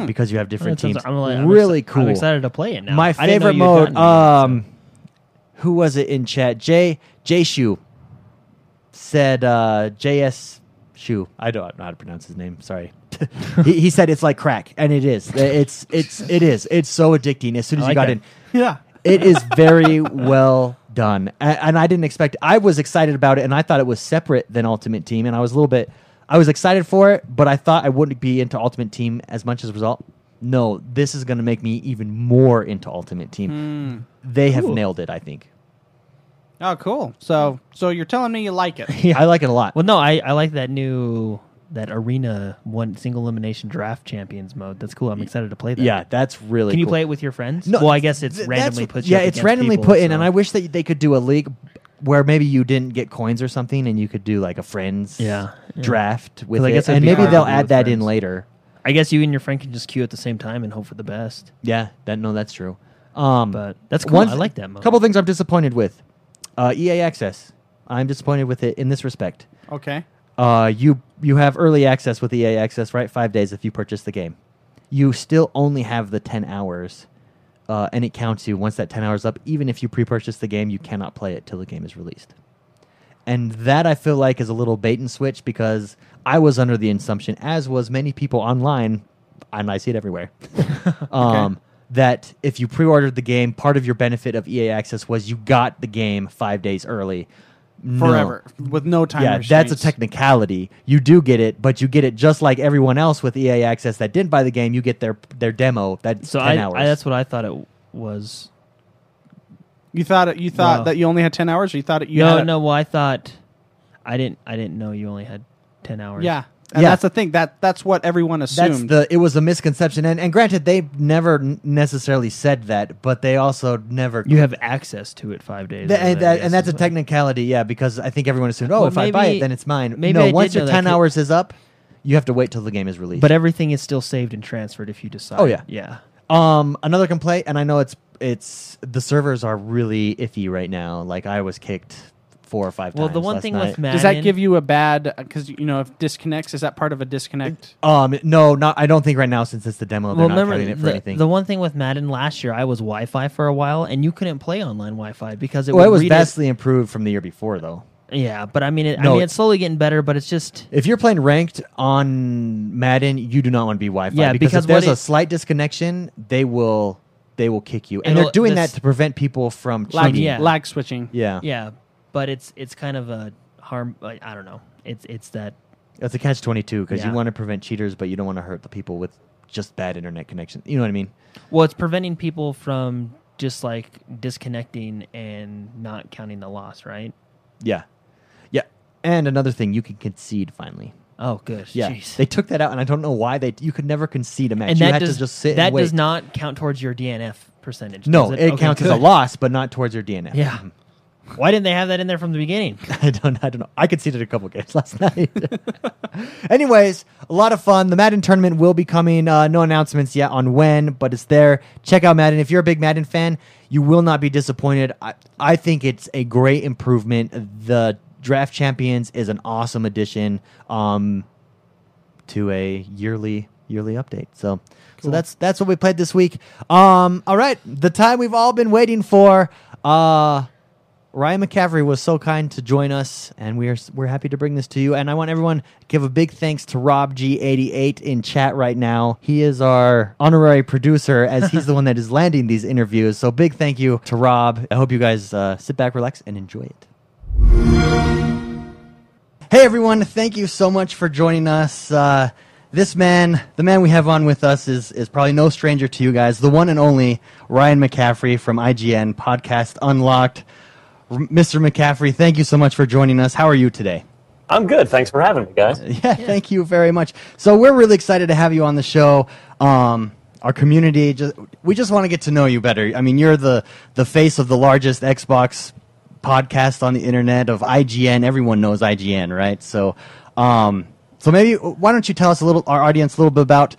Speaker 1: because you have
Speaker 2: Well,
Speaker 1: different
Speaker 2: that sounds-
Speaker 1: teams.
Speaker 2: Hmm. I'm like- I'm
Speaker 1: really
Speaker 2: exci-
Speaker 1: cool.
Speaker 2: I'm excited to play it now.
Speaker 1: My
Speaker 2: I didn't know
Speaker 1: favorite
Speaker 2: you had
Speaker 1: mode.
Speaker 2: gotten it,
Speaker 1: Um, who was it in chat? Jay Jay Shu said uh, JS Shu. I don't know how to pronounce his name. Sorry. he, he said it's like crack, and it is. It's it's it is. It's so addicting. As soon as
Speaker 2: I
Speaker 1: you got
Speaker 2: like that.
Speaker 1: in,
Speaker 3: Yeah.
Speaker 1: it is very well done, A- and, I didn't expect. I was excited about it, and I thought it was separate than Ultimate Team, and I was a little bit. I was excited for it, but I thought I wouldn't be into Ultimate Team as much as a result. No, this is going to make me even more into Ultimate Team. They have
Speaker 2: Cool.
Speaker 1: nailed it, I think.
Speaker 3: Oh, cool. So, so you're telling me you like it?
Speaker 1: I like it a lot.
Speaker 2: Well, no, I, I like that new that arena one single elimination draft champions mode. That's cool. I'm excited to play that.
Speaker 1: yeah, that's really.
Speaker 2: Can you
Speaker 1: cool.
Speaker 2: play it with your friends?
Speaker 1: No,
Speaker 2: well, I guess it's
Speaker 1: th- that's
Speaker 2: randomly
Speaker 1: what-
Speaker 2: put.
Speaker 1: Yeah, it's randomly put in, and I wish that they could do a league where maybe you didn't get coins or something, and you could do like a friends
Speaker 2: Yeah, yeah.
Speaker 1: draft with
Speaker 2: 'Cause I
Speaker 1: it,
Speaker 2: guess it'd
Speaker 1: and
Speaker 2: be
Speaker 1: maybe
Speaker 2: hard
Speaker 1: they'll
Speaker 2: to do
Speaker 1: add
Speaker 2: with
Speaker 1: that in
Speaker 2: friends.
Speaker 1: later.
Speaker 2: I guess you and your friend can just queue at the same time and hope for the best.
Speaker 1: Yeah, that no, that's true. Um,
Speaker 2: But that's cool. I like that mode.
Speaker 1: Couple things I'm disappointed with. Uh, EA Access. I'm disappointed with it in this respect.
Speaker 3: Okay.
Speaker 1: Uh, you you have early access with EA Access, right? Five days if you purchase the game. You still only have the ten hours, uh, and it counts you once that ten hours up. Even if you pre-purchase the game, you cannot play it till the game is released. And that I feel like is a little bait and switch because I was under the assumption, as was many people online, and I see it everywhere, um, that if you pre-ordered the game, part of your benefit of EA Access was you got the game five days early. No
Speaker 3: Forever with no time.
Speaker 1: yeah,
Speaker 3: restraints.
Speaker 1: that's a technicality. You do get it, but you get it just like everyone else with EA Access that didn't buy the game. You get their their demo. That's
Speaker 2: So
Speaker 1: ten
Speaker 2: I,
Speaker 1: hours.
Speaker 2: I that's what I thought it was.
Speaker 3: You thought it, you thought
Speaker 2: Wow.
Speaker 3: that you only had ten hours, or you thought it, you
Speaker 2: no,
Speaker 3: had it-
Speaker 2: no. Well, I thought I didn't. I didn't know you only had ten hours.
Speaker 3: Yeah, and
Speaker 1: Yeah.
Speaker 3: that's the thing that that's what everyone
Speaker 1: that's
Speaker 3: assumed.
Speaker 1: the it was a misconception. And, and granted, they never n- necessarily said that, but they also never
Speaker 2: you have access to it five days.
Speaker 1: Th-
Speaker 2: early,
Speaker 1: and,
Speaker 2: I
Speaker 1: that,
Speaker 2: guess,
Speaker 1: and that's a
Speaker 2: is what-
Speaker 1: technicality, yeah, because I think everyone assumed, oh,
Speaker 2: Well,
Speaker 1: if I buy
Speaker 2: maybe-
Speaker 1: it, then it's mine.
Speaker 2: maybe
Speaker 1: no,
Speaker 2: I did
Speaker 1: once your
Speaker 2: know that.
Speaker 1: ten
Speaker 2: Could-
Speaker 1: hours is up, you have to wait till the game is released.
Speaker 2: But everything is still saved and transferred if you decide.
Speaker 1: Oh, yeah.
Speaker 2: yeah.
Speaker 1: Um, another complaint, and I know it's it's the servers are really iffy right now. Like I was kicked four or five
Speaker 2: Well,
Speaker 1: times.
Speaker 2: the one
Speaker 1: last
Speaker 2: thing
Speaker 1: night.
Speaker 2: with Madden
Speaker 3: Does that give you a bad? Because you know, if disconnects, is that part of a disconnect?
Speaker 1: Um, no, not. I don't think right now since it's the demo, they're
Speaker 2: Well,
Speaker 1: not
Speaker 2: remember
Speaker 1: counting it for
Speaker 2: the,
Speaker 1: anything.
Speaker 2: the one thing with Madden last year, I was Wi-Fi for a while, and you couldn't play online Wi-Fi because it
Speaker 1: well,
Speaker 2: would
Speaker 1: it was
Speaker 2: read
Speaker 1: vastly improved from the year before, though.
Speaker 2: Yeah, but I mean, it,
Speaker 1: No,
Speaker 2: I mean,
Speaker 1: it-
Speaker 2: it's slowly getting better, but it's just
Speaker 1: If you're playing ranked on Madden, you do not want to be Wi-Fi.
Speaker 2: Yeah,
Speaker 1: because,
Speaker 2: because
Speaker 1: if there's
Speaker 2: what
Speaker 1: a
Speaker 2: it-
Speaker 1: slight disconnection, they will they will kick you, and they're
Speaker 2: It'll-
Speaker 1: doing
Speaker 2: this-
Speaker 1: that to prevent people from
Speaker 3: Lag,
Speaker 1: cheating.
Speaker 2: yeah.
Speaker 3: lag switching.
Speaker 1: yeah,
Speaker 2: yeah, but it's it's kind of a harm. Like, I don't know. It's it's that
Speaker 1: That's a catch twenty two because
Speaker 2: Yeah.
Speaker 1: you want to prevent cheaters, but you don't want to hurt the people with just bad internet connection. You know what I mean?
Speaker 2: well, it's preventing people from just like disconnecting and not counting the loss, right?
Speaker 1: Yeah, yeah. And another thing, you can concede finally.
Speaker 2: Oh, good.
Speaker 1: Yeah,
Speaker 2: Jeez.
Speaker 1: they took that out, and I don't know why they. You could never concede a match.
Speaker 2: and
Speaker 1: you
Speaker 2: that
Speaker 1: had
Speaker 2: does
Speaker 1: to just sit.
Speaker 2: that
Speaker 1: and wait.
Speaker 2: does not count towards your DNF percentage.
Speaker 1: No,
Speaker 2: does
Speaker 1: it,
Speaker 2: Okay,
Speaker 1: counts as a
Speaker 2: good.
Speaker 1: loss, but not towards your DNF.
Speaker 2: Yeah.
Speaker 1: Mhm.
Speaker 2: Why didn't they have that in there from the beginning?
Speaker 1: I don't. I don't know. I conceded a couple games last night. Anyways, a lot of fun. The Madden tournament will be coming. Uh, no announcements yet on when, but it's there. Check out Madden. If you're a big Madden fan, you will not be disappointed. I, I think it's a great improvement. The Draft Champions is an awesome addition um, to a yearly yearly update. So, so that's that's what we played this week. Um, all right, the time we've all been waiting for. Uh, Ryan McCaffrey was so kind to join us, and we are s- we're happy to bring this to you. And I want everyone to give a big thanks to Rob G88 in chat right now. He is our honorary producer, as he's the one that is landing these interviews. So big thank you to Rob. I hope you guys uh, sit back, relax, and enjoy it. Hey everyone, thank you so much for joining us. Uh, this man, the man we have on with us, is is probably no stranger to you guys. The one and only Ryan McCaffrey from IGN Podcast Unlocked. R- Mr. McCaffrey, thank you so much for joining us. How are you today?
Speaker 4: I'm good. Thanks for having me, guys.
Speaker 1: Yeah, thank you very much. So we're really excited to have you on the show. Um, our community, just, we just want to get to know you better. I mean, you're the the face of the largest Xbox podcast on the internet of IGN. Everyone knows IGN, right? So, um, so maybe why don't you tell us a little, our audience, a little bit about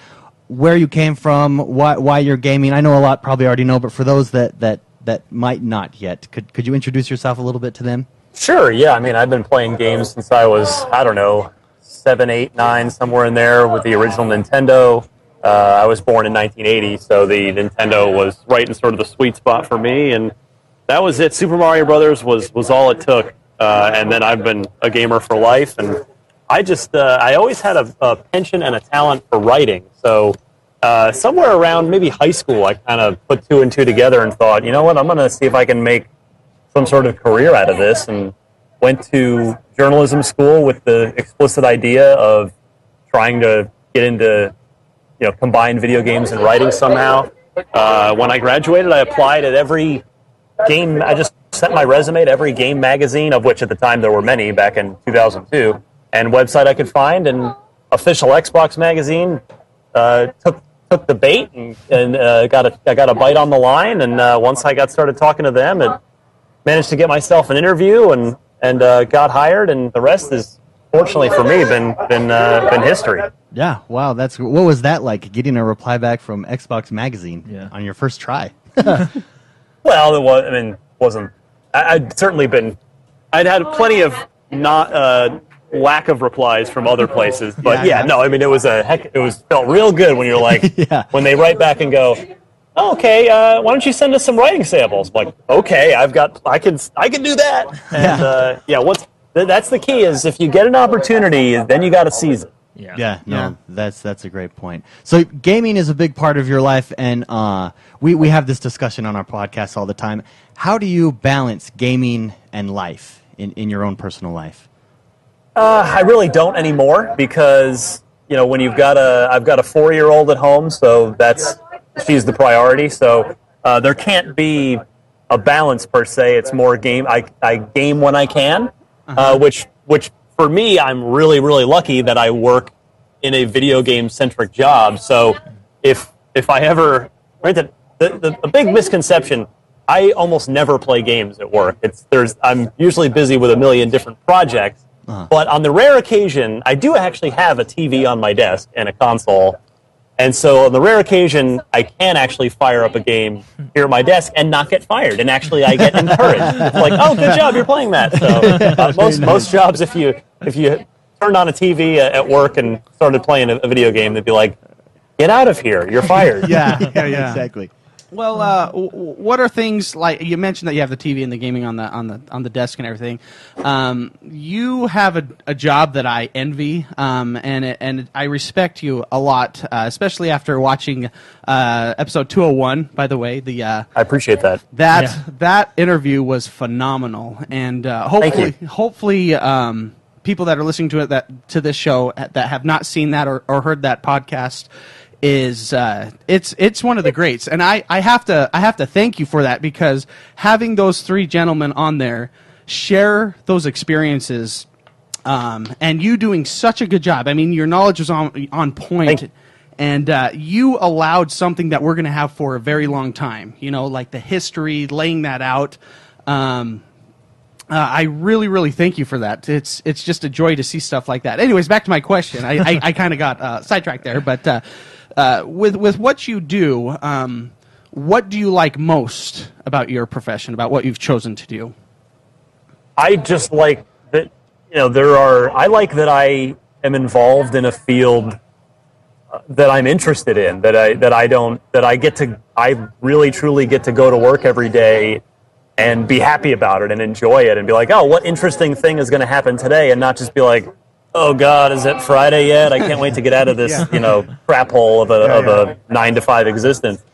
Speaker 1: where you came from, why why you're gaming. I know a lot probably already know, but for those that that that might not yet, could could you introduce yourself a little bit to them?
Speaker 4: Sure. Yeah. I mean, I've been playing games since I was, I don't know, seven, eight, nine, somewhere in there with the original Nintendo. Uh, I was born in 1980, so the Nintendo was right in sort of the sweet spot for me, and that was it. Super Mario Brothers was was all it took, uh, and then I've been a gamer for life. And I just, uh, I always had a, a penchant and a talent for writing. So uh, somewhere around maybe high school, I kind of put two and two together and thought, you know what, I'm going to see if I can make some sort of career out of this and went to journalism school with the explicit idea of trying to get into you know combined video games and writing somehow uh, when i graduated i applied at every game i just sent my resume to every game magazine of which at the time there were many back in 2002 and website i could find and official xbox magazine uh, took took the bait and, and uh, got a I got a bite on the line and uh, once I got started talking to them it managed to get myself an interview and and uh, got hired and the rest is fortunately for me been been uh, been history.
Speaker 1: Yeah, wow, that's what was that like getting a reply back from Xbox Magazine
Speaker 2: Yeah.
Speaker 1: on your first try?
Speaker 4: Well, it was. I mean, wasn't. I, I'd certainly been. I'd had plenty of not uh, lack of replies from other places, but
Speaker 1: Yeah,
Speaker 4: yeah, no. I mean, it was a heck. It was felt real good when you're like
Speaker 1: Yeah.
Speaker 4: when they write back and go. "Oh, okay, uh, why don't you send us some writing samples? Like, okay, I've got, I can, I can do that. And
Speaker 1: Yeah.
Speaker 4: uh, yeah, what's th- that's the key is if you get an opportunity, then you got to seize it.
Speaker 2: Yeah.
Speaker 1: Yeah, no,
Speaker 3: Yeah.
Speaker 1: that's that's a great point. So gaming is a big part of your life, and uh, we we have this discussion on our podcast all the time. How do you balance gaming and life in, in your own personal life?
Speaker 4: I really don't anymore because you know when you've got a I've got a four year old at home, so that's she's the priority. So uh, there can't be a balance per se. It's more game. I I game when I can, uh, which which for me I'm really really lucky that I work in a video game centric job. So if if I ever right the, the, the a big misconception. I almost never play games at work. It's there's I'm usually busy with a million different projects, but on the rare occasion, I do actually have a TV on my desk and a console. And so on the rare occasion, I can actually fire up a game here at my desk and not get fired. And actually, I get encouraged. It's like, oh, good job, you're playing that. So uh, most, most jobs, if you, if you turned on a TV a- at work and started playing a, a video game, they'd be like, get out of here, you're fired.
Speaker 3: Yeah, yeah, yeah.
Speaker 1: exactly.
Speaker 3: Well, uh, w- w- what are things like you mentioned that you have the TV and the gaming on the on the on the desk and everything? Um, you have a, a job that I envy, um, and it- and I respect you a lot, uh, especially after watching uh, episode two hundred one. By the way, the uh,
Speaker 4: I appreciate that.
Speaker 3: that
Speaker 2: Yeah.
Speaker 3: that interview was phenomenal, and uh,
Speaker 4: you.
Speaker 3: hopefully, hopefully, um, people that are listening to it that to this show that have not seen that or, or heard that podcast is uh, it's it's one of the greats, and I, I have to I have to thank you for that because having those three gentlemen on there share those experiences. Um, and you doing such a good job. I mean, your knowledge was on on point
Speaker 4: Thank you.
Speaker 3: and uh, you allowed something that we're going to have for a very long time you know like the history laying that out um, uh, i really really thank you for that it's it's just a joy to see stuff like that anyways back to my question i i, I kind of got uh, sidetracked there but uh, uh, with with what you do um, what do you like most about your profession about what you've chosen to do
Speaker 4: I just like that you know there are I like that I am involved in a field uh, that I'm interested in that I that I don't that I get to I really truly get to go to work every day and be happy about it and enjoy it and be like, oh, what interesting thing is going to happen today, and not just be like, oh God, is it Friday yet? I can't wait to get out of this you know crap hole of a of a nine to five existence.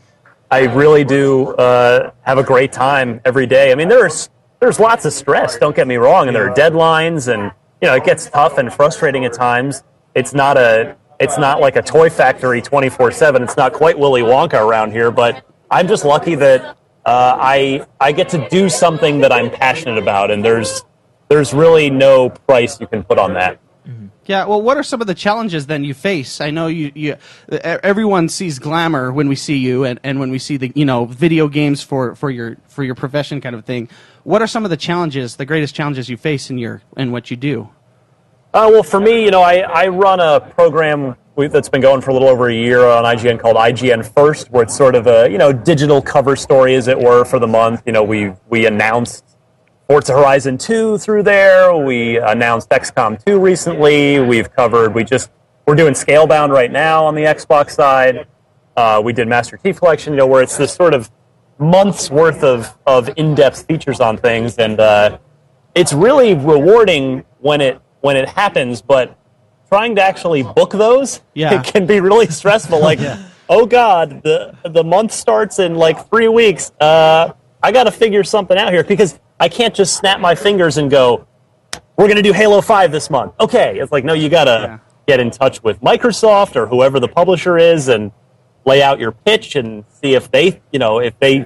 Speaker 4: I really do uh, have a great time every day. I mean, there's there's lots of stress. Don't get me wrong, and there are deadlines, and you know it gets tough and frustrating at times. It's not a it's not like a toy factory 24 seven. It's not quite Willy Wonka around here, but I'm just lucky that uh, I I get to do something that I'm passionate about, and there's there's really no price you can put on that.
Speaker 3: Yeah, well, what are some of the challenges then you face? I know you, you e- everyone sees glamour when we see you, and, and when we see the you know video games for, for your for your profession kind of thing. What are some of the challenges, the greatest challenges you face in your in what you do?
Speaker 4: Uh, well, for me, you know, I, I run a program we- that's been going for a little over a year on IGN called IGN First, where it's sort of a you know digital cover story, as it were, for the month. You know, we we announced Forza Horizon 2 through there. We announced XCOM 2 recently. We've covered. We just we're doing Scalebound right now on the Xbox side. Uh, we did Master Chief Collection, you know, where it's this sort of months worth of of in depth features on things, and uh, it's really rewarding when it when it happens, but trying to actually book those
Speaker 3: Yeah.
Speaker 4: it can be really stressful. Like, oh god, the the month starts in like three weeks. Uh, I got to figure something out here because I can't just snap my fingers and go. We're gonna do Halo Five this month. Okay, it's like no, you gotta get in touch with Microsoft or whoever the publisher is and lay out your pitch and see if they, you know, if they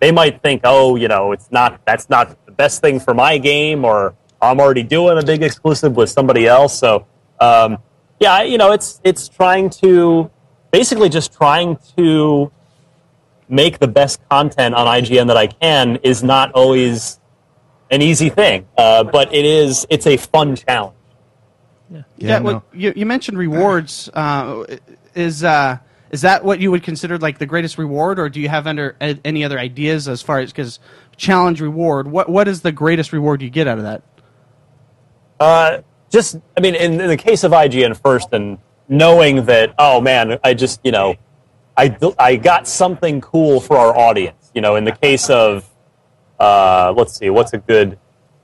Speaker 4: they might think, oh, you know, it's not that's not the best thing for my game, or I'm already doing a big exclusive with somebody else. So, um, yeah, you know, it's it's trying to basically just trying to make the best content on IGN that I can is not always an easy thing, uh, but it is it's a fun challenge.
Speaker 1: Yeah,
Speaker 3: yeah,
Speaker 1: no.
Speaker 3: well, you, you mentioned rewards. Uh, is uh, is that what you would consider like the greatest reward, or do you have under a- any other ideas as far as because challenge reward? What what is the greatest reward you get out of that?
Speaker 4: Uh, just, I mean, in, in the case of IGN first, and knowing that, oh man, I just, you know, I, I got something cool for our audience. You know, in the case of, uh, let's see, what's a good,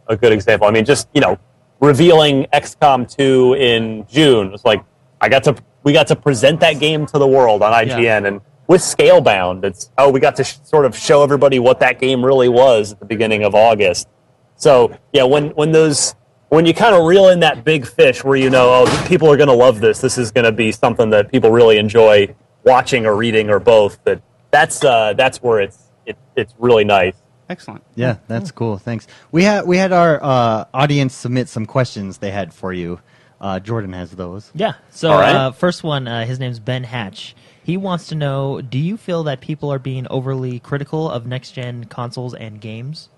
Speaker 4: a good example? I mean, just you know, revealing XCOM 2 in June. It's like I got to, we got to present that game to the world on IGN, and with Scalebound, it's oh, we got to sh- sort of show everybody what that game really was at the beginning of August. So yeah, when when those when you kind of reel in that big fish where you know oh people are going to love this, this is going to be something that people really enjoy watching or reading or both. That that's uh, that's where it's it, it's really nice.
Speaker 3: Excellent.
Speaker 1: Yeah, that's cool. Thanks. We had we had our uh, audience submit some questions they had for you. Uh, Jordan has those.
Speaker 2: Yeah. So
Speaker 4: All right.
Speaker 2: uh, first one, uh, his name's Ben Hatch. He wants to know: Do you feel that people are being overly critical of next gen consoles and games?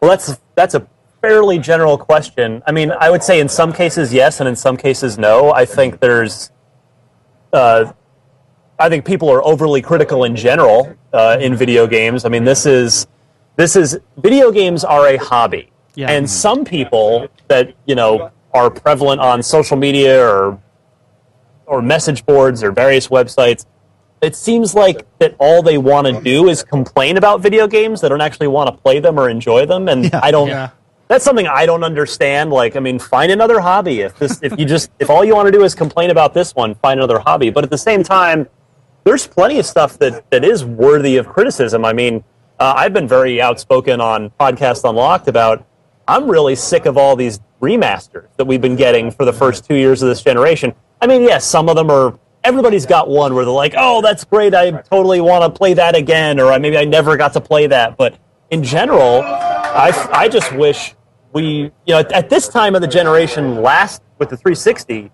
Speaker 4: Well, that's that's a fairly general question. I mean, I would say in some cases yes, and in some cases no. I think there's, uh, I think people are overly critical in general uh, in video games. I mean, this is this is video games are a hobby,
Speaker 3: Yeah.
Speaker 4: and some people that you know are prevalent on social media or or message boards or various websites. It seems like that all they want to do is complain about video games. They don't actually want to play them or enjoy them, and I don't.
Speaker 3: Yeah.
Speaker 4: That's something I don't understand. Like, I mean, find another hobby. If this, if you just, if all you want to do is complain about this one, find another hobby. But at the same time, there's plenty of stuff that, that is worthy of criticism. I mean, uh, I've been very outspoken on Podcast Unlocked about I'm really sick of all these remasters that we've been getting for the first two years of this generation. I mean, yes, some of them are, everybody's got one where they're like, oh, that's great. I totally want to play that again, or I, maybe I never got to play that. But in general, I, I just wish we, you know, at, at this time of the generation last with the 360,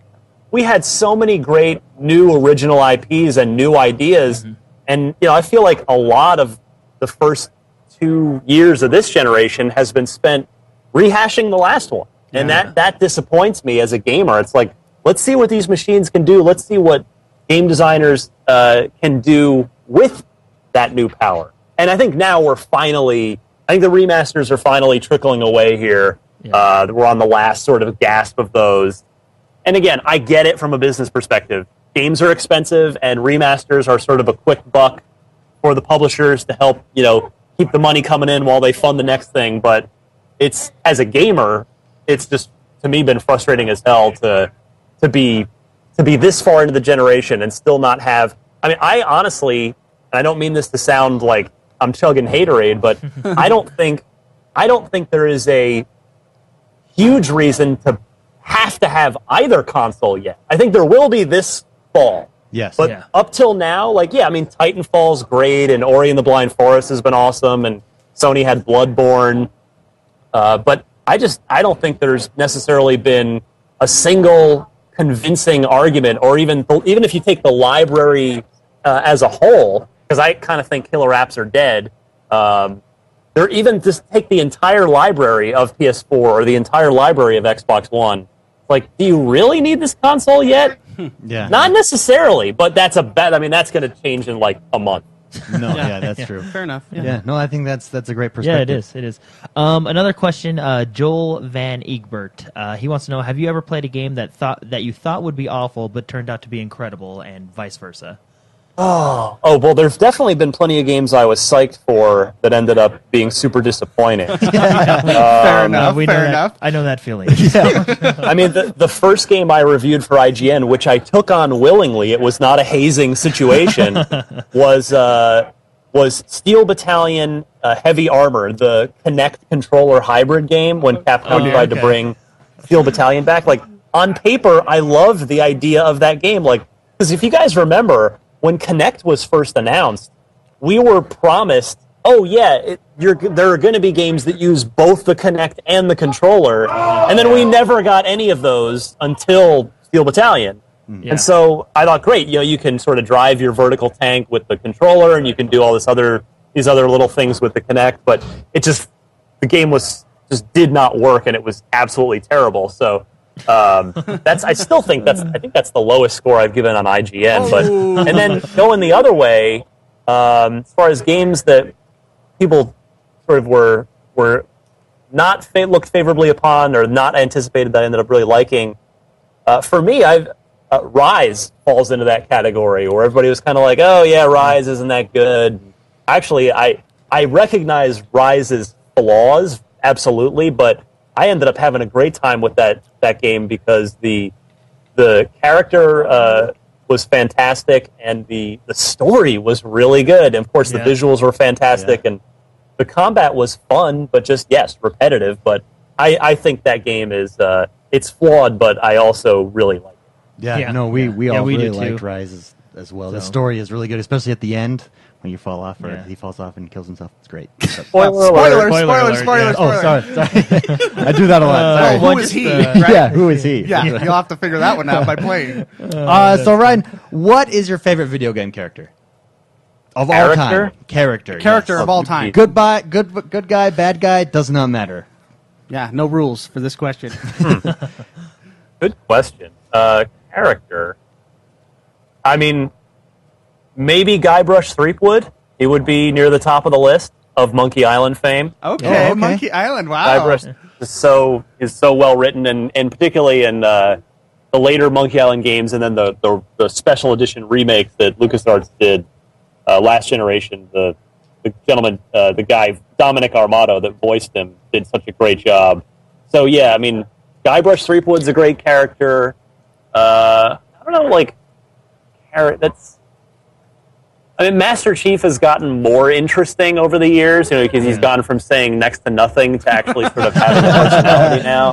Speaker 4: we had so many great new original IPs and new ideas. And you know, I feel like a lot of the first two years of this generation has been spent rehashing the last one. And that, that disappoints me as a gamer. It's like, let's see what these machines can do. Let's see what game designers uh, can do with that new power. And I think now we're finally, I think the remasters are finally trickling away here.
Speaker 2: Yeah.
Speaker 4: Uh, we're on the last sort of gasp of those And again, I get it from a business perspective. Games are expensive, and remasters are sort of a quick buck for the publishers to help you know keep the money coming in while they fund the next thing. But it's as a gamer, it's just to me been frustrating as hell to to be to be this far into the generation and still not have. I mean, I honestly, and I don't mean this to sound like I'm chugging haterade, but I don't think I don't think there is a huge reason to have to have either console yet. I think there will be this fall.
Speaker 1: Yes.
Speaker 4: But
Speaker 2: Yeah.
Speaker 4: up till now, like, yeah, I mean, Titanfall's great, and Ori and the Blind Forest has been awesome, and Sony had Bloodborne. Uh, but I just, I don't think there's necessarily been a single convincing argument, or even, even if you take the library uh, as a whole, because I kind of think killer apps are dead. Um, they're even just take the entire library of PS4 or the entire library of Xbox One. Like, do you really need this console yet?
Speaker 1: yeah.
Speaker 4: Not necessarily, but that's a bet. I mean, that's going to change in like a month.
Speaker 1: no. Yeah, that's
Speaker 2: Yeah.
Speaker 1: true.
Speaker 3: Fair enough.
Speaker 1: Yeah. No, I think that's that's a great
Speaker 2: Yeah, it
Speaker 1: perspective.
Speaker 2: is. It is. Um, another question. Uh, Joel Van Egbert. Uh, he wants to know: Have you ever played a game that thought that you thought would be awful but turned out to be incredible, and vice versa?
Speaker 4: Oh well, there's definitely been plenty of games I was psyched for that ended up being super disappointing.
Speaker 3: Fair
Speaker 2: Uh,
Speaker 3: enough.
Speaker 2: we know
Speaker 3: Fair
Speaker 2: that-
Speaker 3: enough.
Speaker 2: I know that feeling.
Speaker 4: I mean, the, the first game I reviewed for IGN, which I took on willingly, it was not a hazing situation, was uh, was Steel Battalion uh, Heavy Armor, the Connect controller hybrid game when Capcom
Speaker 2: dear.
Speaker 4: tried
Speaker 2: Oh, Okay.
Speaker 4: to bring Steel Battalion back. Like on paper, I loved the idea of that game. Like because if you guys remember when Connect was first announced, we were promised, oh yeah, it, you're, there are going to be games that use both the Kinect and the controller, and then we never got any of those until Steel Battalion.
Speaker 2: Yeah.
Speaker 4: And so I thought, great, you know, you can sort of drive your vertical tank with the controller, and you can do all this other these other little things with the Kinect, but it just the game was just did not work, and it was absolutely terrible. So. Um, that's I still think that's I think that's the lowest score I've given on IGN. But and then going the other way, um, as far as games that people sort of were were not fa- looked favorably upon or not anticipated that I ended up really liking. Uh, for me, I've uh, Rise falls into that category where everybody was kind of like, "Oh yeah, Rise isn't that good." Actually, I I recognize Rise's flaws absolutely, but I ended up having a great time with that that game because the the character uh, was fantastic and the, the story was really good. And of course,
Speaker 2: Yeah.
Speaker 4: the visuals were fantastic and the combat was fun, but just, yes, repetitive. But I, I think that game is, uh, it's flawed, but I also really like it.
Speaker 1: Yeah,
Speaker 2: Yeah.
Speaker 1: no, we, we
Speaker 2: Yeah,
Speaker 1: all
Speaker 2: we do
Speaker 1: really
Speaker 2: too.
Speaker 1: liked Rise as, as well. The
Speaker 2: So-
Speaker 1: story is really good, especially at the end when you fall off or
Speaker 2: Yeah.
Speaker 1: he falls off and kills himself. It's great. So-
Speaker 4: Spoiler
Speaker 3: Spoiler,
Speaker 2: Spoiler
Speaker 4: alert.
Speaker 3: spoiler,
Speaker 2: alert,
Speaker 3: spoiler,
Speaker 2: yeah.
Speaker 3: spoiler.
Speaker 1: oh, sorry. sorry. I do that a lot.
Speaker 2: Uh,
Speaker 1: sorry.
Speaker 2: well,
Speaker 3: Who is
Speaker 2: just,
Speaker 3: he?
Speaker 2: uh,
Speaker 3: right?
Speaker 1: yeah, who is he?
Speaker 3: Yeah, you'll have to figure that one out by playing.
Speaker 2: Oh,
Speaker 1: Uh, so, Ryan, what is your favorite video game character? Of all time.
Speaker 4: Character?
Speaker 1: Character.
Speaker 3: Character
Speaker 1: yes.
Speaker 3: of all time.
Speaker 1: Good, bi- good, good guy, bad guy, does not matter.
Speaker 3: Yeah, no rules for this question.
Speaker 4: Good question. Uh, character. I mean, maybe Guybrush Threepwood. He would be near the top of the list of Monkey Island fame.
Speaker 3: Okay,
Speaker 1: Oh, okay.
Speaker 3: Monkey Island. Wow.
Speaker 4: Guybrush is so is so well written, and and particularly in uh, the later Monkey Island games, and then the the, the special edition remake that LucasArts did uh, last generation. The the gentleman, uh, the guy Dominic Armato that voiced him, did such a great job. So yeah, I mean, Guybrush Threepwood's a great character. Uh, I don't know, like, char- that's I mean, Master Chief has gotten more interesting over the years, you know, because he's gone from saying next to nothing to actually sort of having a personality now.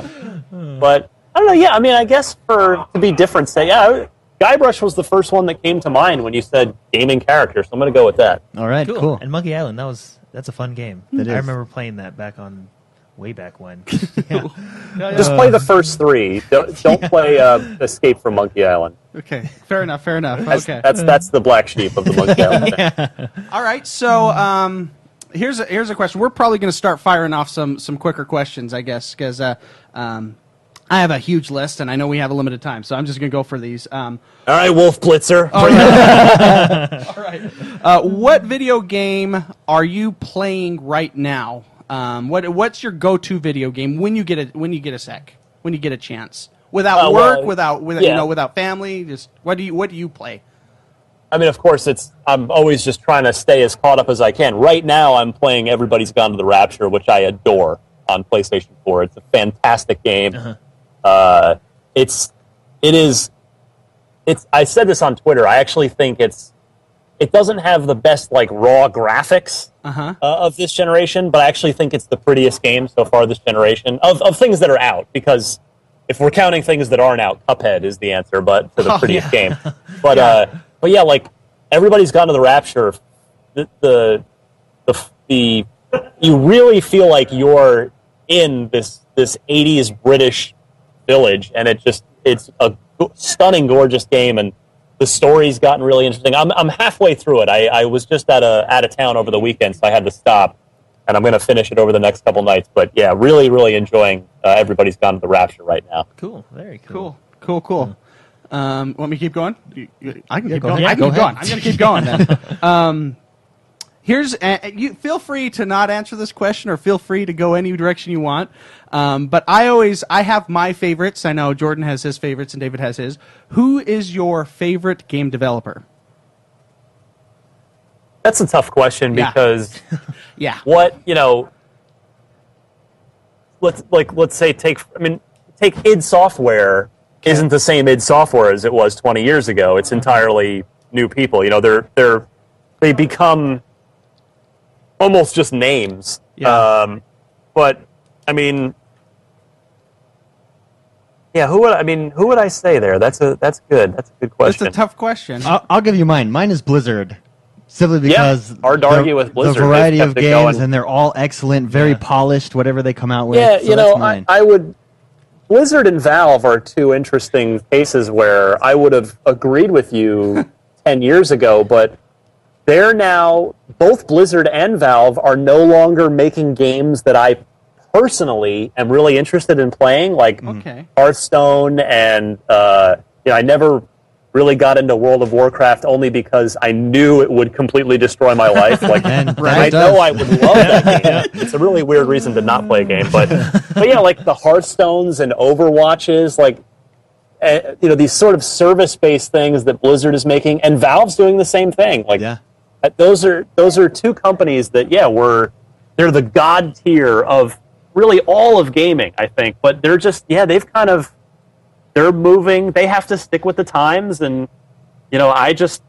Speaker 4: But I don't know. Yeah, I mean, I guess for to be different, say, yeah, I- Guybrush was the first one that came to mind when you said gaming character, so I'm going to go with that.
Speaker 1: All right, cool.
Speaker 2: And Monkey Island, that was that's a fun game.
Speaker 1: That
Speaker 2: I
Speaker 1: is.
Speaker 2: remember playing that back on way back when.
Speaker 4: Just play the first three. Don't, don't play uh, Escape from Monkey Island.
Speaker 3: Okay, fair enough. Fair enough.
Speaker 4: That's,
Speaker 3: Okay.
Speaker 4: that's that's the black sheep of the Monkey Island. thing.
Speaker 3: All right. So um, here's a, here's a question. We're probably going to start firing off some some quicker questions, I guess, because uh, um, I have a huge list and I know we have a limited time, so I'm just going to go for these. Um,
Speaker 4: All right, Wolf Blitzer.
Speaker 3: all right. Uh, what video game are you playing right now? Um, what what's your go to video game when you get a when you get a sec when you get a chance? without
Speaker 4: Uh,
Speaker 3: work,
Speaker 4: well,
Speaker 3: without with, you
Speaker 4: yeah.
Speaker 3: know, without family. Just what do you what do you play?
Speaker 4: I mean, of course, it's. I'm always just trying to stay as caught up as I can. Right now, I'm playing Everybody's Gone to the Rapture, which I adore on PlayStation 4. It's a fantastic game. uh it's, it is, it's. I said this on Twitter. I actually think it's, it doesn't have the best like raw graphics
Speaker 3: Uh-huh.
Speaker 4: uh, of this generation, but I actually think it's the prettiest game so far this generation of of things that are out. Because if we're counting things that aren't out, Cuphead is the answer, but for the
Speaker 3: Oh,
Speaker 4: prettiest
Speaker 3: yeah.
Speaker 4: game. But uh, but yeah, like everybody's gone to the Rapture. The the the, the you really feel like you're in this this 80s British village, and it just it's a go- stunning, gorgeous game, and the story's gotten really interesting. I'm I'm halfway through it. I, I was just at a out of town over the weekend, so I had to stop, and I'm going to finish it over the next couple nights. But yeah, really, really enjoying. Uh, everybody's gone to the rapture right now.
Speaker 2: Cool. Very cool.
Speaker 3: Cool, cool, cool. Um, want me to keep going? You- you- I can keep
Speaker 1: go
Speaker 3: going.
Speaker 2: ahead.
Speaker 3: I can
Speaker 2: Yeah,
Speaker 3: keep
Speaker 2: go
Speaker 3: going.
Speaker 2: ahead.
Speaker 3: I'm going to keep going then. um, here's uh, you. Feel free to not answer this question, or feel free to go any direction you want. Um, but I always I have my favorites. I know Jordan has his favorites and David has his. Who is your favorite game developer?
Speaker 4: That's a tough question
Speaker 3: Yeah.
Speaker 4: because
Speaker 3: Yeah.
Speaker 4: what you know. Let's like let's say take I mean take id Software isn't the same id Software as it was 20 years ago. It's
Speaker 3: Mm-hmm.
Speaker 4: entirely new people. You know they're they're they become almost just names.
Speaker 3: Yeah.
Speaker 4: Um, but I mean, yeah. Who would I mean? Who would I say there? That's a that's good. That's a good
Speaker 3: That's
Speaker 4: question.
Speaker 3: a tough question.
Speaker 1: I'll, I'll give you mine. Mine is Blizzard, simply
Speaker 4: Yeah,
Speaker 1: because
Speaker 4: hard to
Speaker 1: the-
Speaker 4: argue with Blizzard.
Speaker 1: The
Speaker 4: They've
Speaker 1: variety
Speaker 4: kept
Speaker 1: of
Speaker 4: it
Speaker 1: games,
Speaker 4: going.
Speaker 1: and they're all excellent, very polished. Whatever they come out with,
Speaker 4: Yeah,
Speaker 1: so that's
Speaker 4: you know, I,
Speaker 1: mine.
Speaker 4: I would. Blizzard and Valve are two interesting cases where I would have agreed with you 10 years ago, but they're now. Both Blizzard and Valve are no longer making games that I personally am really interested in playing, like
Speaker 1: Mm-hmm.
Speaker 3: Okay.
Speaker 4: Hearthstone, and uh, you know, I never really got into World of Warcraft only because I knew it would completely destroy my life. Like,
Speaker 1: And-
Speaker 4: and
Speaker 1: and
Speaker 4: I
Speaker 1: it
Speaker 4: know
Speaker 1: does.
Speaker 4: I would love that game. It's a really weird reason to not play a game, but but yeah, like the Hearthstones and Overwatches, like eh, you know these sort of service-based things that Blizzard is making, and Valve's doing the same thing. Like
Speaker 1: yeah.
Speaker 4: uh, those are those are two companies that yeah were they're the god tier of really all of gaming I think but they're just yeah they've kind of they're moving they have to stick with the times and you know I just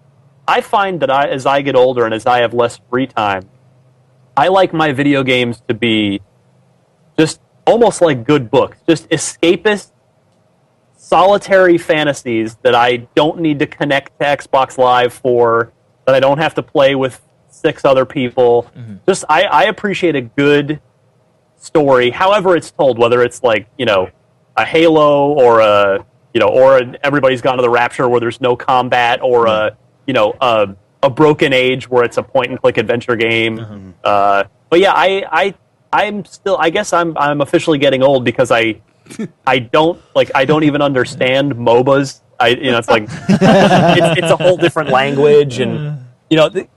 Speaker 4: I find that I as I get older and as I have less free time I like my video games to be just almost like good books just escapist solitary fantasies that I don't need to connect to Xbox Live for, that I don't have to play with six other people. Just I, I appreciate a good story, however it's told, whether it's like, you know, a Halo or a you know, or an everybody's gone to the rapture where there's no combat or a you know, a a broken age where it's a point and click adventure game. Uh, but yeah, I, I I'm still I guess I'm I'm officially getting old because I I don't like. I don't even understand MOBAs. I you know it's like it's, it's a whole different language, and you know, the,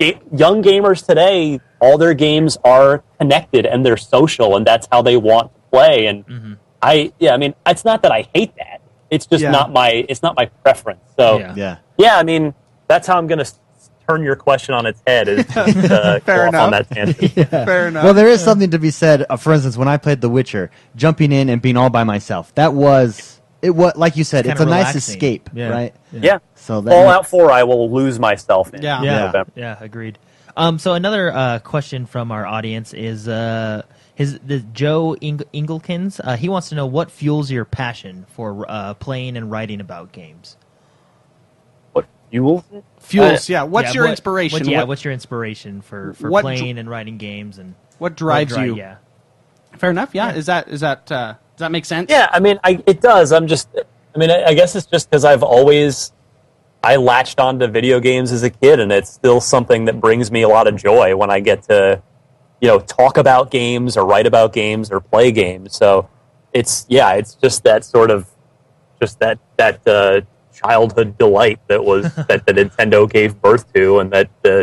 Speaker 4: ga- young gamers today, all their games are connected and they're social, and that's how they want to play. And I yeah, I mean, it's not that I hate that. It's just
Speaker 3: Mm-hmm. Yeah.
Speaker 4: not my it's not my preference. So
Speaker 2: Yeah.
Speaker 4: yeah,
Speaker 1: Yeah.
Speaker 4: I mean, that's how I'm gonna s- turn your question on its head. Is uh,
Speaker 3: Fair
Speaker 4: go off on
Speaker 3: enough.
Speaker 4: that tangent.
Speaker 3: Fair enough.
Speaker 1: Well, there is something to be said. Uh, for instance, when I played The Witcher, jumping in and being all by myself, that was it. Was like you said, it's,
Speaker 2: Kinda
Speaker 1: a nice
Speaker 2: relaxing.
Speaker 1: escape,
Speaker 2: Yeah.
Speaker 1: right?
Speaker 4: Yeah.
Speaker 1: So that
Speaker 4: Fallout Four, I will lose myself in.
Speaker 3: Yeah.
Speaker 2: Yeah,
Speaker 4: November.
Speaker 2: yeah, agreed. Um, so another uh, question from our audience is uh, his the Joe Ing- Inglekins. Uh, he wants to know what fuels your passion for uh, playing and writing about games.
Speaker 4: What fuels it?
Speaker 3: Fuels. yeah. Uh, What's
Speaker 2: Yeah,
Speaker 3: your
Speaker 2: what-
Speaker 3: inspiration?
Speaker 2: what- yeah,
Speaker 3: what,
Speaker 2: what's your inspiration for for
Speaker 3: What dr-
Speaker 2: playing and writing games and
Speaker 3: what drives
Speaker 2: what dri-
Speaker 3: you?
Speaker 2: Yeah,
Speaker 3: Fair enough. Yeah.
Speaker 2: Yeah.
Speaker 3: Is that is that uh, does that make sense?
Speaker 4: Yeah, I mean, I, it does. I'm just, I mean, I, I guess it's just because I've always, I latched onto video games as a kid, and it's still something that brings me a lot of joy when I get to, you know, talk about games or write about games or play games. So, it's yeah, it's just that sort of, just that that uh, childhood delight that was that the Nintendo gave birth to, and that uh,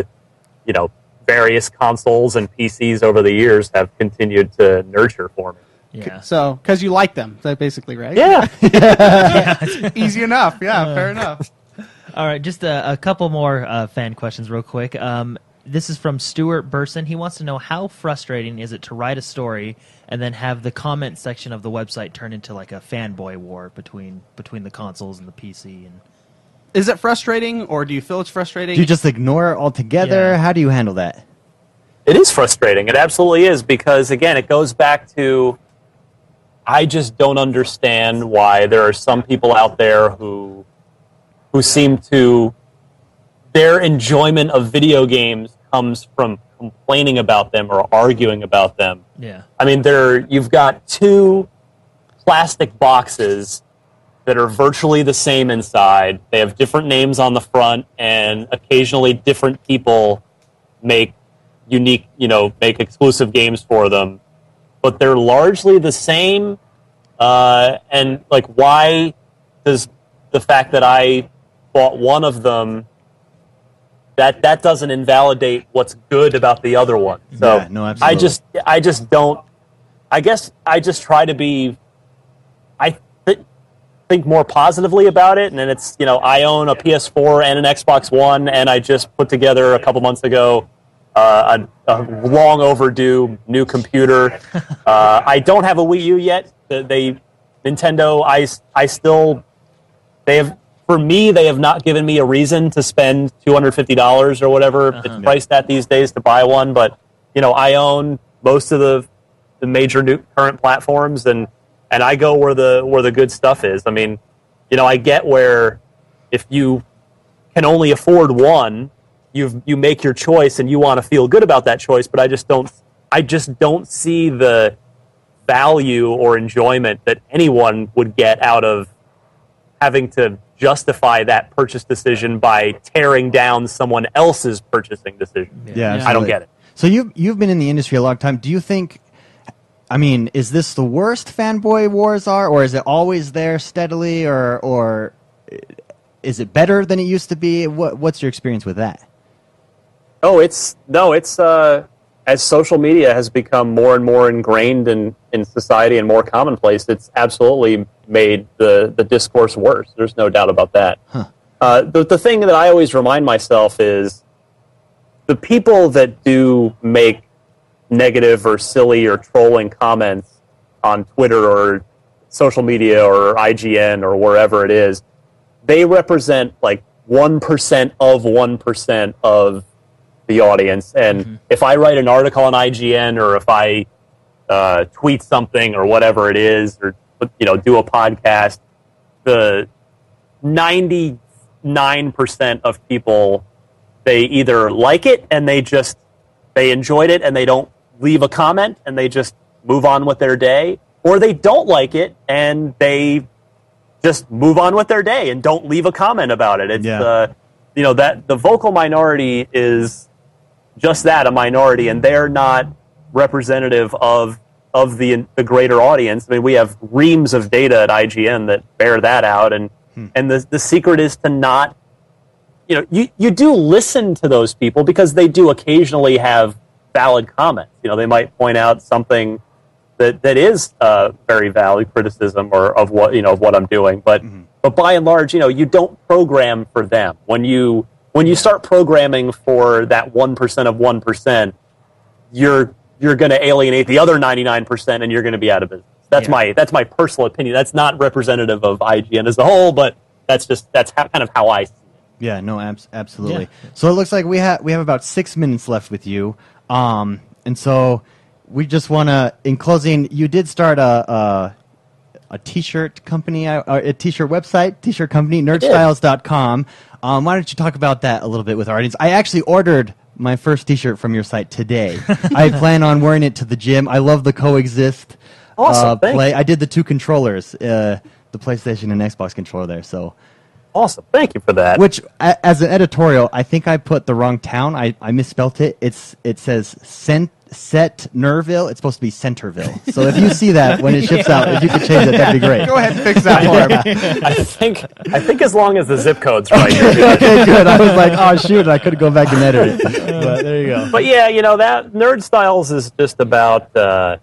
Speaker 4: you know various consoles and PCs over the years have continued to nurture for me.
Speaker 2: Yeah.
Speaker 3: So, because you like them, so basically, right? Uh,
Speaker 4: Yeah.
Speaker 3: Easy enough. Yeah, fair enough.
Speaker 2: All right, just a, a couple more uh, fan questions, real quick. Um, this is from Stuart Burson. He wants to know how frustrating is it to write a story and then have the comment section of the website turn into like a fanboy war between between the consoles and the PC. And
Speaker 3: Is it frustrating, or do you feel it's frustrating?
Speaker 1: Do you just ignore it altogether?
Speaker 2: Yeah.
Speaker 1: How do you handle that?
Speaker 4: It is frustrating. It absolutely is because, again, it goes back to I just don't understand why there are some people out there who who seem to their enjoyment of video games comes from complaining about them or arguing about them.
Speaker 2: yeah,
Speaker 4: I mean, there you've got two plastic boxes that are virtually the same inside. They have different names on the front, and occasionally different people make unique, you know, make exclusive games for them. But they're largely the same. Uh, and like, why does the fact that I bought one of them that that doesn't invalidate what's good about the other one? So
Speaker 1: Yeah, no,
Speaker 4: I
Speaker 1: absolutely.
Speaker 4: just I just don't. I guess I just try to be. I th- think more positively about it, and then it's you know I own a PS4 and an Xbox One, and I just put together a couple months ago uh, a, a long overdue new computer. Uh, I don't have a Wii U yet. They- They Nintendo. I s- I still they have for me they have not given me a reason to spend two hundred fifty dollars or whatever it's priced at these days to buy one. But you know I own most of the the major new current platforms and and I go where the where the good stuff is. I mean, you know I get where if you can only afford one, you you make your choice and you want to feel good about that choice. But I just don't I just don't see the value or enjoyment that anyone would get out of having to justify that purchase decision by tearing down someone else's purchasing decision.
Speaker 1: Yeah,
Speaker 4: I don't
Speaker 1: absolutely.
Speaker 4: get it.
Speaker 1: So you you've been in the industry a long time. Do you think? I mean, is this the worst fanboy wars are, or is it always there steadily, or or is it better than it used to be? What what's your experience with that?
Speaker 4: Oh, it's no, it's uh, as social media has become more and more ingrained in, in society and more commonplace. It's absolutely made the, the discourse worse. There's no doubt about that. Uh, the, the thing that I always remind myself is the people that do make negative or silly or trolling comments on Twitter or social media or IGN or wherever it is, they represent like 1% of 1% of the audience. And if I write an article on IGN or if I uh, tweet something or whatever it is, or you know, do a podcast, the ninety nine percent of people they either like it and they just they enjoyed it and they don't leave a comment and they just move on with their day, or they don't like it and they just move on with their day and don't leave a comment about it. It's
Speaker 1: Yeah.
Speaker 4: uh, you know that the vocal minority is just that a minority and they're not representative of of the the greater audience. I mean, we have reams of data at IGN that bear that out and and the the secret is to not you know, you, you do listen to those people because they do occasionally have valid comments. You know, they might point out something that, that is uh, very valid criticism or of what you know of what I'm doing. But but by and large, you know, you don't program for them. When you when you start programming for that one percent of one percent, you're you're going to alienate the other ninety nine percent, and you're going to be out of business. That's
Speaker 2: Yeah.
Speaker 4: my that's my personal opinion. That's not representative of IGN as a whole, but that's just that's how, kind of how I see it.
Speaker 1: Yeah, no, abs- absolutely.
Speaker 2: Yeah.
Speaker 1: So it looks like we have we have about six minutes left with you, um, and so we just want to, in closing, you did start a a, a t-shirt company, uh, a t-shirt website, t-shirt company, nerdstyles.com. Um, why don't you talk about that a little bit with our audience? I actually ordered my first t-shirt from your site today. I plan on wearing it to the gym. I love the coexist
Speaker 4: Awesome,
Speaker 1: uh,
Speaker 4: thanks.
Speaker 1: play. I did the two controllers, uh, the PlayStation and Xbox controller there, so.
Speaker 4: Awesome. Thank you for that.
Speaker 1: Which, a- as an editorial, I think I put the wrong town. I, I misspelt it. It's it says Cent Set Nerville. It's supposed to be Centerville. So if you see that when it ships out, if you could change it, that'd be great.
Speaker 3: Go ahead and fix that for him.
Speaker 4: I think I think as long as the zip code's right. you're good.
Speaker 1: okay, good. I was like, oh shoot, I could go back and edit it. But there you go.
Speaker 4: But yeah, you know that nerd styles is just about. Uh,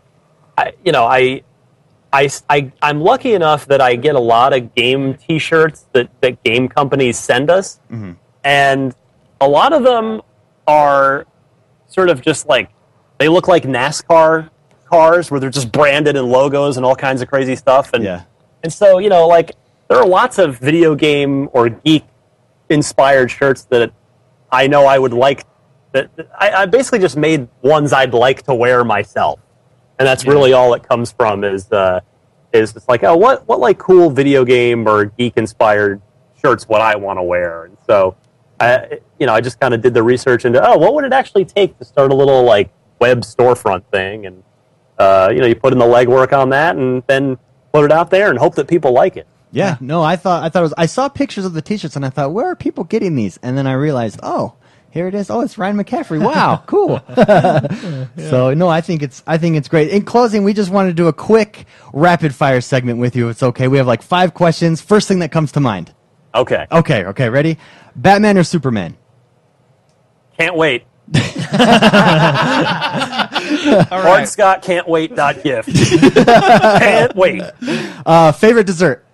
Speaker 4: I, you know, I I, I, I'm lucky enough that I get a lot of game t shirts that, that game companies send us.
Speaker 1: Mm-hmm.
Speaker 4: And a lot of them are sort of just like, they look like NASCAR cars where they're just branded and logos and all kinds of crazy stuff. And,
Speaker 1: Yeah.
Speaker 4: and so, you know, like, there are lots of video game or geek inspired shirts that I know I would like. That I, I basically just made ones I'd like to wear myself, and that's really all it comes from. Is uh, is it's like oh what what like cool video game or geek inspired shirts would I want to wear? And so I you know I just kind of did the research into oh what would it actually take to start a little like web storefront thing, and uh, you know you put in the legwork on that, and then put it out there and hope that people like it.
Speaker 1: Yeah, no, I thought I thought it was I saw pictures of the t-shirts and I thought, where are people getting these? And then I realized, oh, here it is. Oh, it's Ryan McCaffrey. Wow, cool. So no, I think it's I think it's great. In closing, we just want to do a quick rapid fire segment with you. if It's okay. We have like five questions. First thing that comes to mind.
Speaker 4: Okay,
Speaker 1: Okay, okay, ready? Batman or Superman?
Speaker 4: can't wait.
Speaker 3: All
Speaker 4: Bart
Speaker 3: right.
Speaker 4: Scott can't wait. Dot gift. can't wait.
Speaker 1: Uh, favorite dessert?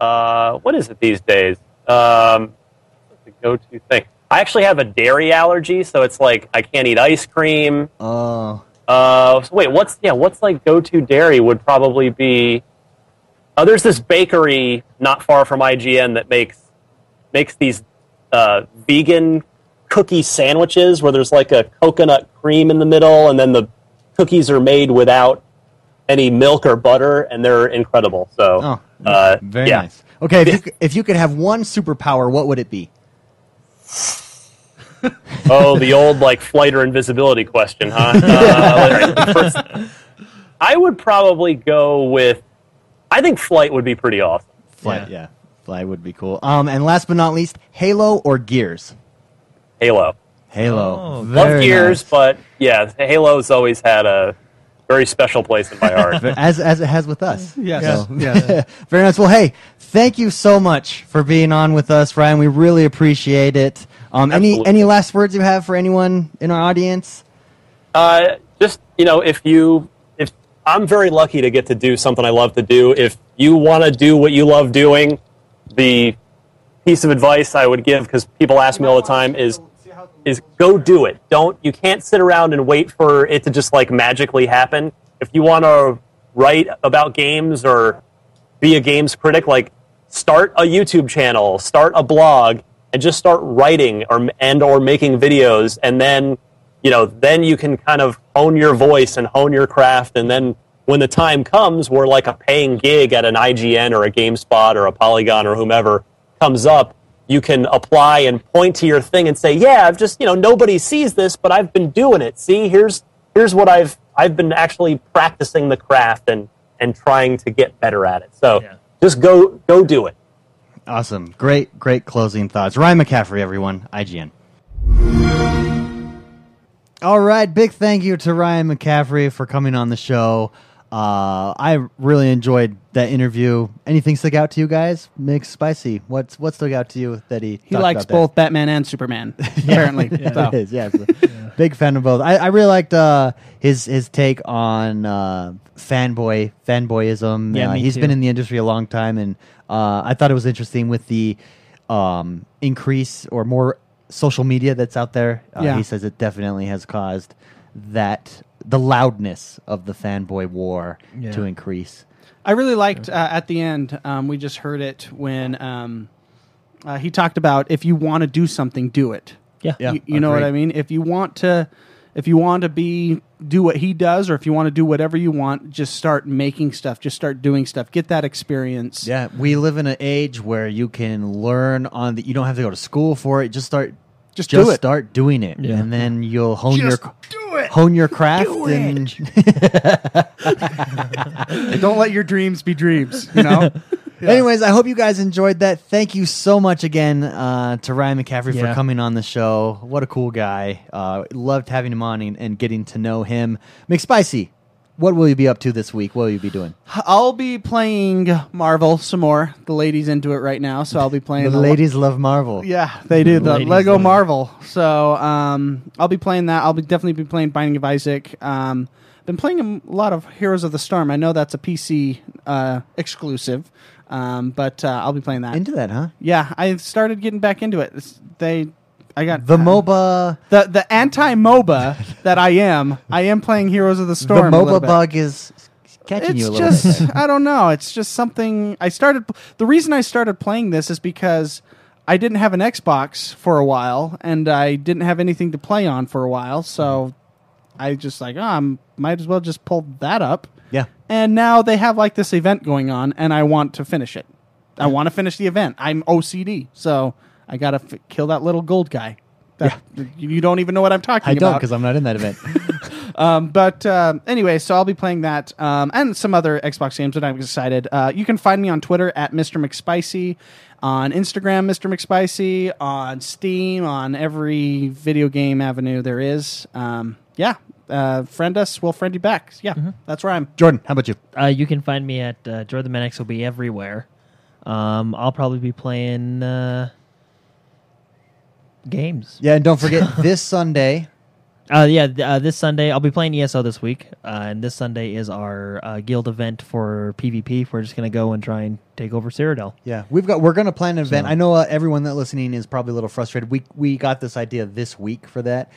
Speaker 4: Uh, what is it these days? Um, what's the go-to thing. I actually have a dairy allergy, so it's like I can't eat ice cream.
Speaker 1: Oh,
Speaker 4: Uh, so wait, what's yeah? What's like go-to dairy would probably be. Oh, there's this bakery not far from IGN that makes makes these uh, vegan cookie sandwiches where there's like a coconut cream in the middle, and then the cookies are made without any milk or butter, and they're incredible. So,
Speaker 1: Oh,
Speaker 4: uh,
Speaker 1: very
Speaker 4: yeah.
Speaker 1: nice. Okay, if you, c- if you could have one superpower, what would it be?
Speaker 4: Oh, the old like flight or invisibility question, huh? Uh, like, first- I would probably go with. I think flight would be pretty awesome.
Speaker 1: Fly, yeah.
Speaker 2: Yeah.
Speaker 1: fly would be cool. Um, and last but not least, Halo or Gears?
Speaker 4: Halo,
Speaker 1: Halo.
Speaker 2: Oh,
Speaker 4: love
Speaker 1: Very
Speaker 4: Gears,
Speaker 1: nice.
Speaker 4: but yeah, Halo's always had a very special place in my heart.
Speaker 1: as as it has with us.
Speaker 3: Yes.
Speaker 1: So-
Speaker 3: yes.
Speaker 1: Very nice. Well, hey, thank you so much for being on with us, Ryan. We really appreciate it. Um, any
Speaker 4: Absolutely.
Speaker 1: any last words you have for anyone in our audience?
Speaker 4: Uh, just you know, if you if I'm very lucky to get to do something I love to do. If you want to do what you love doing, the piece of advice I would give because people ask me all the time is is go do it. Don't you can't sit around and wait for it to just like magically happen. If you want to write about games or be a games critic, like start a YouTube channel, start a blog, and just start writing or and or making videos, and then you know then you can kind of hone your voice and hone your craft, and then when the time comes where like a paying gig at an IGN or a GameSpot or a Polygon or whomever comes up, you can apply and point to your thing and say, "Yeah, I've just you know nobody sees this, but I've been doing it. See, here's here's what I've I've been actually practicing the craft and and trying to get better at it. So
Speaker 2: Yeah.
Speaker 4: just go go do it.
Speaker 1: Awesome. Great, great closing thoughts. Ryan McCaffrey, everyone, IGN. All right. Big thank you to Ryan McCaffrey for coming on the show. Uh, I really enjoyed that interview. Anything stick out to you guys? Mix Spicy. What's what stuck out to you that he
Speaker 3: He
Speaker 1: talked
Speaker 3: likes
Speaker 1: about there?
Speaker 3: both Batman and Superman, apparently.
Speaker 1: It
Speaker 3: So,
Speaker 1: is, yeah. Big fan of both. I, I really liked uh, his his take on uh, fanboy fanboyism.
Speaker 2: Yeah,
Speaker 1: uh,
Speaker 2: me
Speaker 1: he's
Speaker 2: too.
Speaker 1: been in the industry a long time, and uh, I thought it was interesting with the um, increase or more social media that's out there. Uh,
Speaker 3: Yeah.
Speaker 1: He says it definitely has caused that the loudness of the fanboy war
Speaker 2: Yeah.
Speaker 1: to increase.
Speaker 3: I really liked uh, at the end. Um, we just heard it when um, uh, he talked about if you want to do something, do it.
Speaker 2: Yeah.
Speaker 1: Yeah.
Speaker 3: you, you know what
Speaker 1: agreed.
Speaker 3: I mean. If you want to, if you want to be do what he does, or if you want to do whatever you want, just start making stuff. Just start doing stuff. Get that experience.
Speaker 1: Yeah, we live in an age where you can learn on the. You don't have to go to school for it. Just start.
Speaker 3: Just do it.
Speaker 1: start doing it,
Speaker 2: Yeah.
Speaker 1: and then you'll hone
Speaker 3: Just
Speaker 1: your
Speaker 3: do it.
Speaker 1: hone your craft. and
Speaker 3: Don't let your dreams be dreams. You know.
Speaker 1: anyways, I hope you guys enjoyed that. Thank you so much again uh, to Ryan McCaffrey for
Speaker 2: Yeah.
Speaker 1: coming on the show. What a cool guy! Uh, loved having him on and, and getting to know him. McSpicy, what will you be up to this week? What will you be doing?
Speaker 3: I'll be playing Marvel some more. The ladies into it right now, so I'll be playing
Speaker 1: The
Speaker 3: a lo-
Speaker 1: ladies love Marvel.
Speaker 3: Yeah, they do the
Speaker 2: Ladies
Speaker 3: Lego
Speaker 2: love it.
Speaker 3: Marvel. So um, I'll be playing that. I'll be definitely be playing Binding of Isaac. Um, Been playing a lot of Heroes of the Storm. I know that's a PC uh, exclusive, um, but uh, I'll be playing that.
Speaker 1: Into that, huh?
Speaker 3: yeah, I started getting back into it. It's- they, I got
Speaker 1: The
Speaker 3: um,
Speaker 1: MOBA,
Speaker 3: the the anti MOBA that I am. I am playing Heroes of the
Speaker 1: the
Speaker 3: Storm. a little
Speaker 1: MOBA
Speaker 3: bit.
Speaker 1: bug is catching you a
Speaker 3: It's
Speaker 1: little
Speaker 3: just
Speaker 1: bit.
Speaker 3: I don't know. It's just something I started. The reason I started playing this is because I didn't have an Xbox for a while, and I didn't have anything to play on for a while. So I just like, oh, I might as well just pull that up.
Speaker 1: Yeah.
Speaker 3: And now they have like this event going on, and I want to finish it. I want to finish the event. I'm OCD, so I gotta f- kill that little gold guy. That, you- You don't even know what I'm talking
Speaker 1: I
Speaker 3: about.
Speaker 1: don't because I'm not in that event.
Speaker 3: Um, but um anyway, so I'll be playing that um, and some other Xbox games that I'm excited. Uh, you can find me on Twitter at Mr. McSpicy, on Instagram Mr. McSpicy, on Steam, on every video game avenue there is. Um, yeah, uh, friend us, we'll friend you back. Yeah,
Speaker 1: Mm-hmm.
Speaker 3: that's where I'm.
Speaker 1: Jordan, how about you?
Speaker 2: Uh, you can find me at uh, Jordan Menix will be everywhere. Um, I'll probably be playing uh, games.
Speaker 1: Yeah, and don't forget this Sunday.
Speaker 2: Uh, yeah, th- uh, this Sunday I'll be playing ESO this week, uh, and this Sunday is our uh, guild event for PvP. We're just gonna go and try and take over Cyrodiil.
Speaker 1: Yeah, we've got we're gonna plan an event. I know uh, everyone that listening is probably a little frustrated. We we got this idea this week for that.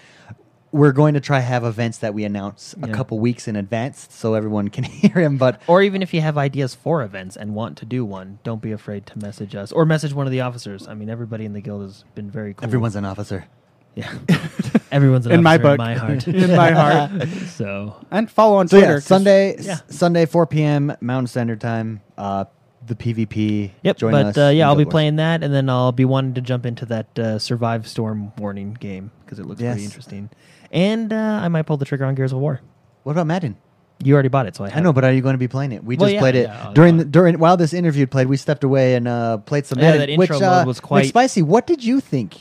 Speaker 1: We're going to try have events that we announce a
Speaker 2: Yeah. Oh.
Speaker 1: couple weeks in advance so everyone can hear him. But
Speaker 2: Or even if you have ideas for events and want to do one, don't be afraid to message us or message one of the officers. I mean, everybody in the guild has been very cool.
Speaker 1: everyone's an officer.
Speaker 2: yeah, everyone's an
Speaker 3: In my
Speaker 2: officer
Speaker 3: book.
Speaker 2: in my heart.
Speaker 3: In my heart.
Speaker 2: so
Speaker 3: And follow on
Speaker 1: So
Speaker 3: Twitter.
Speaker 1: yeah,
Speaker 3: 'cause-
Speaker 1: Sunday
Speaker 2: yeah.
Speaker 1: s- Sunday 4 p.m. Mountain Standard Time. Uh, the PvP.
Speaker 2: Yep,
Speaker 1: Join
Speaker 2: but
Speaker 1: us
Speaker 2: uh,
Speaker 1: in
Speaker 2: yeah, I'll be
Speaker 1: Guild Wars.
Speaker 2: playing that, and then I'll be wanting to jump into that uh, Survive Storm Warning game because it looks
Speaker 1: Yes.
Speaker 2: pretty interesting. And uh, I might pull the trigger on Gears of War.
Speaker 1: What about Madden?
Speaker 2: You already bought it, so I,
Speaker 1: I know, but are you going to be playing it? We
Speaker 2: Well,
Speaker 1: just
Speaker 2: yeah,
Speaker 1: played it
Speaker 2: yeah, I'll-
Speaker 1: during
Speaker 2: I'll-
Speaker 1: the, during while this interview played. We stepped away and uh, played some.
Speaker 2: Yeah,
Speaker 1: Madden,
Speaker 2: that intro
Speaker 1: which,
Speaker 2: mode
Speaker 1: uh,
Speaker 2: was quite-
Speaker 1: spicy. What did you think?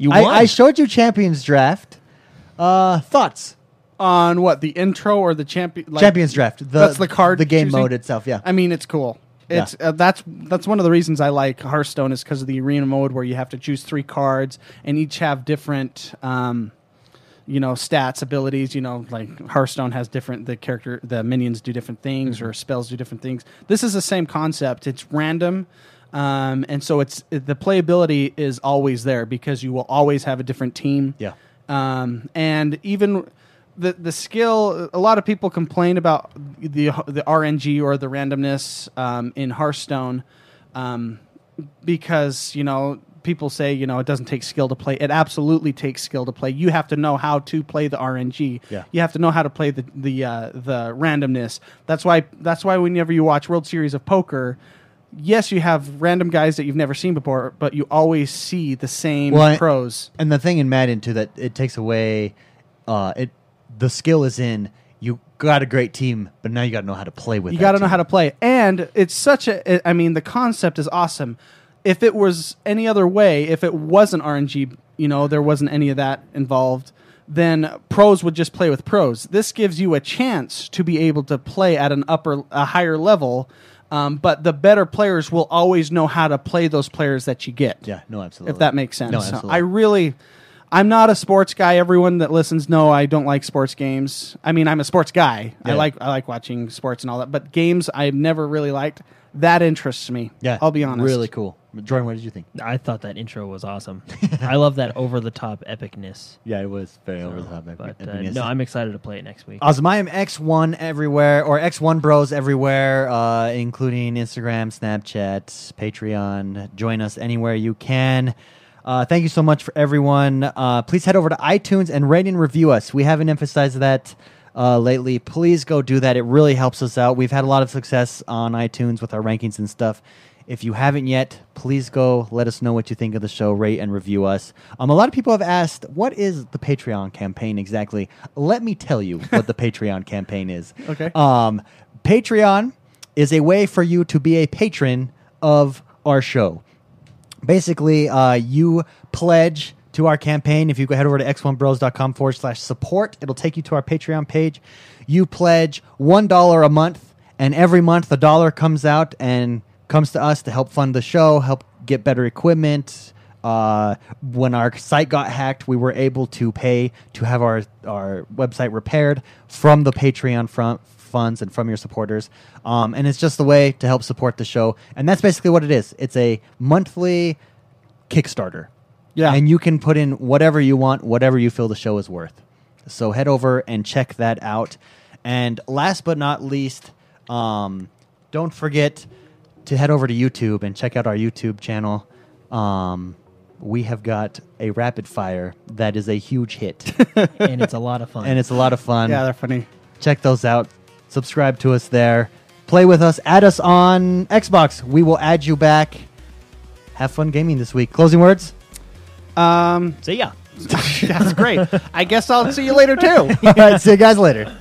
Speaker 2: You
Speaker 1: I,
Speaker 2: won.
Speaker 1: I showed you Champions Draft. Uh, thoughts?
Speaker 3: on what the intro or the champion like,
Speaker 1: Champions Draft. The-
Speaker 3: that's the card.
Speaker 1: the game
Speaker 3: choosing?
Speaker 1: mode itself, yeah.
Speaker 3: I mean, it's cool.
Speaker 1: Yeah.
Speaker 3: It's uh, that's that's one of the reasons I like Hearthstone is because of the arena mode where you have to choose three cards and each have different. Um, you know stats abilities you know like hearthstone has different the character the minions do different things or spells do different things this is the same concept it's random um, and so it's the playability is always there because you will always have a different team
Speaker 1: Yeah.
Speaker 3: um, and even the the skill. A lot of people complain about the the RNG or the randomness um, in Hearthstone um, because you know people say you know it doesn't take skill to play. It absolutely takes skill to play. You have to know how to play the RNG.
Speaker 1: Yeah.
Speaker 3: You have to know how to play the the uh, the randomness. That's why that's why whenever you watch World Series of Poker. Yes, you have random guys that you've never seen before, but you always see the same
Speaker 1: Well, I-
Speaker 3: pros.
Speaker 1: And the thing in Madden too that it takes away, uh, it the skill is in. You got a great team, but now you got to know how to play with.
Speaker 3: You got to know how to play. And it's such a, I- I mean, the concept is awesome. If it was any other way, if it wasn't RNG, you know, there wasn't any of that involved, then pros would just play with pros. This gives you a chance to be able to play at an upper, a higher level. Um, but the better players will always know how to play those players that you get.
Speaker 1: Yeah, no, absolutely.
Speaker 3: If that makes sense.
Speaker 1: No,
Speaker 3: So
Speaker 1: absolutely.
Speaker 3: I really, I'm not a sports guy. Everyone that listens know I don't like sports games. I mean, I'm a sports guy. I
Speaker 1: Yeah.
Speaker 3: like I like watching sports and all that, but games I've never really liked. That interests me.
Speaker 1: yeah,
Speaker 3: I'll be honest.
Speaker 1: Really cool, Jordan. What did you think?
Speaker 2: I thought that intro was awesome. I love that over the top epicness.
Speaker 1: Yeah, it was very over the top.
Speaker 2: But uh, no, I'm excited to play it next week.
Speaker 1: Awesome. I am X1 everywhere, or X1 Bros everywhere, uh, including Instagram, Snapchat, Patreon. Join us anywhere you can. Uh, thank you so much for everyone. Uh, please head over to iTunes and rate and review us. We haven't emphasized that uh, lately. Please go do that. It really helps us out. We've had a lot of success on iTunes with our rankings and stuff. If you haven't yet, please go let us know what you think of the show, rate and review us. Um, a lot of people have asked, what is the Patreon campaign exactly? Let me tell you what the Patreon campaign is.
Speaker 3: Okay.
Speaker 1: Um, Patreon is a way for you to be a patron of our show basically uh, you pledge to our campaign if you go head over to x1bros.com forward slash support it'll take you to our patreon page you pledge one dollar a month and every month a dollar comes out and comes to us to help fund the show help get better equipment Uh, when our site got hacked, we were able to pay to have our our website repaired from the Patreon front funds and from your supporters. Um, and it's just the way to help support the show. And that's basically what it is. It's a monthly Kickstarter.
Speaker 3: Yeah.
Speaker 1: And you can put in whatever you want, whatever you feel the show is worth. So head over and check that out. And last but not least, um, don't forget to head over to YouTube and check out our YouTube channel. Um, we have got a rapid fire that is a huge hit,
Speaker 2: and it's a lot of fun.
Speaker 1: and it's a lot of fun
Speaker 3: Yeah, they're funny.
Speaker 1: check those out. Subscribe to us there. Play with us. Add us on Xbox. We will add you back. Have fun gaming this week. Closing words?
Speaker 3: Um,
Speaker 2: so yeah.
Speaker 3: that's great. I guess I'll see you later too.
Speaker 1: All right. See you guys later.